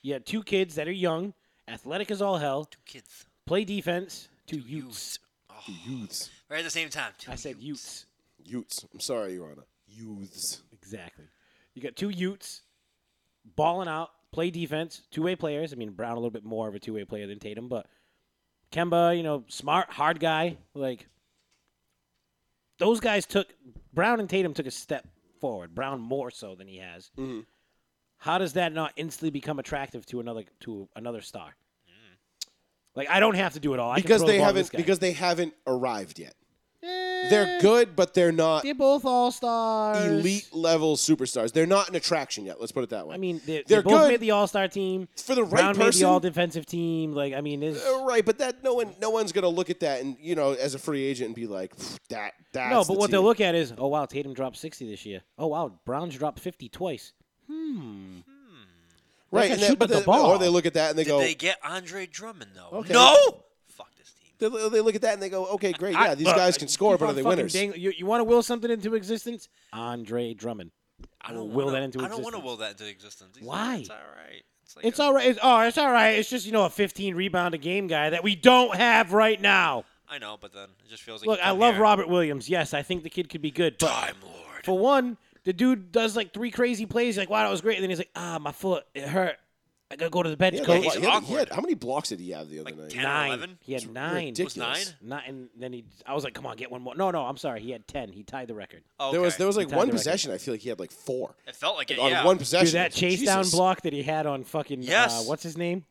Speaker 5: You have two kids that are young, athletic as all hell,
Speaker 4: Kids.
Speaker 5: play defense. Two
Speaker 4: Youths.
Speaker 5: youths.
Speaker 1: Youths,
Speaker 4: Right at the same time. too.
Speaker 5: I said youths.
Speaker 1: youths. I'm sorry, Your Honor. Youths.
Speaker 5: Exactly. You got two Utes balling out, play defense, two way players. I mean, Brown a little bit more of a two way player than Tatum, but Kemba, you know, smart, hard guy. Like those guys took Brown and Tatum took a step forward. Brown more so than he has.
Speaker 1: Mm-hmm.
Speaker 5: How does that not instantly become attractive to another to another star? Mm. Like I don't have to do it all. I can
Speaker 1: Because
Speaker 5: throw the
Speaker 1: they
Speaker 5: ball to this
Speaker 1: haven't.
Speaker 5: guy. Eh.
Speaker 1: Because they haven't arrived yet. They're good, but they're not
Speaker 5: they're both all stars.
Speaker 1: elite level superstars. They're not an attraction yet. Let's put it that way.
Speaker 5: I mean, they they
Speaker 1: They're
Speaker 5: both
Speaker 1: good.
Speaker 5: made the All Star team.
Speaker 1: For the right
Speaker 5: Brown made
Speaker 1: person-
Speaker 5: the All Defensive team. Like, I mean, there's,
Speaker 1: Uh, right, but that no one, no one's gonna look at that and you know, as a free agent, and be like, "Pfft, that. That's
Speaker 5: no, but
Speaker 1: the
Speaker 5: what they'll
Speaker 1: team."
Speaker 5: look at is, oh wow, Tatum dropped sixty this year. Oh wow, Brown's dropped fifty twice.
Speaker 1: right, and
Speaker 5: can
Speaker 1: that-
Speaker 5: shoot
Speaker 1: but
Speaker 5: with the
Speaker 1: they-
Speaker 5: ball.
Speaker 1: or they look at that and they
Speaker 4: Did
Speaker 1: go,
Speaker 4: they get Andre Drummond though?
Speaker 1: Okay.
Speaker 4: No. Fuck this team.
Speaker 1: They, they look at that and they go, okay, great.
Speaker 5: I-
Speaker 1: Yeah, these
Speaker 5: look,
Speaker 1: guys can
Speaker 5: I
Speaker 1: score,
Speaker 5: keep
Speaker 1: but
Speaker 5: on
Speaker 1: are they
Speaker 5: fucking
Speaker 1: winners?
Speaker 5: dang- you want to will something into existence? Andre Drummond.
Speaker 4: I don't
Speaker 5: will
Speaker 4: wanna,
Speaker 5: that into
Speaker 4: I don't want to
Speaker 5: existence.
Speaker 4: will that into existence. He's-
Speaker 5: Why?
Speaker 4: It's all right. It's like
Speaker 5: It's
Speaker 4: a-
Speaker 5: all right. It's, oh, it's all right. It's just you know a fifteen rebound a game guy that we don't have right now.
Speaker 4: I know, but then it just feels like.
Speaker 5: Look,
Speaker 4: you
Speaker 5: I
Speaker 4: come
Speaker 5: love
Speaker 4: here-
Speaker 5: Robert Williams. Yes, I think the kid could be good, but
Speaker 4: Time Lord.
Speaker 5: For one, the dude does like three crazy plays. Like, wow, that was great. And then he's like, ah, my foot, it hurt. I gotta go to the bench,
Speaker 1: Yeah, like,
Speaker 5: coach.
Speaker 4: he's
Speaker 1: he had- he
Speaker 4: awkward.
Speaker 1: had- how many blocks did he have the other
Speaker 4: Like
Speaker 1: night?
Speaker 4: 10
Speaker 5: nine.
Speaker 4: 11?
Speaker 5: He had nine.
Speaker 1: ridiculous.
Speaker 4: nine?
Speaker 5: Not, and then he. I was like, come on, get one more. No, no, I'm sorry. He had ten. He tied the record.
Speaker 4: Oh,
Speaker 1: There was
Speaker 4: okay.
Speaker 1: there was like
Speaker 5: He tied
Speaker 1: one
Speaker 5: the record.
Speaker 1: possession. I feel like he had like four
Speaker 4: It felt like it.
Speaker 1: on
Speaker 4: yeah.
Speaker 1: one possession.
Speaker 5: Dude, that chase down
Speaker 1: Jesus.
Speaker 5: block that he had on fucking.
Speaker 4: Yes.
Speaker 5: Uh, what's his name?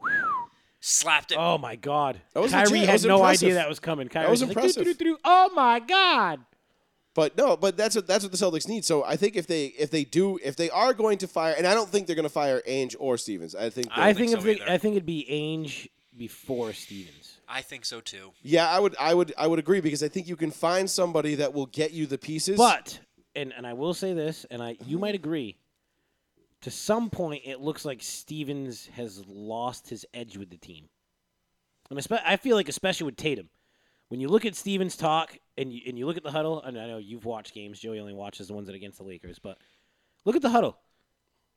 Speaker 4: slapped it.
Speaker 5: Oh my god.
Speaker 1: That was
Speaker 5: Kyrie
Speaker 1: legit. That
Speaker 5: had
Speaker 1: was
Speaker 5: no
Speaker 1: impressive.
Speaker 5: idea that was coming. Kyrie
Speaker 1: was
Speaker 5: just like,
Speaker 1: impressive.
Speaker 5: "Doo-doo-doo-doo." oh my god.
Speaker 1: But no, but that's what that's what the Celtics need. So I think if they if they do if they are going to fire, and I don't think they're going to fire Ainge or Stevens. I think.
Speaker 5: I,
Speaker 1: that-
Speaker 5: think,
Speaker 4: think
Speaker 5: if
Speaker 4: so
Speaker 5: they,
Speaker 4: either.
Speaker 5: I think it'd be Ainge before Stevens.
Speaker 4: I think so too.
Speaker 1: yeah, I would I would I would agree because I think you can find somebody that will get you the pieces.
Speaker 5: But and and I will say this, and I you might agree. To some point, it looks like Stevens has lost his edge with the team, and espe- I feel like especially with Tatum, when you look at Stevens talk and you, and you look at the huddle, and I know you've watched games. Joey only watches the ones that are against the Lakers, but look at the huddle.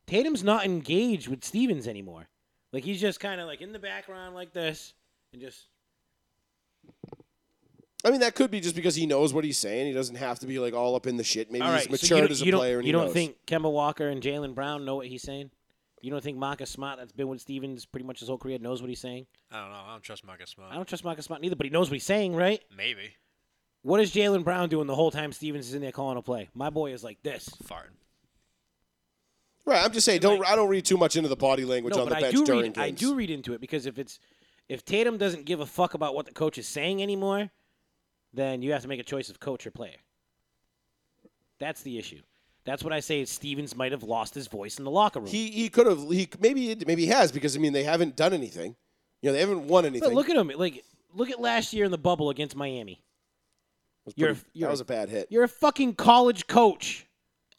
Speaker 5: Tatum's not engaged with Stevens anymore. Like he's just kind of like in the background like this, and just
Speaker 1: I mean, that could be just because he knows what he's saying. He doesn't have to be like all up in the shit. Maybe
Speaker 5: All right,
Speaker 1: he's
Speaker 5: so
Speaker 1: matured
Speaker 5: you don't,
Speaker 1: as a
Speaker 5: you don't,
Speaker 1: player. and
Speaker 5: you
Speaker 1: he
Speaker 5: don't
Speaker 1: knows.
Speaker 5: think Kemba Walker and Jalen Brown know what he's saying? You don't think Marcus Smart, that's been with Stevens pretty much his whole career, knows what he's saying?
Speaker 4: I don't know. I don't trust Marcus Smart.
Speaker 5: I don't trust Marcus Smart neither, but he knows what he's saying, right?
Speaker 4: Maybe
Speaker 5: What is Jalen Brown doing the whole time Stevens is in there calling a play? My boy is like this.
Speaker 4: farting.
Speaker 1: Right, I'm just saying. Don't I don't read too much into the body language
Speaker 5: no,
Speaker 1: on the
Speaker 5: but I
Speaker 1: bench
Speaker 5: do
Speaker 1: during
Speaker 5: read,
Speaker 1: games.
Speaker 5: I do read into it because if it's if Tatum doesn't give a fuck about what the coach is saying anymore, then you have to make a choice of coach or player. That's the issue. That's what I say. is Stevens might have lost his voice in the locker room.
Speaker 1: He he could have he maybe he did- maybe he has because I mean they haven't done anything. You know they haven't won anything.
Speaker 5: but look at him. Like look at last year in the bubble against Miami.
Speaker 1: It was
Speaker 5: you're-
Speaker 1: pretty-
Speaker 5: you're-
Speaker 1: that was a bad hit.
Speaker 5: You're a fucking college coach.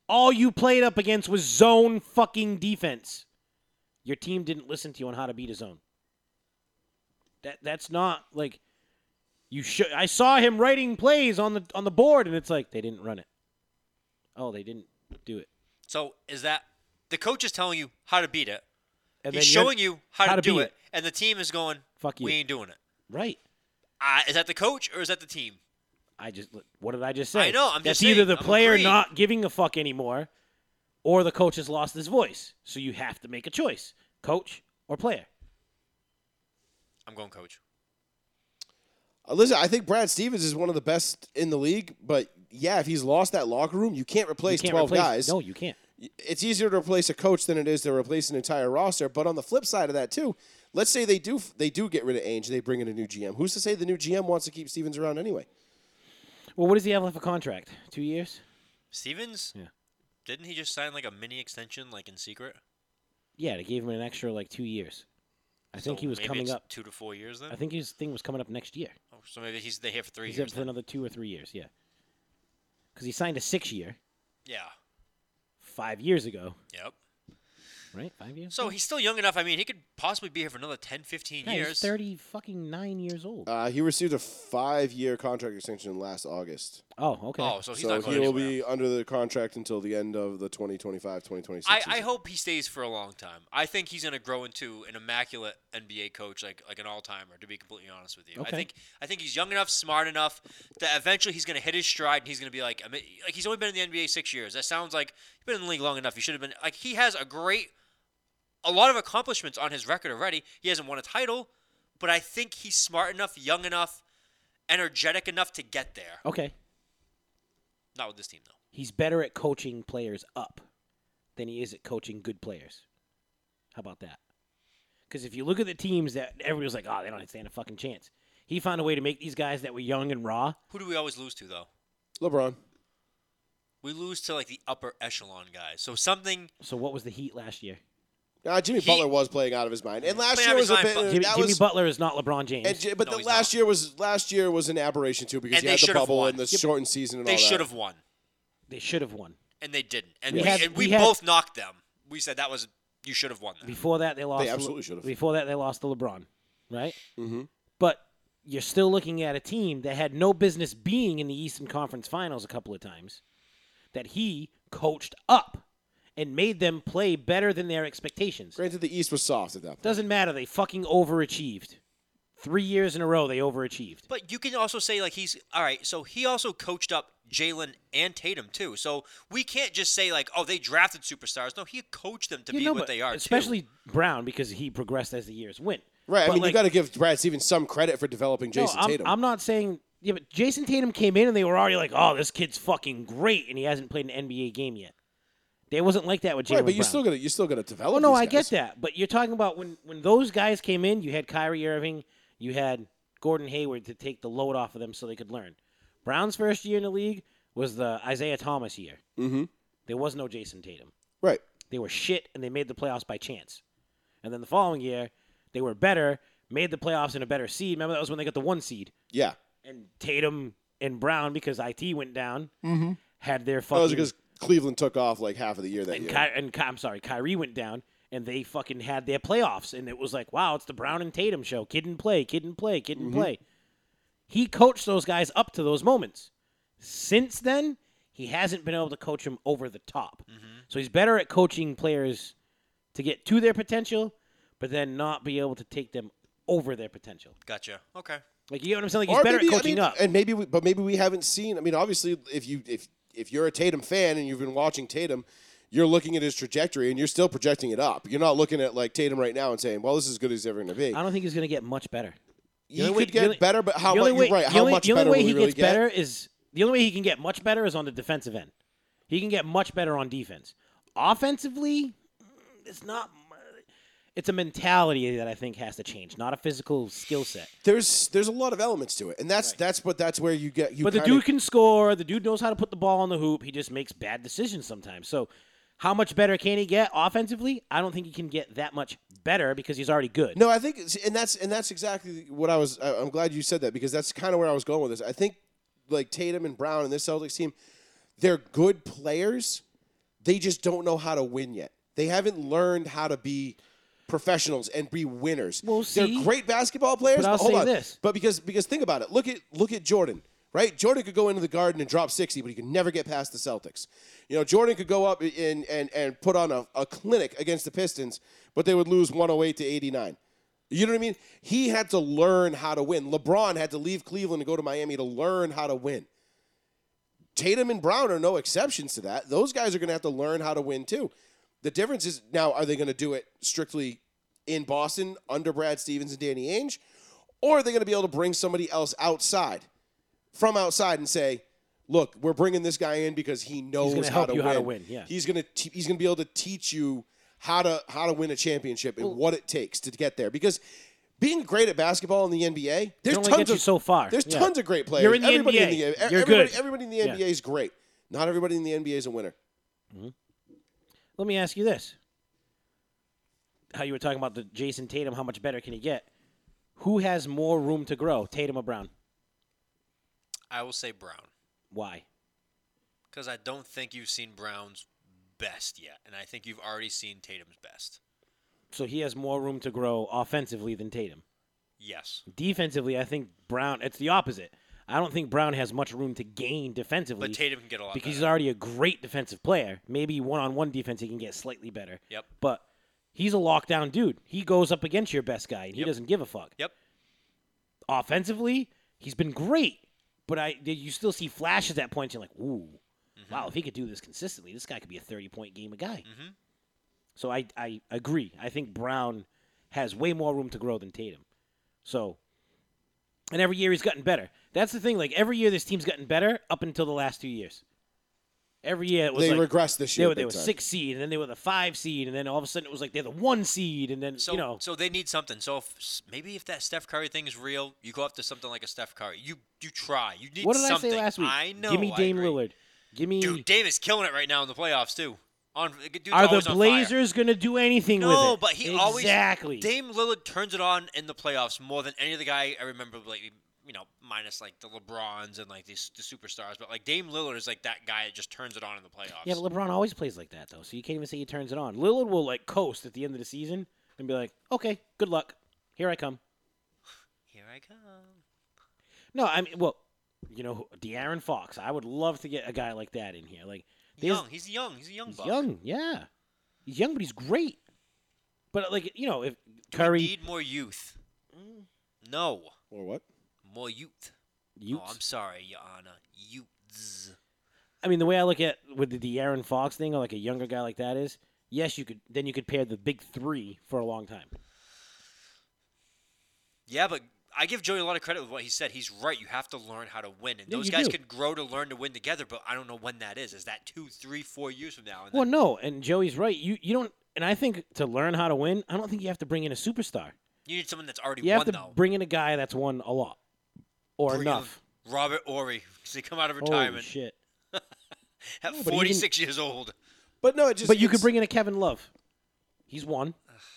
Speaker 5: All you played up against was zone fucking defense. Your team didn't listen to you on how to beat a zone. That that's not like you should I saw him writing plays on the on the board and it's like they didn't run it. Oh, they didn't do it.
Speaker 4: So is that the coach is telling you how to beat it?
Speaker 5: And
Speaker 4: He's
Speaker 5: then you're-
Speaker 4: showing you how, to, do
Speaker 5: beat
Speaker 4: it, and the team is going,
Speaker 5: Fuck you.
Speaker 4: We ain't doing it.
Speaker 5: Right.
Speaker 4: Uh, is that the coach or is that the team?
Speaker 5: I just what did I just say?
Speaker 4: I know, I'm
Speaker 5: That's
Speaker 4: just
Speaker 5: either
Speaker 4: saying,
Speaker 5: the
Speaker 4: I'm
Speaker 5: player
Speaker 4: agreeing.
Speaker 5: not giving a fuck anymore, or the coach has lost his voice. So you have to make a choice, coach or player.
Speaker 4: I'm going coach.
Speaker 1: Uh, Listen, I think Brad Stevens is one of the best in the league, but yeah, if he's lost that locker room, you can't
Speaker 5: You
Speaker 1: replace
Speaker 5: can't
Speaker 1: 12
Speaker 5: replace-
Speaker 1: guys.
Speaker 5: No, you can't.
Speaker 1: It's easier to replace a coach than it is to replace an entire roster, but on the flip side of that too, let's say they do they do get rid of Ainge, they bring in a new GM. Who's to say the new GM wants to keep Stevens around anyway?
Speaker 5: Well, what does he have left of contract? Two years?
Speaker 4: Stevens?
Speaker 5: Yeah.
Speaker 4: Didn't he just sign like a mini extension, like in secret?
Speaker 5: Yeah, they gave him an extra like two years. I think
Speaker 4: So
Speaker 5: he was
Speaker 4: maybe
Speaker 5: coming
Speaker 4: it's
Speaker 5: up.
Speaker 4: two to four years then.
Speaker 5: I think his thing was coming up next year.
Speaker 4: Oh, so maybe he's there for three
Speaker 5: He's up
Speaker 4: years.
Speaker 5: for
Speaker 4: Then.
Speaker 5: another two or three years. Yeah, because he signed a six-year
Speaker 4: Yeah.
Speaker 5: five years ago,
Speaker 4: Yep.
Speaker 5: right? Five years.
Speaker 4: So
Speaker 5: ago?
Speaker 4: he's still young enough. I mean, he could possibly be here for another 10, 15
Speaker 5: yeah, he's
Speaker 4: years.
Speaker 5: thirty fucking nine years old.
Speaker 1: Uh, he received a 5-year contract extension last August.
Speaker 5: oh, okay.
Speaker 4: Oh, so he's
Speaker 1: so
Speaker 4: not
Speaker 1: he
Speaker 4: going
Speaker 1: will
Speaker 4: anywhere.
Speaker 1: be under the contract until the end of the 2025-2026
Speaker 4: I,
Speaker 1: season.
Speaker 4: I hope he stays for a long time. I think he's going to grow into an immaculate NBA coach, like like an all timer. To be completely honest with you,
Speaker 5: Okay.
Speaker 4: I think I think he's young enough, smart enough that eventually he's going to hit his stride, and he's going to be like I mean, like he's only been in the NBA six years. That sounds like you've been in the league long enough. You should have been like he has a great, a lot of accomplishments on his record already. He hasn't won a title, but I think he's smart enough, young enough, energetic enough to get there.
Speaker 5: Okay.
Speaker 4: Not with this team though.
Speaker 5: He's better at coaching players up than he is at coaching good players. How about that? Because if you look at the teams that everybody was like, oh, they don't stand a fucking chance. He found a way to make these guys that were young and raw.
Speaker 4: Who do we always lose to though?
Speaker 1: LeBron.
Speaker 4: We lose to like the upper echelon guys. So something
Speaker 5: So what was the Heat last year?
Speaker 1: Uh, Jimmy
Speaker 4: He-
Speaker 1: Butler was playing out of his mind, and last
Speaker 4: Playing
Speaker 1: year
Speaker 4: out
Speaker 1: was
Speaker 4: of
Speaker 1: a
Speaker 4: his
Speaker 1: bit.
Speaker 4: mind, but-
Speaker 5: Jimmy,
Speaker 1: that
Speaker 5: Jimmy
Speaker 1: was,
Speaker 5: Butler is not LeBron James.
Speaker 1: and Ji- but
Speaker 4: No,
Speaker 1: the
Speaker 4: he's
Speaker 1: last
Speaker 4: not.
Speaker 1: year was last year was an aberration too because
Speaker 4: And
Speaker 1: you
Speaker 4: they
Speaker 1: had the
Speaker 4: should've
Speaker 1: bubble
Speaker 4: won.
Speaker 1: and the shortened season and
Speaker 4: they
Speaker 1: all that.
Speaker 4: should have won.
Speaker 5: they should have won.
Speaker 4: and they didn't. And
Speaker 5: We
Speaker 4: we,
Speaker 5: had-
Speaker 4: and
Speaker 5: we
Speaker 4: we,
Speaker 5: had-
Speaker 4: both knocked them. We said that was you should have won that.
Speaker 5: Before that, they lost. to Le-
Speaker 1: absolutely should've.
Speaker 5: Before that, they lost to LeBron, right?
Speaker 1: Mhm.
Speaker 5: But you're still looking at a team that had no business being in the Eastern Conference Finals a couple of times, that he coached up and made them play better than their expectations.
Speaker 1: Granted, the East was soft at that point.
Speaker 5: Doesn't matter. They fucking overachieved. Three years in a row, they overachieved.
Speaker 4: But you can also say like he's all right. So he also coached up Jalen and Tatum too. So we can't just say like oh they drafted superstars. No, he coached them to
Speaker 5: You
Speaker 4: be
Speaker 5: know,
Speaker 4: what
Speaker 5: but
Speaker 4: they are. too.
Speaker 5: Especially Brown because he progressed as the years went.
Speaker 1: Right, I
Speaker 5: But,
Speaker 1: mean,
Speaker 5: like,
Speaker 1: you got to give Brad Stevens some credit for developing Jason
Speaker 5: no, I'm,
Speaker 1: Tatum.
Speaker 5: I'm not saying. Yeah, but Jason Tatum came in and they were already like, "Oh, this kid's fucking great," and he hasn't played an NBA game yet. They wasn't like that with Jalen
Speaker 1: right, but you're
Speaker 5: Brown.
Speaker 1: still gonna you're still gonna develop.
Speaker 5: Oh no,
Speaker 1: these
Speaker 5: I get
Speaker 1: guys.
Speaker 5: that. But you're talking about when when those guys came in, you had Kyrie Irving, you had Gordon Hayward to take the load off of them so they could learn. Brown's first year in the league was the Isaiah Thomas year.
Speaker 1: Mhm.
Speaker 5: There was no Jason Tatum.
Speaker 1: Right,
Speaker 5: They were shit and they made the playoffs by chance. And then the following year, they were better, made the playoffs in a better seed. Remember that was when they got the one seed
Speaker 1: yeah.
Speaker 5: and Tatum and Brown because IT went down had their
Speaker 1: That
Speaker 5: fucking
Speaker 1: Mm-hmm. Oh, was because Cleveland took off like half of the year that
Speaker 5: and,
Speaker 1: year.
Speaker 5: Ky- and Ky- I'm sorry, Kyrie went down and they fucking had their playoffs and it was like, wow, it's the Brown and Tatum show. Kid and play, kid and play, kid and
Speaker 1: Mm-hmm.
Speaker 5: play. He coached those guys up to those moments. Since then, he hasn't been able to coach them over the top. So he's better at coaching players to get to their potential, but then not be able to take them over their potential.
Speaker 4: gotcha. Okay.
Speaker 5: Like you get what I'm saying? Like he's
Speaker 1: Or
Speaker 5: better
Speaker 1: maybe,
Speaker 5: at coaching
Speaker 1: I mean,
Speaker 5: up.
Speaker 1: and maybe, we, but maybe we haven't seen. I mean, obviously, if you if if you're a Tatum fan and you've been watching Tatum, you're looking at his trajectory and you're still projecting it up. You're not looking at like Tatum right now and saying, "Well, this is as good as he's ever going to be."
Speaker 5: I don't think he's going to get much better.
Speaker 1: He could
Speaker 5: only way-
Speaker 1: get
Speaker 5: the only-
Speaker 1: better, but how
Speaker 5: the
Speaker 1: much?
Speaker 5: only
Speaker 1: You're
Speaker 5: way-
Speaker 1: right.
Speaker 5: the
Speaker 1: How
Speaker 5: only-
Speaker 1: much
Speaker 5: the only
Speaker 1: better
Speaker 5: way
Speaker 1: will
Speaker 5: he
Speaker 1: we really
Speaker 5: gets
Speaker 1: get?
Speaker 5: better is the only way he can get much better is on the defensive end. He can get much better on defense. Offensively, it's not. it's a mentality that I think has to change, not a physical skill set.
Speaker 1: There's there's a lot of elements to it, and that's that's but that's where you get you.
Speaker 5: but the
Speaker 1: kinda-
Speaker 5: dude can score. The dude knows how to put the ball on the hoop. He just makes bad decisions sometimes. So, how much better can he get offensively? I don't think he can get that much better because he's already good.
Speaker 1: No, I think, it's- and that's and that's exactly what I was. I, I'm glad you said that because that's kind of where I was going with this. I think like Tatum and Brown and this Celtics team, they're good players. They just don't know how to win yet. They haven't learned how to be professionals and be winners.
Speaker 5: Well,
Speaker 1: they're
Speaker 5: see?
Speaker 1: great basketball players.
Speaker 5: But I'll
Speaker 1: hold
Speaker 5: say
Speaker 1: on.
Speaker 5: this.
Speaker 1: But because because think about it. Look at look at Jordan. Right, Jordan could go into the Garden and drop sixty, but he could never get past the Celtics. You know, Jordan could go up and and, and put on a, a clinic against the Pistons, but they would lose one hundred eight to eighty nine. You know what I mean? He had to learn how to win. LeBron had to leave Cleveland and go to Miami to learn how to win. Tatum and Brown are no exceptions to that. Those guys are going to have to learn how to win too. The difference is now are they going to do it strictly in Boston under Brad Stevens and Danny Ainge, or are they going to be able to bring somebody else outside from outside and say, "Look, we're bringing this guy in because he knows
Speaker 5: gonna
Speaker 1: how,
Speaker 5: help
Speaker 1: to
Speaker 5: you
Speaker 1: win.
Speaker 5: how to win, yeah.
Speaker 1: he's going to te- he's going to be able to teach you how to how to win a championship and what it takes to get there because." Being great at basketball in the NBA, there's
Speaker 5: only
Speaker 1: tons
Speaker 5: get
Speaker 1: of
Speaker 5: you so far.
Speaker 1: There's
Speaker 5: Yeah.
Speaker 1: tons of great players.
Speaker 5: You're in the
Speaker 1: everybody
Speaker 5: NBA.
Speaker 1: In the, e-
Speaker 5: You're
Speaker 1: everybody,
Speaker 5: good.
Speaker 1: Everybody in the
Speaker 5: Yeah.
Speaker 1: NBA is great. Not everybody in the NBA is a winner.
Speaker 5: Let me ask you this: How you were talking about the Jason Tatum? How much better can he get? Who has more room to grow, Tatum or Brown?
Speaker 4: I will say Brown
Speaker 5: Why?
Speaker 4: because I don't think you've seen Brown's best yet, and I think you've already seen Tatum's best.
Speaker 5: So he has more room to grow offensively than Tatum.
Speaker 4: Yes,
Speaker 5: Defensively, I think Brown. It's the opposite. I don't think Brown has much room to gain defensively.
Speaker 4: but Tatum can get a lot.
Speaker 5: because he's
Speaker 4: better.
Speaker 5: already a great defensive player. Maybe one on one defense he can get slightly better.
Speaker 4: Yep.
Speaker 5: But he's a lockdown dude. He goes up against your best guy and he
Speaker 4: Yep.
Speaker 5: doesn't give a fuck.
Speaker 4: Yep.
Speaker 5: Offensively, he's been great, but I you still see flashes at points. You're like, ooh, wow, if he could do this consistently, this guy could be a thirty point game a guy.
Speaker 4: Mhm.
Speaker 5: So I I agree. I think Brown has way more room to grow than Tatum. So, and every year he's gotten better. That's the thing. Like every year, this team's gotten better up until the last two years. Every year it was
Speaker 1: They
Speaker 5: like,
Speaker 1: regressed this
Speaker 5: They
Speaker 1: year
Speaker 5: were, they
Speaker 1: big
Speaker 5: were
Speaker 1: time.
Speaker 5: six seed, and then they were the five seed, and then all of a sudden it was like they're the one seed, and then
Speaker 4: So,
Speaker 5: you know.
Speaker 4: so they need something. So if, s- maybe if that Steph Curry thing is real, you go up to something like a Steph Curry. You you try. You need
Speaker 5: What did
Speaker 4: something.
Speaker 5: I say last week?
Speaker 4: I know.
Speaker 5: Give me
Speaker 4: I
Speaker 5: Dame
Speaker 4: agree.
Speaker 5: Lillard. Give me.
Speaker 4: Dude, Dame is killing it right now in the playoffs too. On dude's
Speaker 5: are
Speaker 4: always
Speaker 5: the
Speaker 4: on fire.
Speaker 5: Blazers going to do anything with it?
Speaker 4: No, but he always
Speaker 5: exactly.
Speaker 4: Dame Lillard turns it on in the playoffs more than any other guy I remember. Like you know, minus like the LeBrons and like these the superstars, but like Dame Lillard is like that guy that just turns it on in the playoffs.
Speaker 5: Yeah, but LeBron always plays like that though, so you can't even say he turns it on. Lillard will like coast at the end of the season and be like, "Okay, good luck. Here I come."
Speaker 4: Here I come.
Speaker 5: No, I mean, well, you know, De'Aaron Fox. I would love to get a guy like that in here. Like, there's-
Speaker 4: Young. He's young. He's a young
Speaker 5: he's
Speaker 4: buck.
Speaker 5: young, yeah, he's young, but he's great. But like, you know, if
Speaker 4: We
Speaker 5: Curry, Mm.
Speaker 4: need more youth. No,
Speaker 1: Or what?
Speaker 4: more youth.
Speaker 5: you,
Speaker 4: Oh, I'm sorry, Your Honor. Youths.
Speaker 5: I mean, the way I look at with the De'Aaron Fox thing, or like a younger guy like that is, yes, you could. Then you could pair the big three for a long time.
Speaker 4: Yeah, but I give Joey a lot of credit with what he said. He's right. You have to learn how to win, and
Speaker 5: Yeah,
Speaker 4: those
Speaker 5: you
Speaker 4: guys
Speaker 5: do.
Speaker 4: can grow to learn to win together. But I don't know when that is. Is that two, three, four years from now? And
Speaker 5: Well,
Speaker 4: then-
Speaker 5: no, and Joey's right. You you don't, and I think to learn how to win, I don't think you have to bring in a superstar.
Speaker 4: you need someone that's already
Speaker 5: You
Speaker 4: won
Speaker 5: have to
Speaker 4: though.
Speaker 5: bring in a guy that's won a lot or
Speaker 4: Bring in
Speaker 5: enough.
Speaker 4: Robert Ory, because he come out of
Speaker 5: Holy
Speaker 4: retirement
Speaker 5: shit!
Speaker 4: at
Speaker 5: but even-
Speaker 4: 46 years old,
Speaker 1: But no, it just.
Speaker 5: But you could
Speaker 1: it's-
Speaker 5: bring in a Kevin Love. He's won.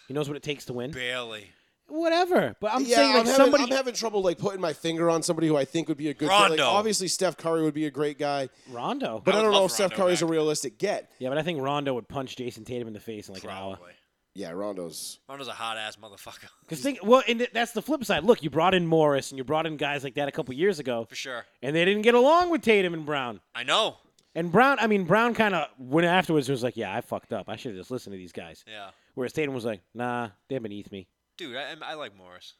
Speaker 5: He knows what it takes to win.
Speaker 4: barely.
Speaker 5: Whatever. But I'm
Speaker 1: yeah,
Speaker 5: saying like
Speaker 1: I'm, having,
Speaker 5: somebody.
Speaker 1: I'm having trouble like putting my finger on somebody who I think would be a good. fit. Like,
Speaker 4: Rondo.
Speaker 1: obviously, Steph Curry would be a great guy,
Speaker 5: Rondo.
Speaker 1: but
Speaker 4: I
Speaker 1: I,
Speaker 4: would
Speaker 1: don't know
Speaker 4: love
Speaker 1: if Steph
Speaker 4: Rondo
Speaker 1: Curry's a
Speaker 4: back.
Speaker 1: realistic get.
Speaker 5: yeah, but I think Rondo would punch Jason Tatum in the face in like an hour.
Speaker 4: Probably.
Speaker 1: Yeah, Rondo's.
Speaker 4: Rondo's a hot ass motherfucker
Speaker 5: Because think well, and th- that's the flip side. Look, you brought in Morris and you brought in guys like that a couple years ago,
Speaker 4: for sure.
Speaker 5: and they didn't get along with Tatum and Brown.
Speaker 4: I know.
Speaker 5: And Brown, I mean, Brown kind of went afterwards and was like, "Yeah, I fucked up. I should have just listened to these guys."
Speaker 4: Yeah,
Speaker 5: Whereas Tatum was like, "Nah, they're beneath me."
Speaker 4: dude, I, I like Morris.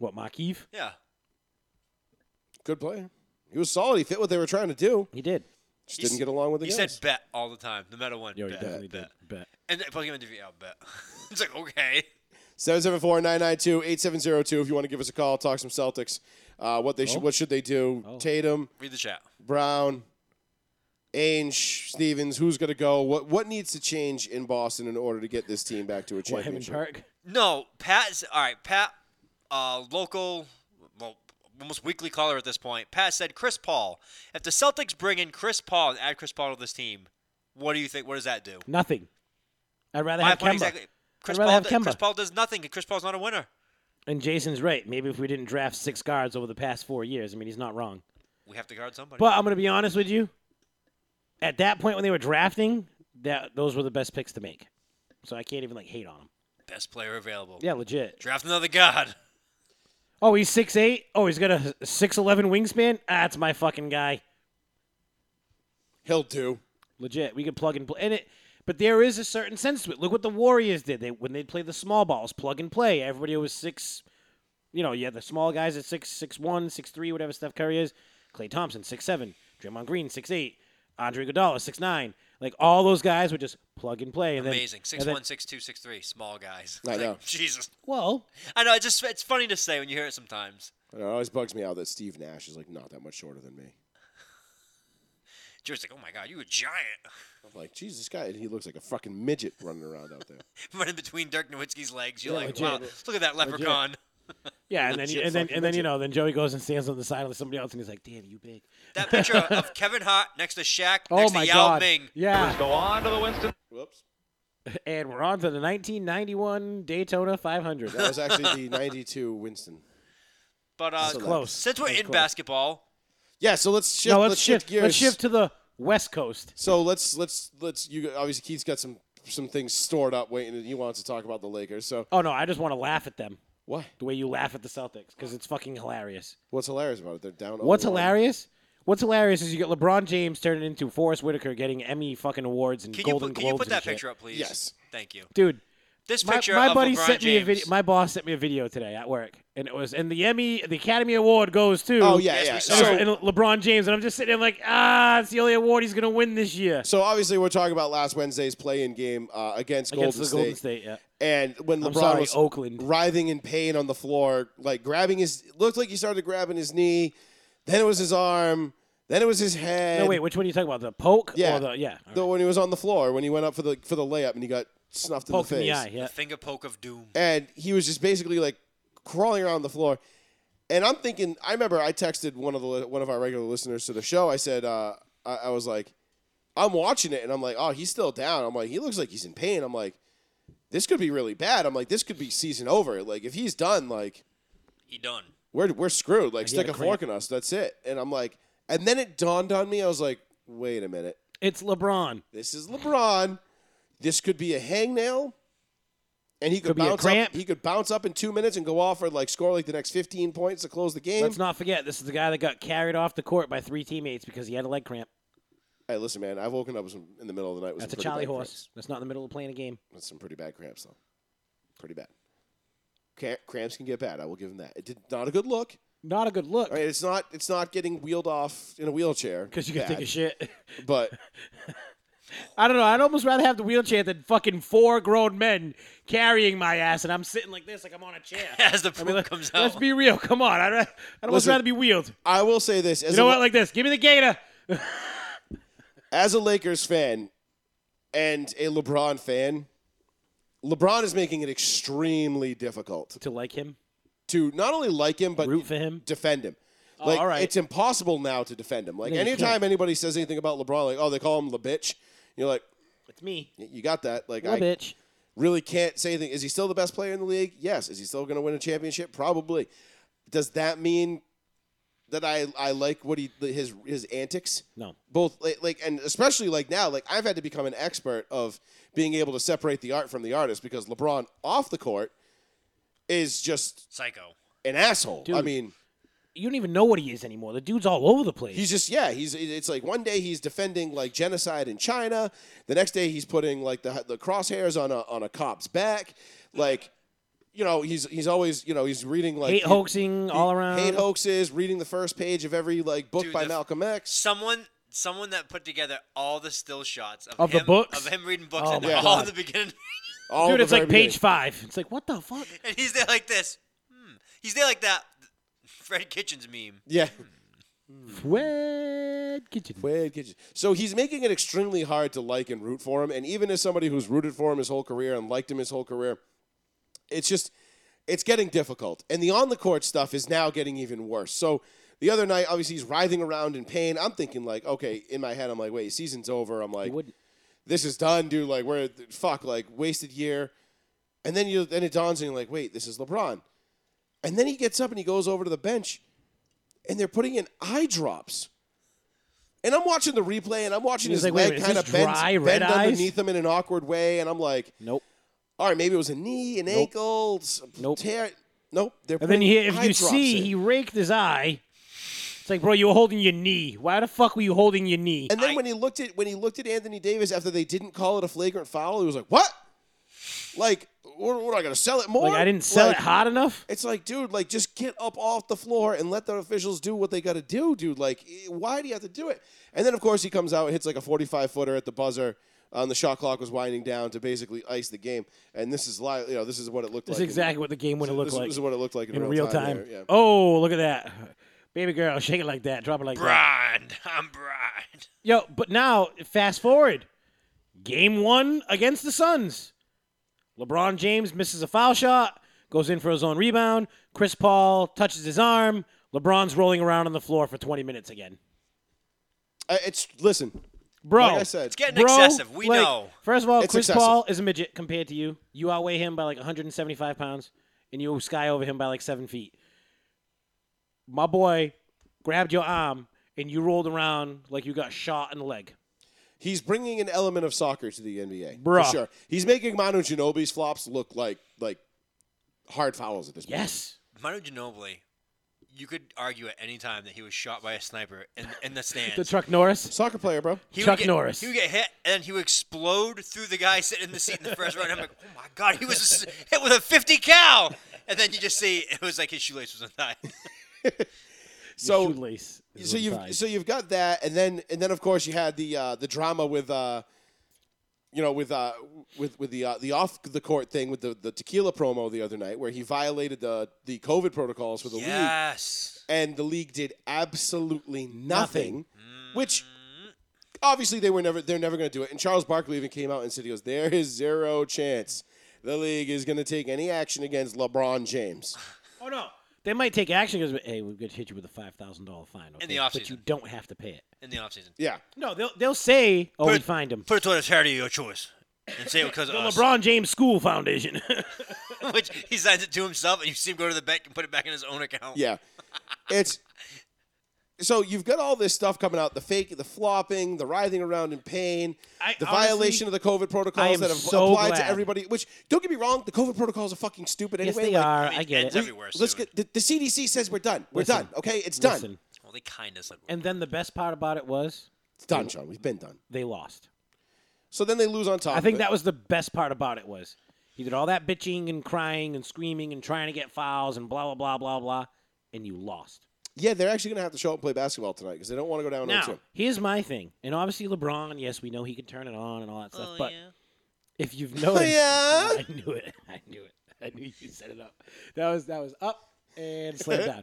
Speaker 5: What, Markeith?
Speaker 4: Yeah,
Speaker 1: Good player. He was solid. He fit what they were trying to do.
Speaker 5: He did.
Speaker 1: Just
Speaker 4: He
Speaker 1: didn't
Speaker 4: s-
Speaker 1: get along with the
Speaker 4: he
Speaker 1: guys.
Speaker 4: said bet all the time, no matter what.
Speaker 5: Yo, he
Speaker 4: bet,
Speaker 5: definitely
Speaker 4: bet.
Speaker 5: did. Bet.
Speaker 4: And then fucking interview, yeah, bet. it's like okay.
Speaker 1: 774-992-8702 if you want to give us a call, talk some Celtics. Uh, what they
Speaker 5: Oh.
Speaker 1: should, what should they do? Tatum,
Speaker 4: Read the chat.
Speaker 1: Brown, Ainge, Stevens. Who's going to go? What what needs to change in Boston in order to get this team back to a
Speaker 5: What, him and
Speaker 1: championship?
Speaker 5: Turk?
Speaker 4: No, Pat's all right. Pat, uh, local, well, almost weekly caller at this point. Pat said Chris Paul. If the Celtics bring in Chris Paul and add Chris Paul to this team, what do you think? What does that do?
Speaker 5: Nothing. I'd rather
Speaker 4: My
Speaker 5: have Kemba.
Speaker 4: point exactly. Chris
Speaker 5: I'd rather
Speaker 4: Paul,
Speaker 5: have
Speaker 4: d- Chris
Speaker 5: Kemba.
Speaker 4: Paul does nothing. 'cause Chris Paul's not a winner.
Speaker 5: And Jason's right. Maybe if we didn't draft six guards over the past four years, I mean, he's not wrong.
Speaker 4: We have to guard somebody.
Speaker 5: But I'm going to be honest with you. At that point when they were drafting, that those were the best picks to make. So I can't even like hate on them.
Speaker 4: Best player available.
Speaker 5: Yeah, legit.
Speaker 4: Draft another god.
Speaker 5: Oh, he's six eight. Oh, he's got a six eleven wingspan. Ah, that's my fucking guy.
Speaker 1: He'll do.
Speaker 5: Legit. We could plug and play. And it, but there is a certain sense to it. Look what the Warriors did. They when they played the small balls, plug and play. Everybody was six. You know, you had the small guys at six, six one, six three, whatever Steph Curry is. Clay Thompson six seven. Draymond Green six eight. Andre Iguodala six nine. Like all those guys would just plug and play. And
Speaker 4: Amazing.
Speaker 5: Then,
Speaker 4: Six
Speaker 5: and then-
Speaker 4: one, six two, six three. Small guys.
Speaker 1: I
Speaker 4: Like,
Speaker 1: know.
Speaker 4: Jesus.
Speaker 5: well,
Speaker 4: I know. It's just it's funny to say when you hear it sometimes.
Speaker 1: It always bugs me out that Steve Nash is like not that much shorter than me.
Speaker 4: Just like, oh my god, you a giant.
Speaker 1: I'm like, Jesus, this guy, he looks like a fucking midget running around out there.
Speaker 4: Running between Dirk Nowitzki's legs, you're
Speaker 5: Yeah,
Speaker 4: like,
Speaker 5: legit.
Speaker 4: wow, look at that leprechaun.
Speaker 5: yeah, and then
Speaker 1: Legit
Speaker 5: and then
Speaker 1: fucking
Speaker 5: and then you
Speaker 1: legit.
Speaker 5: know, then Joey goes and stands on the side of somebody else, and he's like, "Damn, you big."
Speaker 4: That picture of Kevin Hart next to Shaq,
Speaker 5: Oh
Speaker 4: next
Speaker 5: my
Speaker 4: to Yao
Speaker 5: God.
Speaker 4: Ming.
Speaker 5: Yeah.
Speaker 8: Go on to the Winston.
Speaker 1: Whoops.
Speaker 5: And we're on to the 1991 Daytona 500.
Speaker 1: That was actually the 92 Winston.
Speaker 4: But uh,
Speaker 1: So
Speaker 5: close.
Speaker 4: since we're
Speaker 5: That was
Speaker 4: in
Speaker 5: close.
Speaker 4: basketball,
Speaker 1: Yeah, so let's shift.
Speaker 5: no,
Speaker 1: let's,
Speaker 5: let's, shift.
Speaker 1: gears.
Speaker 5: Let's shift to the West Coast.
Speaker 1: So let's let's let's you obviously Keith's got some some things stored up waiting and he wants to talk about the Lakers. So
Speaker 5: Oh no, I just want to laugh at them
Speaker 1: why?
Speaker 5: the way you laugh at the Celtics because it's fucking hilarious.
Speaker 1: What's hilarious about it? They're down.
Speaker 5: What's
Speaker 1: 0-1.
Speaker 5: hilarious? What's hilarious is you got LeBron James turning into Forrest Whitaker getting Emmy fucking awards and
Speaker 4: can you
Speaker 5: Golden
Speaker 4: put,
Speaker 5: Globes.
Speaker 4: can you put
Speaker 5: and
Speaker 4: that
Speaker 5: shit.
Speaker 4: picture up, please?
Speaker 1: Yes.
Speaker 4: Thank you.
Speaker 5: dude?
Speaker 4: This
Speaker 5: My,
Speaker 4: picture
Speaker 5: my
Speaker 4: of
Speaker 5: buddy
Speaker 4: LeBron
Speaker 5: sent me a
Speaker 4: James.
Speaker 5: video. My boss sent me a video today at work, and it was and the Emmy, the Academy Award goes to.
Speaker 1: Oh yeah,
Speaker 4: Yes,
Speaker 1: yeah.
Speaker 4: we
Speaker 1: So,
Speaker 4: saw
Speaker 5: and
Speaker 1: so,
Speaker 5: LeBron James, and I'm just sitting there like, ah, it's the only award he's gonna win this year
Speaker 1: obviously we're talking about last Wednesday's play-in game uh, against,
Speaker 5: against
Speaker 1: Golden,
Speaker 5: the
Speaker 1: State.
Speaker 5: Golden State. Yeah,
Speaker 1: and when
Speaker 5: I'm
Speaker 1: LeBron
Speaker 5: sorry,
Speaker 1: was
Speaker 5: Oakland.
Speaker 1: writhing in pain on the floor, like grabbing his looked like he started grabbing his knee, then it was his arm, then it was his head.
Speaker 5: No, wait, which one are you talking about? The poke?
Speaker 1: Yeah.
Speaker 5: Or the, yeah.
Speaker 1: The, when he was on the floor, when he went up for the for the layup and he got snuffed
Speaker 5: Poked
Speaker 1: in
Speaker 5: in
Speaker 1: the
Speaker 5: the
Speaker 1: face.
Speaker 5: eye. Yeah.
Speaker 4: Finger poke of doom.
Speaker 1: and he was just basically like crawling around the floor. And I'm thinking, I remember I texted one of the one of our regular listeners to the show. I said, uh, I, I was like, I'm watching it, and I'm like, oh, he's still down. I'm like, he looks like he's in pain. I'm like, this could be really bad. I'm like, this could be season over. Like, if he's done, like,
Speaker 4: He done.
Speaker 1: we're we're screwed. Like,
Speaker 5: He
Speaker 1: stick
Speaker 5: had
Speaker 1: a
Speaker 5: a cramp.
Speaker 1: fork in us. That's it. And I'm like, and then it dawned on me. I was like, wait a minute.
Speaker 5: It's LeBron.
Speaker 1: This is LeBron. This could be a hangnail, and he could,
Speaker 5: Could be a
Speaker 1: bounce up.
Speaker 5: cramp.
Speaker 1: He could bounce up in two minutes and go off or like score like the next fifteen points to close the game.
Speaker 5: Let's not forget, this is the guy that got carried off the court by three teammates because he had a leg cramp.
Speaker 1: hey, listen, man, I've woken up with some, in the middle of the night with
Speaker 5: That's a
Speaker 1: some pretty
Speaker 5: Charlie
Speaker 1: bad
Speaker 5: horse.
Speaker 1: Cramps.
Speaker 5: That's not in the middle of playing a game.
Speaker 1: That's some pretty bad cramps though, pretty bad. Cra- Cramps can get bad. I will give him that. It did not a good look.
Speaker 5: Not a good look
Speaker 1: I mean, it's not. It's not getting wheeled off in a wheelchair
Speaker 5: because you can take a
Speaker 1: bad,
Speaker 5: shit.
Speaker 1: But
Speaker 5: I don't know. I'd almost rather have the wheelchair than fucking four grown men carrying my ass, and I'm sitting like this, like I'm on a chair.
Speaker 4: As the
Speaker 5: I
Speaker 4: poop
Speaker 5: mean, let,
Speaker 4: comes
Speaker 5: let's
Speaker 4: out.
Speaker 5: be real. Come on, I'd, ra- I'd almost
Speaker 1: Listen,
Speaker 5: rather be wheeled.
Speaker 1: I will say this: as
Speaker 5: You know
Speaker 1: a,
Speaker 5: what? Like this. Give me the gator.
Speaker 1: as a Lakers fan and a LeBron fan, LeBron is making it extremely difficult
Speaker 5: To like him,
Speaker 1: to not only like him but
Speaker 5: root for him.
Speaker 1: defend him. Like
Speaker 5: all right.
Speaker 1: it's impossible now to defend him. Like
Speaker 5: No, you
Speaker 1: anytime anybody says anything about LeBron, like oh they call him the bitch, you're like
Speaker 5: It's me,
Speaker 1: "Y- you got that. Like
Speaker 5: little
Speaker 1: I
Speaker 5: bitch.
Speaker 1: really can't say anything. Is he still the best player in the league? Yes. Is he still going to win a championship? Probably. Does that mean that I I like what he his his antics?
Speaker 5: No.
Speaker 1: both like, like and especially like now like i've had to become an expert of being able to separate the art from the artist because lebron off the court is just
Speaker 4: Psycho.
Speaker 1: an asshole i
Speaker 5: Dude.
Speaker 1: mean
Speaker 5: you don't even know what he is anymore. The dude's all over the place.
Speaker 1: he's just yeah he's it- it's like one day he's defending like genocide in china the next day he's putting like the, the crosshairs on a on a cop's back like you know he's he's always you know he's reading like
Speaker 5: hate hoaxing all around.
Speaker 1: hate hoaxes reading the first page of every like book
Speaker 4: Dude,
Speaker 1: by
Speaker 4: the-
Speaker 1: malcolm x
Speaker 4: Someone someone that put together all the still shots of,
Speaker 5: Of the
Speaker 4: him,
Speaker 5: books?
Speaker 4: of him reading books
Speaker 5: Oh
Speaker 4: and
Speaker 5: my
Speaker 4: all
Speaker 5: God.
Speaker 4: the beginning
Speaker 1: all
Speaker 5: Dude,
Speaker 1: the
Speaker 5: it's like
Speaker 1: very
Speaker 5: page
Speaker 1: beginning.
Speaker 5: five. It's like what the fuck?
Speaker 4: and he's there like this. Hmm. He's there like that Fred Kitchens meme.
Speaker 1: yeah
Speaker 5: Fred Kitchen.
Speaker 1: Fred Kitchen. So he's making it extremely hard to like and root for him. And even as somebody who's rooted for him his whole career and liked him his whole career, it's just it's getting difficult. And the on the court stuff is now getting even worse. So the other night, obviously, he's writhing around in pain. I'm thinking like, okay, in my head, I'm like, wait, season's over. I'm like, this is done, dude. Like we're fuck, like wasted year. And then you then it dawns on you like, wait, this is LeBron. And then he gets up and he goes over to the bench, and they're putting in eye drops. And I'm watching the replay, and I'm watching
Speaker 5: And he's
Speaker 1: his
Speaker 5: like, wait
Speaker 1: leg
Speaker 5: a minute, is
Speaker 1: kind of
Speaker 5: this
Speaker 1: bend,
Speaker 5: dry red
Speaker 1: bend
Speaker 5: eyes?
Speaker 1: underneath him in an awkward way, and I'm like,
Speaker 5: nope.
Speaker 1: All right, maybe it was a knee, an
Speaker 5: Nope.
Speaker 1: ankle, s- tear. Nope. They're
Speaker 5: And then
Speaker 1: putting
Speaker 5: you, if
Speaker 1: eye
Speaker 5: you
Speaker 1: drops
Speaker 5: see,
Speaker 1: in.
Speaker 5: he raked his eye. It's like, bro, you were holding your knee. Why the fuck were you holding your knee?
Speaker 1: And then when he looked at when he looked at Anthony Davis after they didn't call it a flagrant foul, he was like, "What? Like, what, what, I gotta sell it more?
Speaker 5: Like, I didn't sell it hard enough."
Speaker 1: It's like, dude, like just get up off the floor and let the officials do what they gotta do, dude. Like, eh, why do you have to do it? And then of course he comes out and hits like a 45 footer at the buzzer. Um, the shot clock was winding down to basically ice the game, and this is live. You know, this is what it looked
Speaker 5: This is
Speaker 1: like. in-
Speaker 5: exactly what the game would have looked
Speaker 1: this, is-
Speaker 5: like.
Speaker 1: This is what it looked like in,
Speaker 5: in real time.
Speaker 1: there, yeah.
Speaker 5: Oh, look at that, baby girl, shake it like that, drop it like that.
Speaker 4: Brian, I'm Brian.
Speaker 5: Yo, but now fast forward, game one against the Suns. LeBron James misses a foul shot, goes in for his own rebound. Chris Paul touches his arm. LeBron's rolling around on the floor for 20 minutes again.
Speaker 1: Uh, it's listen,
Speaker 5: Bro,
Speaker 1: Like I said, It's
Speaker 4: getting
Speaker 5: bro,
Speaker 4: excessive. We
Speaker 5: like,
Speaker 4: know.
Speaker 5: First of all,
Speaker 1: It's
Speaker 5: Chris
Speaker 1: excessive.
Speaker 5: Paul is a midget compared to you. You outweigh him by like 175 pounds, and you sky over him by like seven feet. My boy grabbed your arm, and you rolled around like you got shot in the leg.
Speaker 1: He's bringing an element of soccer to the NBA,
Speaker 5: Bruh.
Speaker 1: for sure. He's making Manu Ginobili's flops look like like hard fouls at this point.
Speaker 5: Yes.
Speaker 4: Manu Ginobili, you could argue at any time that he was shot by a sniper in, in the stands.
Speaker 5: The Chuck Norris.
Speaker 1: Soccer player, bro.
Speaker 4: He
Speaker 5: Chuck
Speaker 4: would get,
Speaker 5: Norris.
Speaker 4: He would get hit, and he would explode through the guy sitting in the seat in the first row. And I'm like, oh my god, he was s- hit with a 50 cal. And then you just see it was like his shoelace was untied.
Speaker 1: So
Speaker 5: shoelace. is
Speaker 1: so
Speaker 5: what
Speaker 1: you've
Speaker 5: died.
Speaker 1: so you've got that, and then and then of course you had the uh, the drama with uh, you know with uh, with with the uh, the off the court thing with the, the tequila promo the other night where he violated the the COVID protocols for the league.
Speaker 4: yes.
Speaker 1: and the league did absolutely nothing, which obviously they were never they're never going to do it. And Charles Barkley even came out and said he goes, "There is zero chance the league is going to take any action against LeBron James."
Speaker 5: oh no, they might take action because hey, we're going to hit you with a five thousand dollar fine. Okay?
Speaker 4: the
Speaker 5: but you
Speaker 4: offseason.
Speaker 5: don't have to pay it.
Speaker 4: In the offseason.
Speaker 1: Yeah,
Speaker 5: No, they'll they'll say, oh,
Speaker 4: Put
Speaker 5: we
Speaker 4: it-
Speaker 5: fined him.
Speaker 4: Put it toward a charity of your choice. And say it because of
Speaker 5: The
Speaker 4: us.
Speaker 5: LeBron James School Foundation.
Speaker 4: Which he signs it to himself, and you see him go to the bank and put it back in his own account.
Speaker 1: yeah, it's. So you've got all this stuff coming out—the fake, the flopping, the writhing around in pain,
Speaker 5: I
Speaker 1: the
Speaker 5: honestly-
Speaker 1: violation of the COVID
Speaker 5: I
Speaker 1: protocols
Speaker 5: am
Speaker 1: that have
Speaker 5: so
Speaker 1: applied to
Speaker 5: glad.
Speaker 1: everybody. Which don't get me wrong, the COVID protocols are fucking stupid
Speaker 5: yes,
Speaker 1: anyway.
Speaker 5: they
Speaker 1: like,
Speaker 5: are.
Speaker 4: I mean,
Speaker 5: I get
Speaker 4: it's
Speaker 5: it.
Speaker 4: everywhere
Speaker 1: Let's
Speaker 4: soon.
Speaker 1: get the, the CDC says we're done. We're
Speaker 5: Listen.
Speaker 1: done. Okay, it's
Speaker 5: Listen,
Speaker 1: done.
Speaker 4: Well, they kind of said.
Speaker 5: And then the best part about it was
Speaker 1: It's done, Sean. We've been done.
Speaker 5: they lost.
Speaker 1: So then they lose on top.
Speaker 5: I think
Speaker 1: of it.
Speaker 5: that was the best part about it was you did all that bitching and crying and screaming and trying to get fouls and blah blah blah blah blah, and you lost.
Speaker 1: Yeah, they're actually going to have to show up and play basketball tonight because they don't want to go down on
Speaker 5: Now
Speaker 1: two.
Speaker 5: here's my thing, and obviously LeBron. Yes, we know he can turn it on and all that stuff,
Speaker 4: Oh,
Speaker 5: but
Speaker 4: yeah.
Speaker 5: if you've noticed,
Speaker 1: yeah?
Speaker 5: I knew it. I knew it. I knew you set it up. That was that was up and slammed down.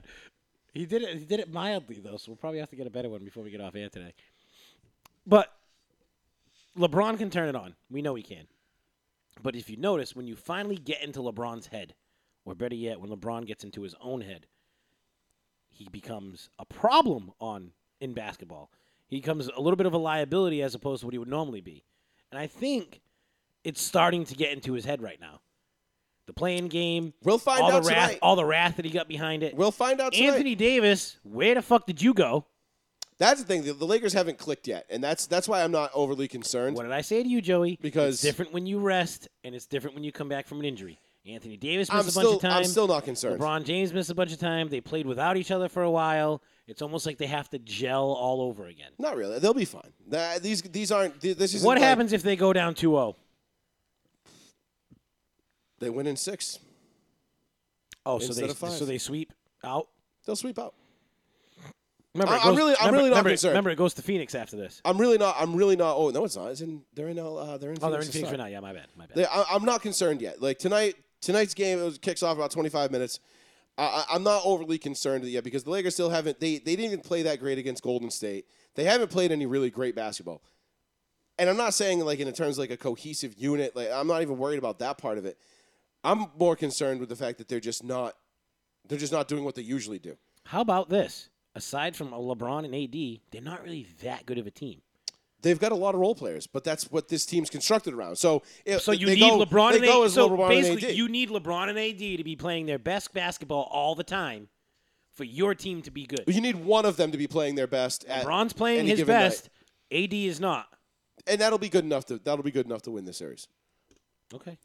Speaker 5: He did it. He did it mildly though, so we'll probably have to get a better one before we get off air today. But LeBron can turn it on. We know he can. But if you notice, when you finally get into LeBron's head, or better yet, when LeBron gets into his own head, he becomes a problem on in basketball. He becomes a little bit of a liability as opposed to what he would normally be. And I think it's starting to get into his head right now. The playing game,
Speaker 1: We'll find
Speaker 5: all
Speaker 1: out
Speaker 5: the wrath,
Speaker 1: tonight.
Speaker 5: all the wrath that he got behind it.
Speaker 1: We'll find out tonight.
Speaker 5: Anthony Davis, where the fuck did you go?
Speaker 1: that's the thing. The, the Lakers haven't clicked yet, and that's that's why I'm not overly concerned.
Speaker 5: What did I say to you, Joey?
Speaker 1: Because-
Speaker 5: it's different when you rest, and it's different when you come back from an injury. Anthony Davis
Speaker 1: I'm
Speaker 5: missed a
Speaker 1: still
Speaker 5: bunch of time.
Speaker 1: I'm still not concerned.
Speaker 5: LeBron James missed a bunch of time. They played without each other for a while. It's almost like they have to gel all over again.
Speaker 1: Not really. They'll be fine. That- these these aren't. th- This is
Speaker 5: What happens if they go down oh? 2-0?
Speaker 1: They win in six.
Speaker 5: Oh, so
Speaker 1: Instead
Speaker 5: they
Speaker 1: of five.
Speaker 5: so they sweep out.
Speaker 1: They'll sweep out.
Speaker 5: Remember,
Speaker 1: I-
Speaker 5: it
Speaker 1: I'm
Speaker 5: goes-
Speaker 1: really- I'm
Speaker 5: remember-
Speaker 1: really not
Speaker 5: remember it- Oh,
Speaker 1: concerned.
Speaker 5: Remember, it goes to Phoenix after this.
Speaker 1: I'm really not. I'm really not. Oh no, it's not. It's in. They're in. Uh, they're in.
Speaker 5: Oh, they're in
Speaker 1: to
Speaker 5: Phoenix
Speaker 1: start.
Speaker 5: right now. Yeah, my bad. My bad.
Speaker 1: They- I, I'm not concerned yet. Like tonight, tonight's game it was, kicks off about 25 minutes. I, I- I'm not overly concerned yet because the Lakers still haven't. They they didn't even play that great against Golden State. They haven't played any really great basketball. And I'm not saying like in terms of like a cohesive unit. Like I'm not even worried about that part of it. I'm more concerned with the fact that they're just not they're just not doing what they usually do.
Speaker 5: How about this? Aside from a LeBron and AD, they're not really that good of a team.
Speaker 1: They've got a lot of role players, but that's what this team's constructed around. So, if
Speaker 5: So you
Speaker 1: they
Speaker 5: need
Speaker 1: go-
Speaker 5: LeBron
Speaker 1: they
Speaker 5: and
Speaker 1: go
Speaker 5: AD.
Speaker 1: as
Speaker 5: So
Speaker 1: LeBron and
Speaker 5: basically,
Speaker 1: AD.
Speaker 5: you need LeBron and AD to be playing their best basketball all the time for your team to be good.
Speaker 1: You need one of them to be playing their best. At
Speaker 5: LeBron's playing
Speaker 1: any
Speaker 5: his
Speaker 1: given night.
Speaker 5: best. AD is not.
Speaker 1: and that'll be good enough to that'll be good enough to win the series.
Speaker 5: Okay.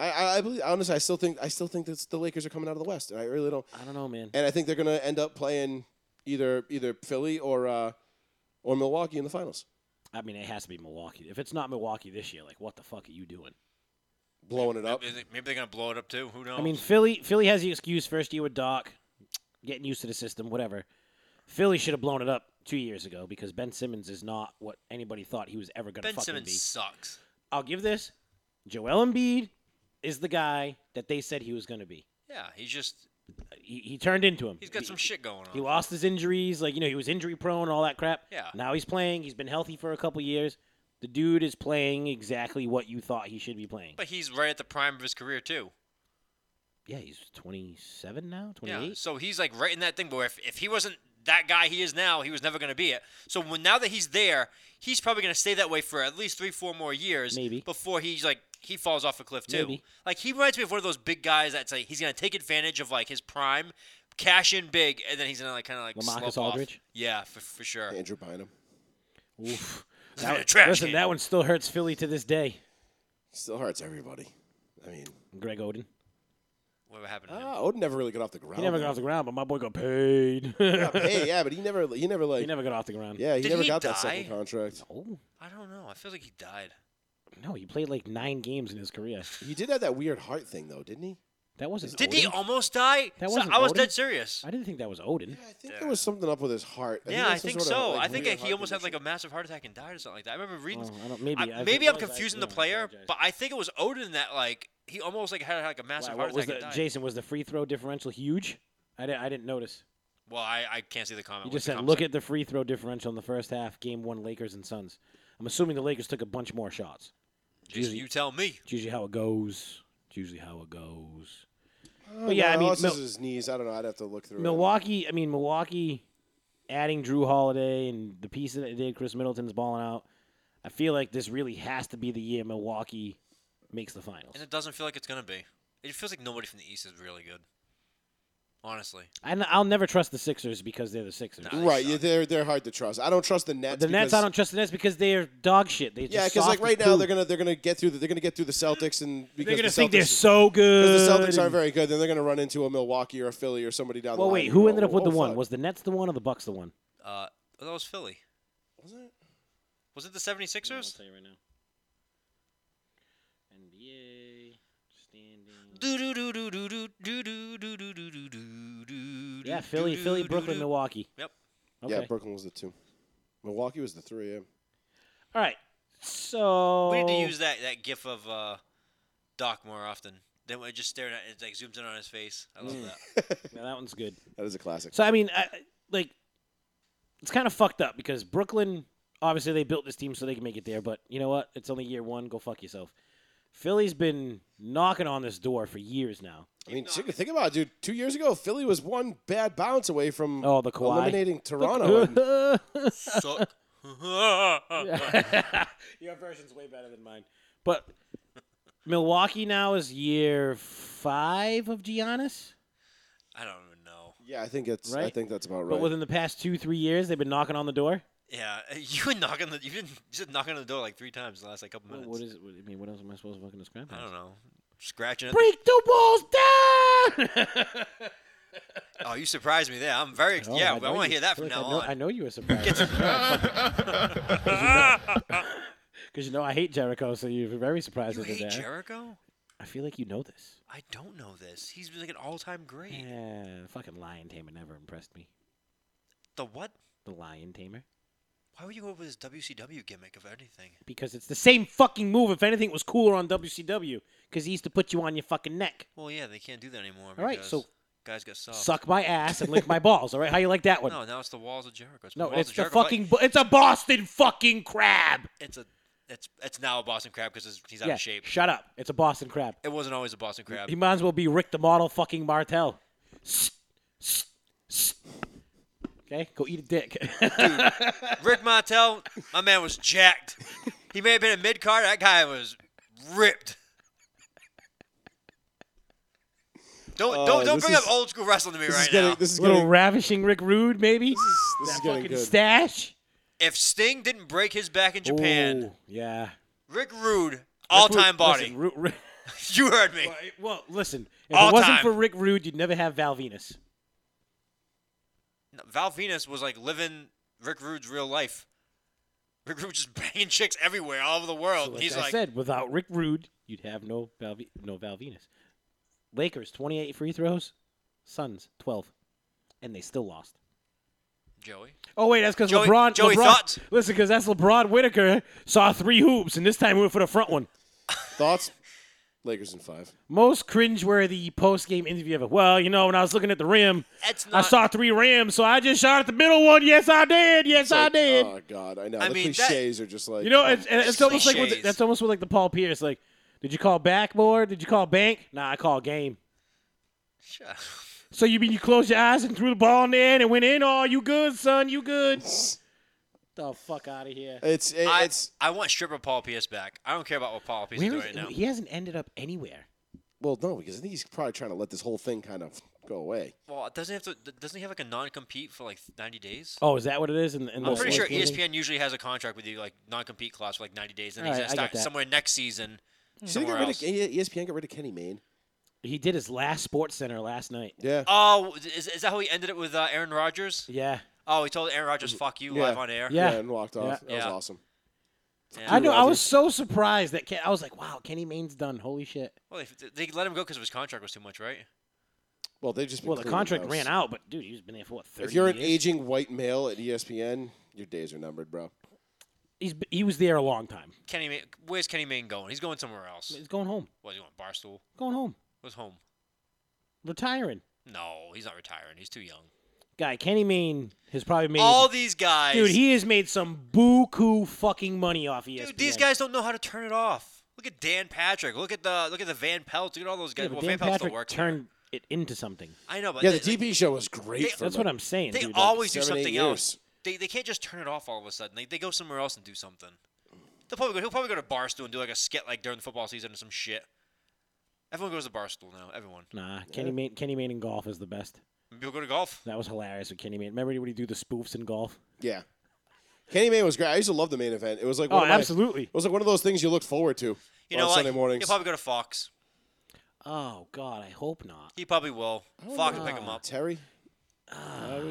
Speaker 1: I, I, I believe honestly, I still think I still think that the Lakers are coming out of the West, and I really don't.
Speaker 5: I don't know, man.
Speaker 1: And I think they're going to end up playing either either Philly or uh, or Milwaukee in the finals,
Speaker 5: I mean, it has to be Milwaukee. If it's not Milwaukee this year, like what the fuck are you doing?
Speaker 1: blowing it up.
Speaker 4: Maybe they- maybe they're gonna blow it up too. Who knows?
Speaker 5: I mean, Philly Philly has the excuse first year with Doc, getting used to the system, whatever. Philly should have blown it up two years ago because Ben Simmons is not what anybody thought he was ever going to
Speaker 4: Ben
Speaker 5: fucking
Speaker 4: Simmons
Speaker 5: be.
Speaker 4: sucks.
Speaker 5: I'll give this. Joel Embiid is the guy that they said he was going to be.
Speaker 4: Yeah, he's just
Speaker 5: He, he turned into him.
Speaker 4: he's got
Speaker 5: He-
Speaker 4: some shit going on.
Speaker 5: He lost his injuries, like you know, he was injury prone, all that crap.
Speaker 4: Yeah.
Speaker 5: Now he's playing. He's been healthy for a couple years. The dude is playing exactly what you thought he should be playing.
Speaker 4: But he's right at the prime of his career too.
Speaker 5: Yeah, he's 27 now,
Speaker 4: Yeah.
Speaker 5: 28.
Speaker 4: So he's like right in that thing where if, if he wasn't that guy he is now, he was never going to be it. So when now that he's there, he's probably going to stay that way for at least three, four more years
Speaker 5: Maybe.
Speaker 4: before he's like he falls off a cliff too.
Speaker 5: Maybe.
Speaker 4: Like he reminds me of one of those big guys that's like he's going to take advantage of like his prime, cash in big, and then he's going to like kind of like
Speaker 5: LaMarcus
Speaker 4: slope off.
Speaker 5: Aldridge?
Speaker 4: Yeah, for, for sure.
Speaker 1: Andrew Bynum
Speaker 5: Oof.
Speaker 4: He's gonna trash
Speaker 5: listen,
Speaker 4: can.
Speaker 5: that one still hurts Philly to this day.
Speaker 1: still hurts everybody. I mean,
Speaker 5: Greg Oden.
Speaker 4: What happened? To him?
Speaker 1: ah, Odin never really got off the ground.
Speaker 5: He never got off the ground, but my boy got paid.
Speaker 1: hey, yeah, but he never he never like
Speaker 5: He never got off the ground.
Speaker 1: yeah he
Speaker 4: Did
Speaker 1: never
Speaker 4: he
Speaker 1: got
Speaker 4: die?
Speaker 1: that second contract.
Speaker 5: Oh,
Speaker 4: I don't know. I feel like he died.
Speaker 5: no, he played like nine games in his career.
Speaker 1: He did have that weird heart thing though, didn't he?
Speaker 5: That wasn't
Speaker 4: Did
Speaker 5: Odin.
Speaker 4: he almost die?
Speaker 5: That
Speaker 4: So-
Speaker 5: wasn't
Speaker 4: I was
Speaker 5: Odin?
Speaker 4: dead serious.
Speaker 5: I didn't think that was Odin.
Speaker 1: I think there was something up with his heart.
Speaker 4: yeah,
Speaker 1: he
Speaker 4: I
Speaker 1: had some
Speaker 4: think
Speaker 1: sort of,
Speaker 4: so.
Speaker 1: like,
Speaker 4: I think
Speaker 1: weird
Speaker 4: he
Speaker 1: heart
Speaker 4: almost had like
Speaker 1: condition.
Speaker 4: a massive heart attack and died or something like that. I remember reading.
Speaker 5: Oh, I don't, maybe
Speaker 4: I-
Speaker 5: if
Speaker 4: maybe
Speaker 5: it
Speaker 4: I'm
Speaker 5: was, I-
Speaker 4: confusing
Speaker 5: yeah,
Speaker 4: the
Speaker 5: I
Speaker 4: player,
Speaker 5: apologize.
Speaker 4: but I think it was Odin that like he almost like had like a massive
Speaker 5: Wow,
Speaker 4: heart
Speaker 5: what was
Speaker 4: attack.
Speaker 5: the,
Speaker 4: and died.
Speaker 5: Jason, was the free throw differential huge? I, di- I didn't notice.
Speaker 4: Well, I, I can't see the comment.
Speaker 5: You
Speaker 4: with
Speaker 5: just
Speaker 4: the
Speaker 5: said,
Speaker 4: comment
Speaker 5: look
Speaker 4: section.
Speaker 5: at the free throw differential in the first half, game one, Lakers and Suns. I'm assuming the Lakers took a bunch more shots.
Speaker 4: Jason, you tell me.
Speaker 5: It's usually how it goes. It's usually how it goes.
Speaker 1: Oh,
Speaker 5: But yeah, I
Speaker 1: no,
Speaker 5: mean,
Speaker 1: this
Speaker 5: Mil-
Speaker 1: is his knees. I don't know. I'd have to look through. it.
Speaker 5: Milwaukee, I mean, Milwaukee adding Drew Holiday and the piece that it did, Chris Middleton's balling out. I feel like this really has to be the year Milwaukee makes the finals.
Speaker 4: And it doesn't feel like it's gonna be. It feels like nobody from the East is really good. Honestly,
Speaker 5: And I'll never trust the Sixers because they're the Sixers.
Speaker 4: Nah, they
Speaker 1: Right,
Speaker 4: suck.
Speaker 1: yeah, they're they're hard to trust. I don't trust the Nets.
Speaker 5: The Nets,
Speaker 1: because-
Speaker 5: I don't trust the Nets because they're dog shit. They
Speaker 1: Yeah,
Speaker 5: just
Speaker 1: because like
Speaker 5: soft as
Speaker 1: right now
Speaker 5: poo.
Speaker 1: they're gonna they're gonna get through the, they're gonna get through the Celtics and because
Speaker 5: they're gonna
Speaker 1: the
Speaker 5: think they're
Speaker 1: Celtics-
Speaker 5: so good.
Speaker 1: because the Celtics aren't
Speaker 5: and-
Speaker 1: very good. Then they're gonna run into a Milwaukee or a Philly or somebody down
Speaker 5: Well,
Speaker 1: the line.
Speaker 5: wait,
Speaker 1: and
Speaker 5: who
Speaker 1: go,
Speaker 5: ended up with
Speaker 1: "Oh,
Speaker 5: the one?
Speaker 1: fuck."
Speaker 5: Was the Nets the one or the Bucks the one?
Speaker 4: uh, that was Philly.
Speaker 1: Was it?
Speaker 4: Was it the 76ers?
Speaker 5: you right now. NBA standing.
Speaker 4: Do do do do do do do do do do do do do do.
Speaker 5: Yeah, Philly, Philly, Brooklyn, Milwaukee.
Speaker 4: Yep.
Speaker 5: Okay.
Speaker 1: Yeah, Brooklyn was the two. Milwaukee was the three. Yeah.
Speaker 5: All right. So
Speaker 4: We need to use that that gif of uh, Doc more often. Then we just staring at it, like zooms in on his face. I love that.
Speaker 5: Yeah, that one's good.
Speaker 1: That is a classic.
Speaker 5: So I mean, I, like, it's kind of fucked up because Brooklyn. Obviously, they built this team so they can make it there, but you know what? It's only year one. Go fuck yourself. Philly's been knocking on this door for years now.
Speaker 1: I mean, think think about it, dude. Two years ago, Philly was one bad bounce away from
Speaker 5: Oh, the Kawhi.
Speaker 1: eliminating Toronto. and
Speaker 4: Suck. yeah.
Speaker 5: Your version's way better than mine. But Milwaukee now is year five of Giannis.
Speaker 4: I don't even know.
Speaker 1: yeah, I think it's. I
Speaker 5: Right?
Speaker 1: think that's about right.
Speaker 5: But within the past two, three years, they've been knocking on the door.
Speaker 4: Yeah, you were knocking the you didn't you said knocking on the door like three times in the last like couple minutes.
Speaker 5: What is it? What, I mean, what else am I supposed to fucking describe?
Speaker 4: I don't know. Scratching. At
Speaker 5: Break the walls down!
Speaker 4: the, oh, you surprised me there. I'm very
Speaker 5: Oh,
Speaker 4: yeah. I,
Speaker 5: know
Speaker 4: want to
Speaker 5: you-
Speaker 4: hear that
Speaker 5: feel
Speaker 4: from
Speaker 5: like
Speaker 4: now
Speaker 5: I know,
Speaker 4: on.
Speaker 5: I know you were surprised. Because you know I hate Jericho, so you're very surprised
Speaker 4: you
Speaker 5: that they're
Speaker 4: hate
Speaker 5: there.
Speaker 4: Jericho?
Speaker 5: I feel like you know this.
Speaker 4: I don't know this. He's like an all-time great.
Speaker 5: Yeah, fucking lion tamer never impressed me.
Speaker 4: The what?
Speaker 5: The lion tamer.
Speaker 4: Why would you go with his WCW gimmick of anything?
Speaker 5: Because it's the same fucking move. If anything, it was cooler on WCW because he used to put you on your fucking neck.
Speaker 4: Well, yeah, they can't do that anymore.
Speaker 5: All right,
Speaker 4: because
Speaker 5: so-
Speaker 4: guys got
Speaker 1: Oh.
Speaker 4: soft.
Speaker 5: Suck my ass and lick my balls. All right, how you like that one?
Speaker 4: No, now it's the walls of Jericho.
Speaker 5: No,
Speaker 4: walls
Speaker 5: it's
Speaker 4: of
Speaker 5: the
Speaker 4: Jericho, but
Speaker 5: fucking. Bo- it's a Boston fucking crab.
Speaker 4: It's a. it's it's now a Boston crab because he's out
Speaker 5: yeah,
Speaker 4: of shape.
Speaker 5: Shut up. It's a Boston crab.
Speaker 4: It wasn't always a Boston crab.
Speaker 5: He might as well be Rick the Model fucking Martel. Okay, go eat a dick.
Speaker 4: Rick Martel, my man was jacked. He may have been a mid card. That guy was ripped. Don't
Speaker 1: Oh,
Speaker 4: don't, don't
Speaker 1: this
Speaker 4: bring
Speaker 1: is-
Speaker 4: up old school wrestling to me
Speaker 1: this
Speaker 4: right
Speaker 1: is getting
Speaker 4: now.
Speaker 1: this is
Speaker 5: Little
Speaker 1: getting
Speaker 5: ravishing Rick Rude, maybe.
Speaker 1: this
Speaker 5: that
Speaker 1: is
Speaker 5: fucking
Speaker 1: getting good.
Speaker 5: stash.
Speaker 4: If Sting didn't break his back in Japan,
Speaker 5: Ooh, yeah.
Speaker 4: Rick Rude, all time body.
Speaker 5: Listen, Ru- Ru-
Speaker 4: you heard me.
Speaker 5: well, listen. If
Speaker 4: All
Speaker 5: it wasn't
Speaker 4: time.
Speaker 5: for Rick Rude, you'd never have Val Venus.
Speaker 4: No, Val Venus was like living Rick Rude's real life. Rick Rude just banging chicks everywhere, all over the world.
Speaker 5: So like
Speaker 4: He's
Speaker 5: I
Speaker 4: like,
Speaker 5: said, without Rick Rude, you'd have no Val, no Val Venus. Lakers, 28 free throws. Suns, 12. And they still lost.
Speaker 4: Joey.
Speaker 5: Oh, wait, that's because
Speaker 4: Joey-
Speaker 5: LeBron.
Speaker 4: Joey,
Speaker 5: LeBron
Speaker 4: thoughts?
Speaker 5: Listen, because that's LeBron Whitaker saw three hoops, and this time went for the front one.
Speaker 1: thoughts. Lakers in five.
Speaker 5: Most cringeworthy post game interview ever. Well, you know, when I was looking at the rim,
Speaker 4: That's
Speaker 5: I
Speaker 4: not-
Speaker 5: saw three rims, so I just shot at the middle one. Yes, I did. Yes, I
Speaker 1: Like,
Speaker 5: did.
Speaker 1: Oh God, I know.
Speaker 4: I
Speaker 1: the
Speaker 4: mean, that-
Speaker 1: cliches are just like oh.
Speaker 5: You know, it's, it's,
Speaker 4: It's
Speaker 5: almost like with,
Speaker 4: cliches.
Speaker 5: that's almost with like the Paul Pierce. Like, did you call backboard? Did you call bank? Nah, I call game.
Speaker 4: Shut up.
Speaker 5: So you mean you closed your eyes and threw the ball in there and it went in? Oh, you good, son? You good? the fuck out of here.
Speaker 1: it's it,
Speaker 4: I,
Speaker 1: it's
Speaker 4: I want stripper Paul Pierce back. I don't care about what Paul Pierce is
Speaker 5: Where
Speaker 4: doing
Speaker 5: is,
Speaker 4: right now.
Speaker 5: he hasn't ended up anywhere.
Speaker 1: well no because I think he's probably trying to let this whole thing kind of go away.
Speaker 4: Well, doesn't he have to? Doesn't he have like a non-compete for like 90 days?
Speaker 5: Oh, is that what it is? In, in
Speaker 4: I'm
Speaker 5: the
Speaker 4: pretty sure E
Speaker 5: Lakers meeting?
Speaker 4: ESPN usually has a contract with you, like non-compete clause for like 90 days, and he's
Speaker 5: Alright,
Speaker 4: gonna
Speaker 5: I get
Speaker 4: start
Speaker 5: that.
Speaker 4: somewhere next season.
Speaker 1: So they
Speaker 4: Hmm. Somewhere
Speaker 1: got rid of E,
Speaker 4: else.
Speaker 1: ESPN got rid of Kenny Mayne.
Speaker 5: He did his last Sports Center last night.
Speaker 1: Yeah,
Speaker 4: Oh, is, is that how he ended it with uh, Aaron Rodgers?
Speaker 5: Yeah,
Speaker 4: Oh, he told Aaron Rodgers, "Fuck you,"
Speaker 1: Yeah.
Speaker 4: live on air.
Speaker 5: Mm, yeah.
Speaker 1: and walked off.
Speaker 5: Yeah.
Speaker 1: That was
Speaker 4: Yeah.
Speaker 1: awesome.
Speaker 4: Yeah.
Speaker 5: I know. I
Speaker 1: Rodgers.
Speaker 5: was so surprised that Ken, I was like, "Wow, Kenny Maine's done. Holy shit!"
Speaker 4: Well, they, they let him go because his contract was too much, right?
Speaker 1: Well, they just been
Speaker 5: Well, the
Speaker 1: cleaning
Speaker 5: contract
Speaker 1: house.
Speaker 5: ran out, but dude, he's been there for what thirty.
Speaker 1: If you're an
Speaker 5: years?
Speaker 1: aging white male at E ESPN, your days are numbered, bro.
Speaker 5: he's b- he was there a long time.
Speaker 4: Kenny, May, where's Kenny Mayne going? He's going somewhere else.
Speaker 5: He's going home.
Speaker 4: What, he want Barstool?
Speaker 5: Going home.
Speaker 4: What's home?
Speaker 5: Retiring.
Speaker 4: No, he's not retiring. He's too young.
Speaker 5: Guy Kenny Maine has probably made
Speaker 4: All these guys,
Speaker 5: Dude, he has made some buku fucking money off E ESPN.
Speaker 4: Dude, these guys don't know how to turn it off. Look at Dan Patrick. Look at the look at the Van Pelt. Look at all those
Speaker 5: yeah,
Speaker 4: guys. well,
Speaker 5: but
Speaker 4: Van
Speaker 5: Dan
Speaker 4: Pelt still
Speaker 5: Patrick
Speaker 4: works.
Speaker 5: turned it into something.
Speaker 4: I know, but
Speaker 1: Yeah,
Speaker 4: they-
Speaker 1: the DP show was great.
Speaker 4: they-
Speaker 1: for
Speaker 5: That's
Speaker 1: them.
Speaker 5: what I'm saying.
Speaker 4: They
Speaker 5: dude. Like,
Speaker 4: always do
Speaker 1: seven, eight
Speaker 4: something
Speaker 1: years.
Speaker 4: else. They, they can't just turn it off all of a sudden. They, they go somewhere else and do something. They'll probably go, he'll probably go to Barstool and do like a skit like during the football season or some shit. Everyone goes to Barstool now. Everyone.
Speaker 5: Nah, Kenny Maine, Kenny Maine in golf is the best.
Speaker 4: People go to golf.
Speaker 5: That was hilarious with Kenny Maine. Remember when he do the spoofs in golf?
Speaker 1: Yeah. Kenny Mayne was great. I used to love the main event. It was like
Speaker 5: Oh,
Speaker 1: one of my-
Speaker 5: absolutely.
Speaker 1: it was like one of those things you looked forward to on
Speaker 4: You know
Speaker 1: Sunday
Speaker 4: what?
Speaker 1: mornings.
Speaker 4: He'll probably go to Fox.
Speaker 5: Oh God, I hope not.
Speaker 4: He probably will. Fox will pick him
Speaker 1: Ah,
Speaker 4: up.
Speaker 1: Terry.
Speaker 5: I don't know.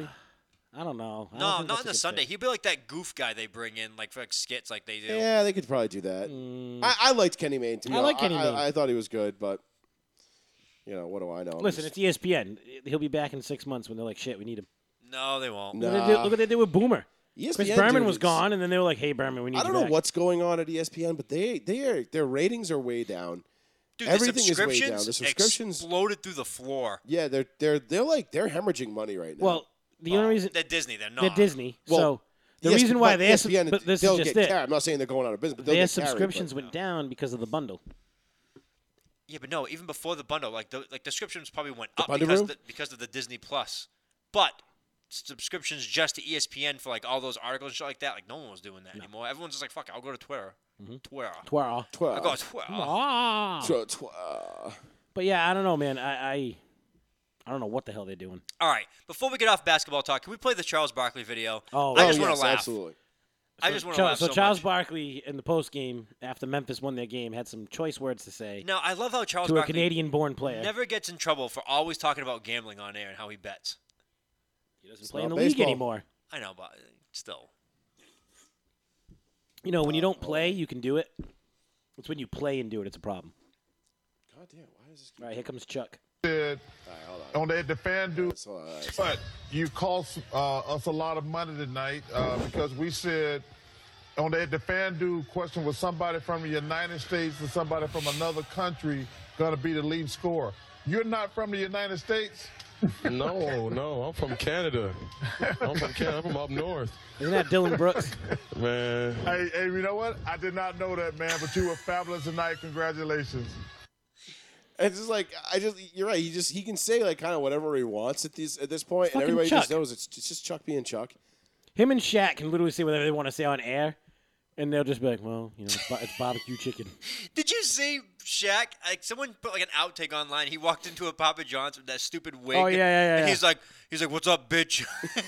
Speaker 5: I don't
Speaker 4: No,
Speaker 5: think
Speaker 4: not
Speaker 5: that's
Speaker 4: on the
Speaker 5: a good
Speaker 4: Sunday.
Speaker 5: fit.
Speaker 4: He'd be like that goof guy they bring in, like for like skits like they do.
Speaker 1: Yeah, they could probably do that. I, I liked Kenny Mayne too.
Speaker 5: Mm. I like Kenny Mayne.
Speaker 1: I, I thought he was good, but you know what do I know? I'm
Speaker 5: Listen,
Speaker 1: just-
Speaker 5: it's E ESPN. He'll be back in six months when they're like, "Shit, we need him."
Speaker 4: No, they won't.
Speaker 1: No.
Speaker 5: Look what they did- look what they did with Boomer. Chris
Speaker 1: ESPN,
Speaker 5: Berman
Speaker 1: dude,
Speaker 5: was
Speaker 1: is-
Speaker 5: gone, and then they were like, "Hey, Berman, we need."
Speaker 1: I
Speaker 5: you
Speaker 1: don't know
Speaker 5: back."
Speaker 1: what's going on at E ESPN, but they they are their ratings are way down.
Speaker 4: Dude,
Speaker 1: Everything
Speaker 4: the
Speaker 1: is way down. The
Speaker 4: subscriptions
Speaker 1: subscriptions-
Speaker 4: exploded through the floor.
Speaker 1: Yeah, they're they're they're like they're hemorrhaging money right now.
Speaker 5: Well, the
Speaker 4: Oh,
Speaker 5: only reason
Speaker 4: They're Disney. They're not.
Speaker 5: they're Disney.
Speaker 1: Well,
Speaker 5: so the
Speaker 1: Yes,
Speaker 5: reason why
Speaker 1: but E
Speaker 5: they
Speaker 1: ESPN,
Speaker 5: but this
Speaker 1: they'll
Speaker 5: is just
Speaker 1: get
Speaker 5: it.
Speaker 1: carried. I'm not saying they're going out of business, but they'll
Speaker 5: Their
Speaker 1: get carried, but-
Speaker 5: subscriptions went down because of the bundle.
Speaker 4: Yeah, but no, even before the bundle, like the like the subscriptions probably went up
Speaker 1: bundle
Speaker 4: because
Speaker 1: room?
Speaker 4: the, because of the Disney Plus. But subscriptions just to E ESPN for like all those articles and shit like that, like no one was doing that anymore. Everyone's just like, fuck, it, I'll go to Twitter. Twitter.
Speaker 5: Twirl.
Speaker 4: I'll
Speaker 1: Twelve.
Speaker 4: go to Twitter.
Speaker 5: Ah.
Speaker 1: Tw- tw- uh,
Speaker 5: But yeah, I don't know, man. I, I I don't know what the hell they're doing.
Speaker 4: All right. Before we get off basketball talk, can we play the Charles Barkley video?
Speaker 5: Oh,
Speaker 4: I
Speaker 1: oh,
Speaker 4: just want
Speaker 1: yes,
Speaker 4: to laugh.
Speaker 1: Absolutely.
Speaker 4: I just want to
Speaker 5: Char-
Speaker 4: laugh.
Speaker 5: so,
Speaker 4: So,
Speaker 5: Charles
Speaker 4: much.
Speaker 5: Barkley in the post game after Memphis won their game had some choice words to say
Speaker 4: Now I love how Charles
Speaker 5: to a
Speaker 4: Barkley
Speaker 5: Canadian-born player.
Speaker 4: never gets in trouble for always talking about gambling on air and how he bets.
Speaker 5: he doesn't play in the
Speaker 1: not
Speaker 5: league
Speaker 1: baseball.
Speaker 5: anymore.
Speaker 4: I know, but still.
Speaker 5: You know, when you don't play, you can do it. It's when you play and do it. It's a problem.
Speaker 1: God damn, why is this?
Speaker 5: All right, here comes Chuck.
Speaker 9: Said on that the fan dude.
Speaker 1: It's all right.
Speaker 9: But you cost uh, us a lot of money tonight uh, because we said on that the FanDuel question was somebody from the United States and somebody from another country going to be the lead scorer. You're not from the United States.
Speaker 11: no, no, I'm from Canada. I'm from Canada. I'm from up north.
Speaker 5: Isn't that Dylan Brooks?
Speaker 11: Man.
Speaker 9: Hey, hey, you know what? I did not know that, man, but you were fabulous tonight. Congratulations.
Speaker 1: It's just like I just you're right. He just he can say like kind of whatever he wants at these at this point,
Speaker 5: Fucking
Speaker 1: and everybody
Speaker 5: Chuck.
Speaker 1: just knows it's, it's just Chuck being Chuck.
Speaker 5: Him and Shaq can literally say whatever they want to say on air, and they'll just be like, "Well, you know, it's, ba- it's barbecue chicken."
Speaker 4: Did you see Shaq? Like someone put like an outtake online. He walked into a Papa John's with that stupid wig.
Speaker 5: Oh, yeah, yeah, yeah,
Speaker 4: And
Speaker 5: yeah.
Speaker 4: he's like, he's like, "What's up, bitch?" and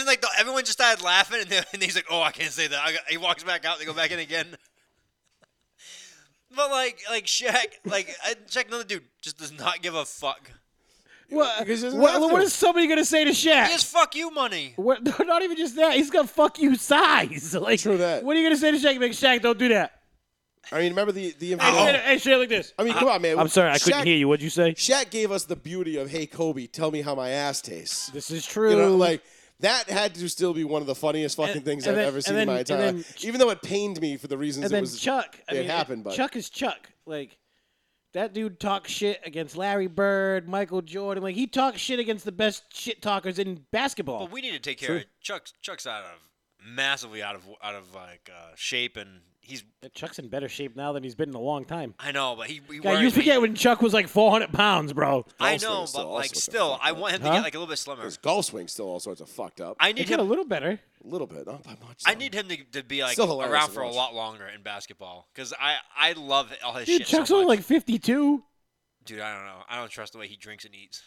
Speaker 4: then like the, everyone just started laughing, and, then, and he's like, "Oh, I can't say that." I got, he walks back out. They go back in again. But like, like Shaq, like I- Shaq, another dude just does not give a fuck.
Speaker 5: What,
Speaker 4: doesn't
Speaker 5: what-
Speaker 4: have
Speaker 5: what
Speaker 4: to.
Speaker 5: is somebody gonna say to
Speaker 4: He has
Speaker 5: Shaq?
Speaker 4: fuck you money.
Speaker 5: What, not even just that. He's gonna fuck you size. Like, True that. What are you gonna say to Shaq? Make Shaq don't do that.
Speaker 1: I mean, remember the the
Speaker 5: Hey,
Speaker 1: information.
Speaker 5: say- hey, say it like this.
Speaker 1: I mean, come on, man.
Speaker 5: I'm sorry, I couldn't
Speaker 1: Shaq-
Speaker 5: hear you. What'd you say?
Speaker 1: Shaq gave us the beauty of, "Hey Kobe, tell me how my ass tastes."
Speaker 5: This is true.
Speaker 1: You know, like that had to still be one of the funniest fucking things
Speaker 5: and
Speaker 1: I've
Speaker 5: then-
Speaker 1: ever
Speaker 5: and
Speaker 1: seen in
Speaker 5: then-
Speaker 1: my
Speaker 5: and
Speaker 1: entire
Speaker 5: then-
Speaker 1: life. Even though it pained me for the reasons
Speaker 5: and
Speaker 1: it
Speaker 5: then
Speaker 1: was
Speaker 5: Chuck. I
Speaker 1: it
Speaker 5: mean,
Speaker 1: happened, but
Speaker 5: Chuck is Chuck. Like that dude talks shit against Larry Bird, Michael Jordan. Like he talks shit against the best shit talkers in basketball.
Speaker 4: But we need to take care
Speaker 5: True.
Speaker 4: of Chuck's. Chuck's out of massively out of out of like uh, shape, and he's.
Speaker 5: Chuck's in better shape now than he's been in a long time.
Speaker 4: I know, but he. he
Speaker 5: God,
Speaker 4: worries
Speaker 5: you
Speaker 4: me.
Speaker 5: forget when Chuck was like 400 pounds, bro.
Speaker 4: I know, but like still, I want him to
Speaker 5: Huh?
Speaker 4: get like a little bit slimmer.
Speaker 1: his golf swing's still all sorts of fucked up.
Speaker 4: I need
Speaker 5: He got a
Speaker 4: him.
Speaker 5: little better.
Speaker 1: A little bit, not by much.
Speaker 4: I need him to, to be like
Speaker 1: Still hilarious
Speaker 4: around
Speaker 1: to
Speaker 4: for a
Speaker 1: watch.
Speaker 4: lot longer in basketball because I I love all his
Speaker 5: Dude,
Speaker 4: shit.
Speaker 5: Chuck's
Speaker 4: so
Speaker 5: only
Speaker 4: much.
Speaker 5: like 52.
Speaker 4: dude, I don't know. I don't trust the way he drinks and eats.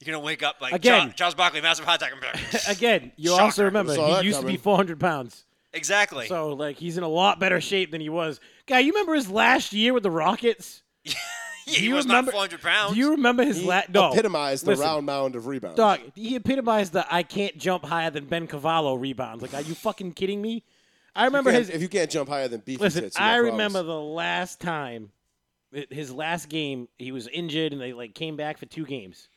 Speaker 4: You're gonna wake up like
Speaker 5: Again.
Speaker 4: Again. Charles Barkley, massive heart attack. and be like,
Speaker 5: Again, you also remember
Speaker 4: Saw that
Speaker 5: he used to
Speaker 4: coming.
Speaker 5: be 400 pounds.
Speaker 4: exactly.
Speaker 5: So like he's in a lot better shape than he was. Guy, you remember his last year with the Rockets?
Speaker 4: yeah, he
Speaker 5: you
Speaker 4: was
Speaker 5: remember-
Speaker 4: not 400 pounds.
Speaker 5: Do you remember his
Speaker 1: He
Speaker 5: last? No,
Speaker 1: epitomized the
Speaker 5: Listen,
Speaker 1: round mound of rebounds.
Speaker 5: Dog, he epitomized the "I can't jump higher than Ben Cavallo" rebounds. Like, are you fucking kidding me? I remember
Speaker 1: If you
Speaker 5: his.
Speaker 1: can't- if you can't jump higher than beefy
Speaker 5: Listen,
Speaker 1: tits, you got
Speaker 5: I
Speaker 1: problems.
Speaker 5: remember the last time, i- his last game, he was injured, and they like came back for two games,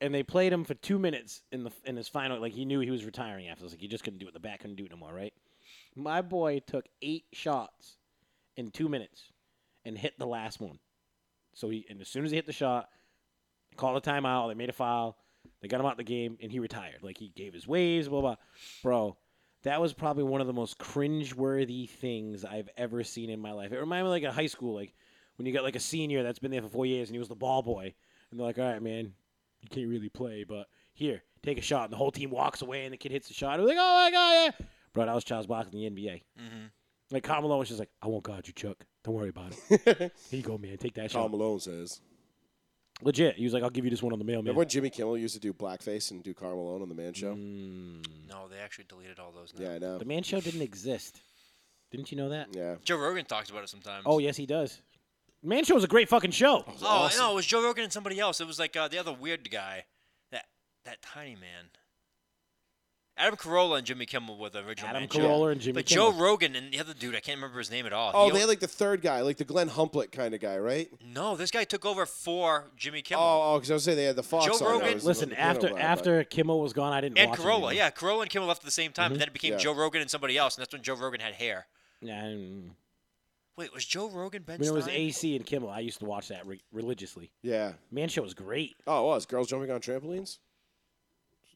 Speaker 5: and they played him for two minutes in the in his final. Like he knew he was retiring after this. Like he just couldn't do it. The back couldn't do it no more. Right? My boy took eight shots in two minutes, and hit the last one. So he, and as soon as he hit the shot, they called a timeout. They made a foul. They got him out the game, and he retired. Like he gave his waves, blah blah. Bro, that was probably one of the most cringeworthy things I've ever seen in my life. It reminded me like a high school, like when you got like a senior that's been there for four years and he was the ball boy, and they're like, "All right, man, you can't really play, but here, take a shot." And the whole team walks away, and the kid hits the shot. It was like, "Oh my god, yeah!" Bro, that was Charles Barkley in the NBA.
Speaker 4: Mhm.
Speaker 5: Like Carmelo was just like, "I won't guard you, Chuck. Don't worry about it. here you go, man. Take that
Speaker 1: Tom
Speaker 5: shot."
Speaker 1: Malone says.
Speaker 5: Legit, he was like, "I'll give you this one on the mail, man."
Speaker 1: Remember when Jimmy Kimmel used to do blackface and do Karl Malone on the Man Show?
Speaker 4: Mm. no, they actually deleted all those. Now.
Speaker 1: Yeah, I know.
Speaker 5: The Man Show didn't exist. Didn't you know that?
Speaker 1: Yeah.
Speaker 4: Joe Rogan talks about it sometimes.
Speaker 5: Oh yes, he does. Man Show is a great fucking show.
Speaker 4: Oh no, it was Joe Rogan and somebody else. It was like uh, the other weird guy, that that tiny man. Adam Carolla and Jimmy Kimmel were the original.
Speaker 5: Adam
Speaker 4: Man
Speaker 5: Carolla
Speaker 4: Show.
Speaker 5: and Jimmy
Speaker 4: But
Speaker 5: Kimmel.
Speaker 4: Joe Rogan and the other dude, I can't remember his name at all.
Speaker 1: Oh,
Speaker 4: He-
Speaker 1: they had like the third guy, like the Glenn Humplett kind of guy, right?
Speaker 4: no, this guy took over for Jimmy Kimmel.
Speaker 1: Oh, because I was saying they had the Fox.
Speaker 4: Joe
Speaker 1: on that
Speaker 4: Rogan-
Speaker 1: was
Speaker 5: Listen,
Speaker 1: the piano
Speaker 5: after
Speaker 1: guy, but-
Speaker 5: after Kimmel was gone, I didn't
Speaker 4: and
Speaker 5: watch it
Speaker 4: Carolla,
Speaker 5: anymore.
Speaker 4: yeah, Carolla and Kimmel left at the same time,
Speaker 5: Mm-hmm.
Speaker 4: but then it became
Speaker 1: Yeah.
Speaker 4: Joe Rogan and somebody else, and that's when Joe Rogan had hair.
Speaker 5: Yeah, I didn't-
Speaker 4: Wait, was Joe Rogan Ben
Speaker 5: when it was
Speaker 4: Stein?
Speaker 5: AC and Kimmel, I used to watch that re- religiously.
Speaker 1: Yeah.
Speaker 5: Man Show was great.
Speaker 1: Oh, it was girls jumping on trampolines.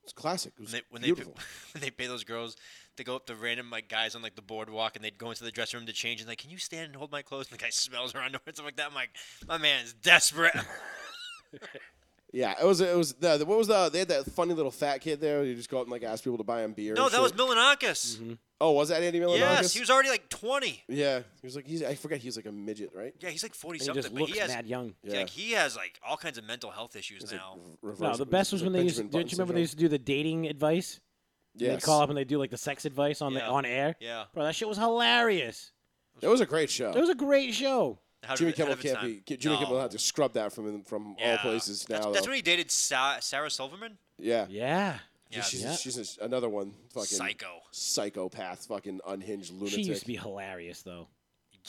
Speaker 1: It's classic. It was
Speaker 4: when they when they,
Speaker 1: beautiful.
Speaker 4: pay, when they pay those girls to go up to random like guys on like the boardwalk and they'd go into the dressing room to change and like, can you stand and hold my clothes? And the guy smells her underwear and stuff like that. I'm like, my man is desperate.
Speaker 1: yeah, it was. It was the, the- what was the? They had that funny little fat kid there. You just go out and like ask people to buy him beer.
Speaker 4: no,
Speaker 1: and
Speaker 4: that
Speaker 1: shit.
Speaker 4: was Milanakis.
Speaker 1: Oh, was that Andy Milanakis?
Speaker 4: Yes, he was already like 20.
Speaker 1: Yeah, he was like he's. I forget he was like a midget, right?
Speaker 4: Yeah, he's like 40
Speaker 5: And he
Speaker 4: something.
Speaker 5: just
Speaker 4: but
Speaker 5: looks
Speaker 4: he has,
Speaker 5: mad young.
Speaker 4: yeah, like, he has like all kinds of mental health issues
Speaker 1: like
Speaker 4: now.
Speaker 1: Reverse,
Speaker 5: No, the best was when they used. Don't you
Speaker 1: Benjamin
Speaker 5: remember they used
Speaker 1: Button
Speaker 5: to do the dating advice? And
Speaker 1: syndrome.
Speaker 5: They'd call up and they do like the sex advice on
Speaker 4: Yeah.
Speaker 5: the on air.
Speaker 4: Yeah.
Speaker 5: Bro, that shit was hilarious.
Speaker 1: Yes. It was a great show.
Speaker 5: It was a great show.
Speaker 4: How did
Speaker 1: Jimmy
Speaker 4: it- how
Speaker 1: Kimmel
Speaker 4: did it
Speaker 1: can't
Speaker 4: time?
Speaker 1: be. Jimmy
Speaker 4: No.
Speaker 1: Kimmel had to scrub that from from all
Speaker 4: Yeah.
Speaker 1: places now.
Speaker 4: That's,
Speaker 1: though.
Speaker 4: that's when he dated Sa- Sarah Silverman.
Speaker 1: yeah.
Speaker 5: Yeah.
Speaker 4: Yeah,
Speaker 1: she's
Speaker 5: yeah.
Speaker 1: she's a, another one. Fucking
Speaker 4: Psycho.
Speaker 1: psychopath, fucking unhinged lunatic,
Speaker 5: She used to be hilarious though.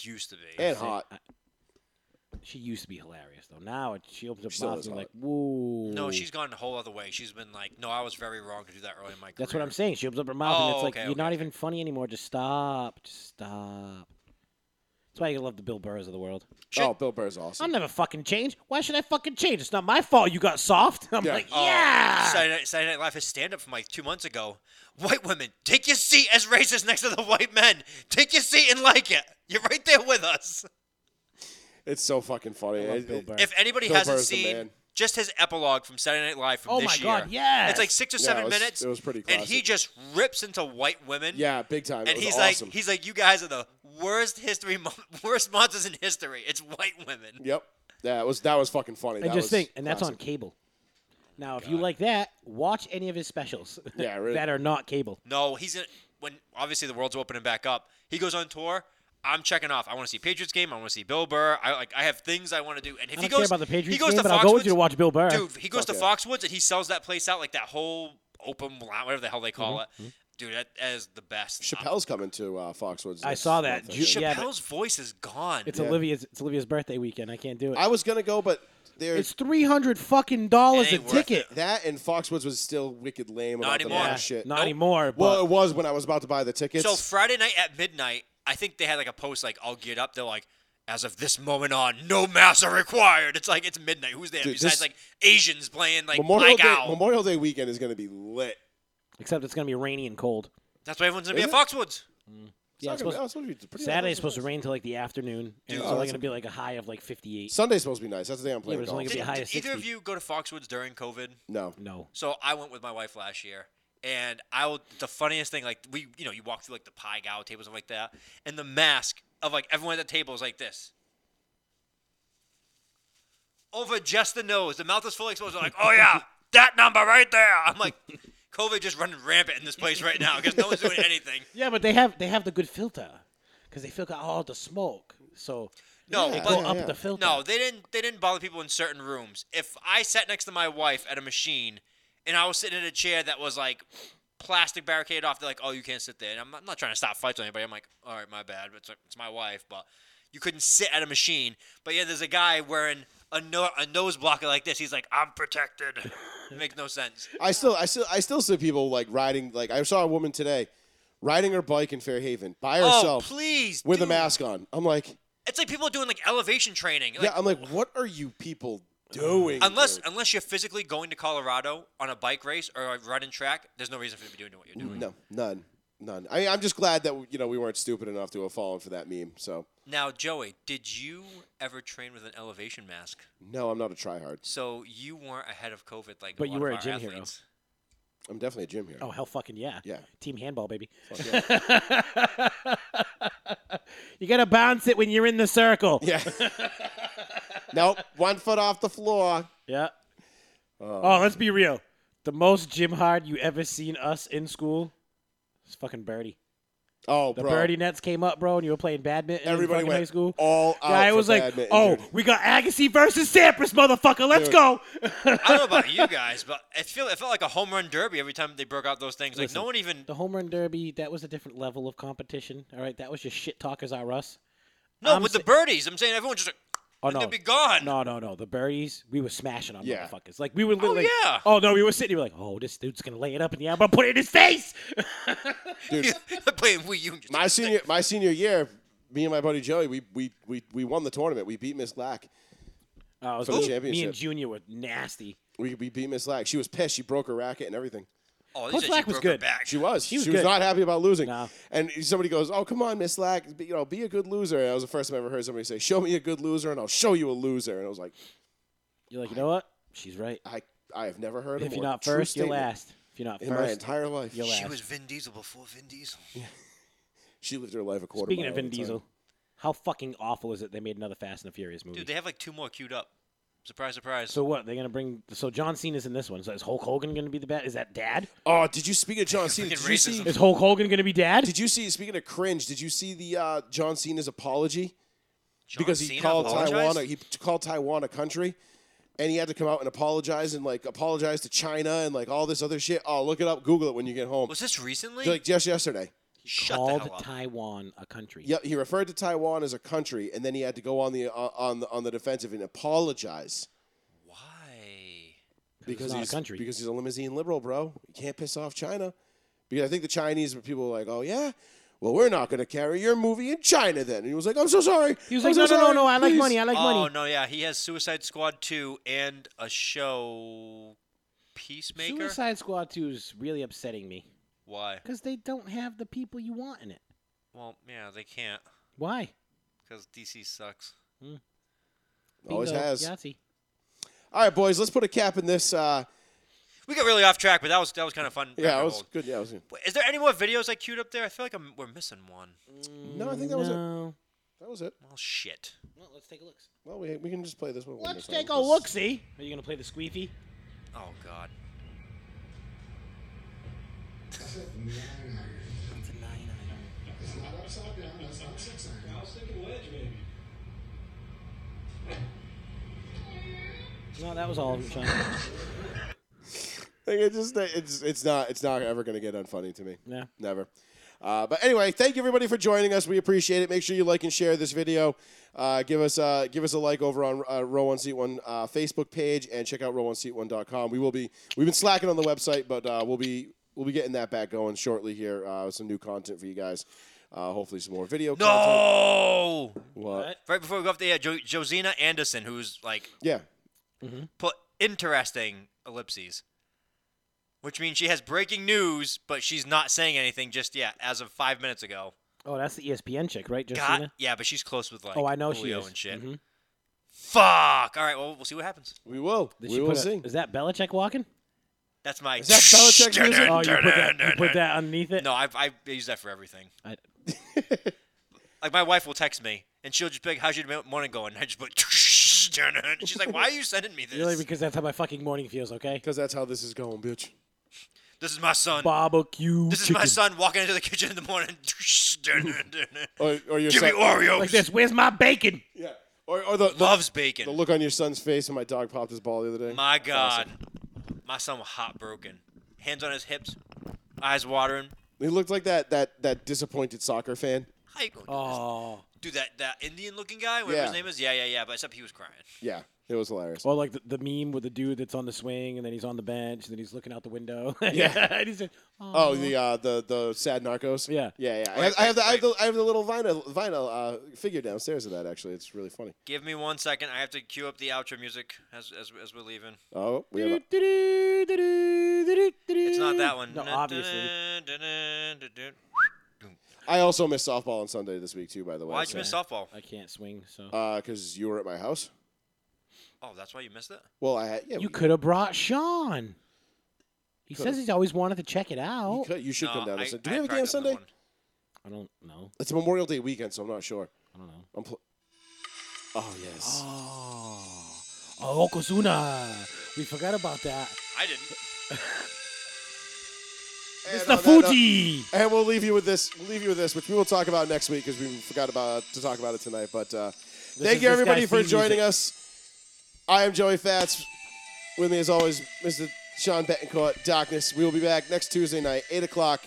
Speaker 4: Used to be.
Speaker 1: and hot.
Speaker 5: She used to be hilarious though. Now it, she opens
Speaker 1: She
Speaker 5: her
Speaker 1: still
Speaker 5: mouth
Speaker 1: is
Speaker 5: and I'm
Speaker 1: hot.
Speaker 5: like, whoa.
Speaker 4: No, she's gone a whole other way. She's been like, no, I was very wrong to do that early in my career.
Speaker 5: That's what I'm saying. She opens up her mouth and
Speaker 4: Oh,
Speaker 5: it's like
Speaker 4: okay,
Speaker 5: you're
Speaker 4: okay,
Speaker 5: not even funny anymore. Just stop. Just stop. That's why you love the Bill Burrs of the world.
Speaker 1: Oh, Bill Burr's awesome.
Speaker 5: I'll never fucking change. Why should I fucking change? It's not my fault you got soft. I'm like,
Speaker 4: Oh,
Speaker 5: yeah.
Speaker 4: Saturday Night, Saturday Night Live, his stand up from like two months ago. White women, take your seat as racist next to the white men. Take your seat and like it. You're right there with us.
Speaker 1: It's so fucking funny. It- it-
Speaker 4: If anybody
Speaker 1: Bill
Speaker 4: hasn't
Speaker 1: Burr's the
Speaker 4: seen
Speaker 1: man.
Speaker 4: just his epilogue from Saturday Night Live from
Speaker 5: Oh
Speaker 4: this
Speaker 5: my
Speaker 4: year,
Speaker 5: God, yes.
Speaker 4: it's like six or
Speaker 1: Yeah,
Speaker 4: seven
Speaker 1: it was-
Speaker 4: minutes.
Speaker 1: it was pretty
Speaker 4: And he
Speaker 1: classic.
Speaker 4: just rips into white women.
Speaker 1: yeah, big time.
Speaker 4: And
Speaker 1: it was
Speaker 4: he's
Speaker 1: awesome.
Speaker 4: like, he's like, you guys are the worst history, mon- worst monsters in history. It's white women.
Speaker 1: yep. Yeah, it was that was fucking funny.
Speaker 5: And
Speaker 1: That
Speaker 5: just
Speaker 1: was
Speaker 5: think, and that's on
Speaker 1: classic.
Speaker 5: cable. Now, if you like that, watch any of his specials.
Speaker 1: Yeah, really.
Speaker 5: that are not cable.
Speaker 4: No, he's in, when obviously the world's opening back up. He goes on tour. I'm checking off. I want to see Patriots game. I want to see Bill Burr. I like. I have things I want to do. And if
Speaker 5: I
Speaker 4: he
Speaker 5: don't
Speaker 4: goes,
Speaker 5: care about the
Speaker 4: he
Speaker 5: Patriots
Speaker 4: goes
Speaker 5: game,
Speaker 4: to
Speaker 5: but I'll go with
Speaker 4: Foxwoods-
Speaker 5: you to watch Bill Burr.
Speaker 4: Dude, he goes
Speaker 1: Fuck
Speaker 4: to
Speaker 1: yeah.
Speaker 4: Foxwoods and he sells that place out like that whole open lot, whatever the hell they call
Speaker 5: Mm-hmm.
Speaker 4: it. Dude, that, that is the best.
Speaker 1: Chappelle's coming to uh, Foxwoods.
Speaker 5: I
Speaker 1: next
Speaker 5: saw that.
Speaker 1: month, I
Speaker 5: Ju-
Speaker 1: think.
Speaker 5: yeah, but-
Speaker 4: Chappelle's voice is gone.
Speaker 5: It's
Speaker 1: Yeah.
Speaker 5: Olivia's. It's Olivia's birthday weekend. I can't do it.
Speaker 1: I was gonna go, but
Speaker 5: it's
Speaker 1: there's
Speaker 5: three hundred fucking dollars
Speaker 4: It
Speaker 5: a
Speaker 4: ain't worth
Speaker 5: ticket.
Speaker 1: that and Foxwoods was still wicked lame
Speaker 4: Not
Speaker 1: about the
Speaker 4: anymore.
Speaker 1: amount
Speaker 5: Yeah,
Speaker 1: of shit.
Speaker 5: Not
Speaker 4: Nope.
Speaker 5: anymore. But
Speaker 1: well, it was when I was about to buy the tickets.
Speaker 4: so Friday night at midnight, I think they had like a post like all geared up. They're like, as of this moment on, no masks are required. It's like it's midnight. Who's there
Speaker 1: Dude,
Speaker 4: besides
Speaker 1: this-
Speaker 4: like Asians playing like
Speaker 1: Memorial
Speaker 4: Black
Speaker 1: Day,
Speaker 4: Owl?
Speaker 1: Memorial Day weekend is gonna be lit.
Speaker 5: except it's gonna be rainy and cold.
Speaker 4: That's why everyone's gonna
Speaker 1: Is
Speaker 4: be at Foxwoods.
Speaker 5: Yeah, it's
Speaker 1: It's not
Speaker 5: supposed,
Speaker 1: gonna be- oh, it's supposed to be pretty-
Speaker 5: Saturday's
Speaker 1: that's
Speaker 5: supposed to
Speaker 1: nice.
Speaker 5: rain till like the afternoon, and
Speaker 4: Dude.
Speaker 5: it's
Speaker 4: Oh,
Speaker 5: only
Speaker 1: that's
Speaker 5: gonna be like a high of like fifty-eight.
Speaker 1: Sunday's supposed to be nice. That's the day I'm playing
Speaker 5: but it's
Speaker 1: golf.
Speaker 5: only gonna be
Speaker 4: Did,
Speaker 5: high
Speaker 4: did
Speaker 5: as
Speaker 4: either of
Speaker 5: 60.
Speaker 4: you go to Foxwoods during COVID?
Speaker 1: no.
Speaker 5: No,
Speaker 4: So I went with my wife last year, and I will. The funniest thing, like we, you know, you walk through like the pie gal tables and like that, and the mask of like everyone at the table is like this. Over just the nose, the mouth is fully exposed. They're like, oh yeah, that number right there. I'm like, COVID just running rampant in this place right now because no one's doing anything.
Speaker 5: yeah, but they have they have the good filter because they filter all the smoke, so
Speaker 4: No,
Speaker 5: they
Speaker 1: Yeah.
Speaker 5: go
Speaker 4: but
Speaker 5: up
Speaker 1: yeah.
Speaker 5: the filter.
Speaker 4: No, they didn't. They didn't bother people in certain rooms. If I sat next to my wife at a machine, and I was sitting in a chair that was like plastic barricaded off, they're like, "Oh, you can't sit there." And I'm not, I'm not trying to stop fights with anybody. I'm like, "All right, my bad. It's, it's my wife." But you couldn't sit at a machine. But yeah, there's a guy wearing a, no, a nose blocker like this. He's like, "I'm protected." it makes no sense.
Speaker 1: I still, I still, I still see people like riding. Like I saw a woman today riding her bike in Fairhaven by
Speaker 4: Oh,
Speaker 1: herself
Speaker 4: please.
Speaker 1: with a
Speaker 4: dude.
Speaker 1: mask on. I'm like,
Speaker 4: It's like people doing like elevation training. Like,
Speaker 1: yeah. I'm like, what are you people doing?
Speaker 4: Unless
Speaker 1: dude?
Speaker 4: unless you're physically going to Colorado on a bike race or a running track, there's no reason for you to be doing what you're doing.
Speaker 1: no, none, none. I mean, I'm just glad that you know we weren't stupid enough to have fallen for that meme. So
Speaker 4: Now, Joey, did you ever train with an elevation mask?
Speaker 1: no, I'm not a tryhard.
Speaker 4: So you weren't ahead of COVID like
Speaker 5: But
Speaker 4: a
Speaker 5: you
Speaker 4: lot
Speaker 5: were
Speaker 4: of
Speaker 5: a
Speaker 4: our
Speaker 5: gym hero.
Speaker 4: athletes.
Speaker 1: I'm definitely a gym hero.
Speaker 5: Oh hell, fucking yeah.
Speaker 1: Yeah.
Speaker 5: Team handball, baby.
Speaker 1: Fuck yeah.
Speaker 5: you gotta bounce it when you're in the circle.
Speaker 1: Yeah. nope. One foot off the floor.
Speaker 5: Yeah.
Speaker 1: Um,
Speaker 5: oh, let's be real. The most gym hard you ever seen us in school is fucking birdie.
Speaker 1: Oh,
Speaker 5: The
Speaker 1: bro.
Speaker 5: birdie nets came up, bro, and you were playing badminton
Speaker 1: Everybody
Speaker 5: in fucking
Speaker 1: went
Speaker 5: high school.
Speaker 1: all out.
Speaker 5: Guy
Speaker 1: for
Speaker 5: was like,
Speaker 1: badminton,
Speaker 5: "Oh,
Speaker 1: dude.
Speaker 5: we got Agassi versus Sampras, motherfucker. Let's
Speaker 1: Dude.
Speaker 5: go."
Speaker 4: I don't know about you guys, but it feel it felt like a home run derby every time they broke out those things. Like
Speaker 5: Listen,
Speaker 4: no one even
Speaker 5: the home run derby, that was a different level of competition. All right, that was just shit talkers are us.
Speaker 4: no
Speaker 5: I'm
Speaker 4: with
Speaker 5: sa-
Speaker 4: the birdies. I'm saying everyone just like,
Speaker 5: Oh
Speaker 4: and
Speaker 5: no.
Speaker 4: they'd be gone.
Speaker 5: No, no, no. The birdies, we were smashing on
Speaker 1: Yeah.
Speaker 5: motherfuckers. Like we were literally
Speaker 4: yeah.
Speaker 5: Oh no, we were sitting here like, "Oh, this dude's going to lay it up in the air, but put it in his face."
Speaker 1: dude.
Speaker 4: playing Wii U. and just-
Speaker 1: my senior my senior year, me and my buddy Joey, we we we, we won the tournament. We beat Miss Black.
Speaker 5: Oh, it was
Speaker 1: For the
Speaker 5: me- Me
Speaker 1: championship.
Speaker 5: and Junior were nasty.
Speaker 1: We, we beat Miss Black. She was pissed. She broke her racket and everything.
Speaker 4: oh,
Speaker 5: Coach
Speaker 4: these
Speaker 5: Black was good.
Speaker 4: Back.
Speaker 1: She was. She
Speaker 5: was
Speaker 1: was,
Speaker 5: good.
Speaker 1: not happy about losing.
Speaker 5: No.
Speaker 1: And somebody goes, "Oh, come on, Miss Black, be, you know, be a good loser." And that was the first time I ever heard somebody say, "Show me a good loser, and I'll show you a loser." And I was like,
Speaker 5: You're like, you know what? She's right.
Speaker 1: I I have never heard of
Speaker 5: If you're not first, you're last. If you're not
Speaker 1: in my
Speaker 5: first,
Speaker 1: entire life.
Speaker 5: you're
Speaker 4: She
Speaker 5: last.
Speaker 4: was Vin Diesel before Vin Diesel.
Speaker 1: She lived her life a quarter.
Speaker 5: Speaking
Speaker 1: mile
Speaker 5: of
Speaker 1: at
Speaker 5: Vin
Speaker 1: a time.
Speaker 5: Diesel, how fucking awful is it they made another Fast and the Furious movie?
Speaker 4: Dude, they have like two more queued up. Surprise, surprise.
Speaker 5: so what? They're gonna bring? So John Cena's in this one. So is Hulk Hogan gonna be the bad? Is that dad?
Speaker 1: Oh, did you speak of John Cena?
Speaker 4: Fucking
Speaker 1: Did you see?
Speaker 4: racism.
Speaker 5: Is Hulk Hogan gonna be dad?
Speaker 1: Did you see? Speaking of cringe, did you see the uh, John Cena's apology?
Speaker 4: John
Speaker 1: because he
Speaker 4: Cena
Speaker 1: called
Speaker 4: apologized?
Speaker 1: Taiwan a, he called Taiwan a country, and he had to come out and apologize and like apologize to China and like all this other shit. Oh, look it up, Google it when you get home.
Speaker 4: Was this recently?
Speaker 1: Like just yesterday,
Speaker 4: Shut the
Speaker 5: Called
Speaker 4: hell up.
Speaker 5: Taiwan a country.
Speaker 1: yeah, he referred to Taiwan as a country, and then he had to go on the uh, on the, on the defensive and apologize
Speaker 4: Why?
Speaker 1: because
Speaker 5: not a
Speaker 1: he's
Speaker 5: country.
Speaker 1: because he's a limousine liberal, bro. You can't piss off China because I think the Chinese people are like, oh yeah. well, we're not going to carry your movie in China then. And he was like, I'm so sorry.
Speaker 5: He was
Speaker 1: I'm
Speaker 5: like,
Speaker 1: so
Speaker 5: "No, no, no,
Speaker 1: sorry,
Speaker 5: no, I like
Speaker 1: please."
Speaker 5: money, I like
Speaker 4: oh
Speaker 5: money.
Speaker 4: no, yeah, he has Suicide Squad two and a show, Peacemaker.
Speaker 5: Suicide Squad 2 is really upsetting me
Speaker 4: Why?
Speaker 5: because they don't have the people you want in it.
Speaker 4: Well, yeah, they can't
Speaker 5: Why?
Speaker 4: because DC sucks.
Speaker 1: Always
Speaker 5: Bingo.
Speaker 1: has.
Speaker 5: Yahtzee.
Speaker 1: All right, boys, let's put a cap in this. Uh,
Speaker 4: We got really off track, but that was that was kind of fun.
Speaker 1: yeah,
Speaker 4: Grab
Speaker 1: that
Speaker 4: your
Speaker 1: was
Speaker 4: hold.
Speaker 1: good. Yeah, that was good.
Speaker 4: Wait, Is there any more videos I queued up there? I feel like I'm, we're missing one.
Speaker 1: No, I think that was it.
Speaker 5: Mm, No.
Speaker 1: That was it.
Speaker 4: Well, shit.
Speaker 5: Well, let's take a look.
Speaker 1: Well, we, we can just play this one. one
Speaker 5: Let's
Speaker 1: more time.
Speaker 5: take a look. See, are you gonna play the squeefy?
Speaker 4: Oh god.
Speaker 7: It's not upside down, it's upside down. I was thinking wedge, baby.
Speaker 5: No, that was all of them. Sean.
Speaker 1: Like, it just it's it's not it's not ever gonna get unfunny to me.
Speaker 5: Yeah.
Speaker 1: Never. Uh, but anyway, thank you everybody for joining us. We appreciate it. Make sure you like and share this video. Uh, give us uh, give us a like over on uh, Row One Seat One uh, Facebook page and check out row1seat1.com. We will be we've been slacking on the website, but uh, we'll be we'll be getting that back going shortly here. Uh, with some new content for you guys. Uh, hopefully, some more video. Content.
Speaker 4: No.
Speaker 1: What?
Speaker 4: Right before we go off the air, jo- Josina Anderson, who's like
Speaker 1: Yeah.
Speaker 4: put interesting ellipses, which means she has breaking news, but she's not saying anything just yet, as of five minutes ago.
Speaker 5: Oh, that's the ESPN chick, right,
Speaker 4: God,
Speaker 5: Justina?
Speaker 4: yeah, but she's close with like
Speaker 5: oh, I know
Speaker 4: Julio
Speaker 5: she is.
Speaker 4: and shit.
Speaker 5: Mhm.
Speaker 4: Fuck. All right, well, we'll see what happens.
Speaker 1: We will.
Speaker 5: Did
Speaker 1: we
Speaker 5: she
Speaker 1: will
Speaker 5: put a-
Speaker 1: see.
Speaker 5: Is that Belichick walking?
Speaker 4: That's my.
Speaker 1: Is that Belichick music?
Speaker 5: Oh, you put that, you put that underneath it.
Speaker 4: No, I, I use that for everything.
Speaker 5: I-
Speaker 4: like my wife will text me, and she'll just be like, "How's your morning going?" And I just put. She's like, "Why are you sending me this?
Speaker 5: Really, because that's how my fucking morning feels. Okay.
Speaker 1: Because that's how this is going, bitch.
Speaker 4: this is my son.
Speaker 5: Barbecue.
Speaker 4: This is
Speaker 5: chicken.
Speaker 4: my son walking into the kitchen in the morning.
Speaker 1: Or, or your
Speaker 4: Give me
Speaker 1: son,
Speaker 4: Oreos.
Speaker 5: Like this. Where's my bacon?
Speaker 1: yeah. Or, or the, the
Speaker 4: Loves bacon.
Speaker 1: the look on your son's face when my dog popped his ball the other day.
Speaker 4: My
Speaker 1: It's
Speaker 4: God,
Speaker 1: awesome.
Speaker 4: my son was heartbroken. Hands on his hips, eyes watering.
Speaker 1: He looked like that that that disappointed soccer fan.
Speaker 4: How you gonna do this?
Speaker 5: Oh.
Speaker 4: Dude, that that Indian looking guy, whatever his
Speaker 1: Yeah.
Speaker 4: name is. Yeah, yeah, yeah. But except he was crying.
Speaker 1: Yeah, it was hilarious.
Speaker 5: Or like the, the meme with the dude that's on the swing and then he's on the bench and then he's looking out the window. yeah. and he's like,
Speaker 1: Oh, the uh, the the sad narcos.
Speaker 5: Yeah.
Speaker 1: yeah, yeah. I
Speaker 4: Wait,
Speaker 1: have, I have the I have
Speaker 4: wait,
Speaker 1: the I have the little vinyl vinyl uh, figure downstairs of that. Actually, it's really funny.
Speaker 4: Give me one second. I have to cue up the outro music as as, as we're leaving.
Speaker 1: Oh, we have a,
Speaker 4: It's
Speaker 5: It's
Speaker 4: not that one.
Speaker 5: No, obviously.
Speaker 1: I also missed softball on Sunday this week too. By the way,
Speaker 4: Why'd you miss softball?
Speaker 5: I can't swing, so.
Speaker 1: Because you were at my house.
Speaker 4: Oh, that's why you missed it.
Speaker 1: Well, I had yeah.
Speaker 5: you
Speaker 1: we-
Speaker 5: could have brought Sean. He
Speaker 1: Could.
Speaker 5: says he's always wanted to check it
Speaker 1: You,
Speaker 5: out.
Speaker 1: could, you should
Speaker 4: No,
Speaker 1: come down.
Speaker 4: I-
Speaker 1: and say, Do
Speaker 4: I
Speaker 1: we have a game
Speaker 4: practiced the
Speaker 1: Sunday?
Speaker 4: one.
Speaker 5: I don't know.
Speaker 1: It's a Memorial Day weekend, so I'm not sure.
Speaker 5: I don't know.
Speaker 1: I'm pl- oh yes.
Speaker 5: Oh, oh Yokozuna. We forgot about that.
Speaker 4: I didn't.
Speaker 1: And
Speaker 5: It's
Speaker 1: on
Speaker 5: the
Speaker 1: that note-
Speaker 5: Fuji.
Speaker 1: And we'll leave you with this. We'll leave you with this, which we will talk about next week because we forgot about to talk about it tonight. But uh, thank
Speaker 5: is
Speaker 1: you
Speaker 5: this
Speaker 1: everybody
Speaker 5: guy's
Speaker 1: for
Speaker 5: theme
Speaker 1: joining
Speaker 5: music.
Speaker 1: us. I am Joey Fats. With me as always, Mr. Sean Betancourt. Darkness. We will be back next Tuesday night, eight o'clock,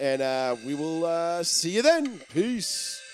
Speaker 1: and uh, we will uh, see you then. Peace.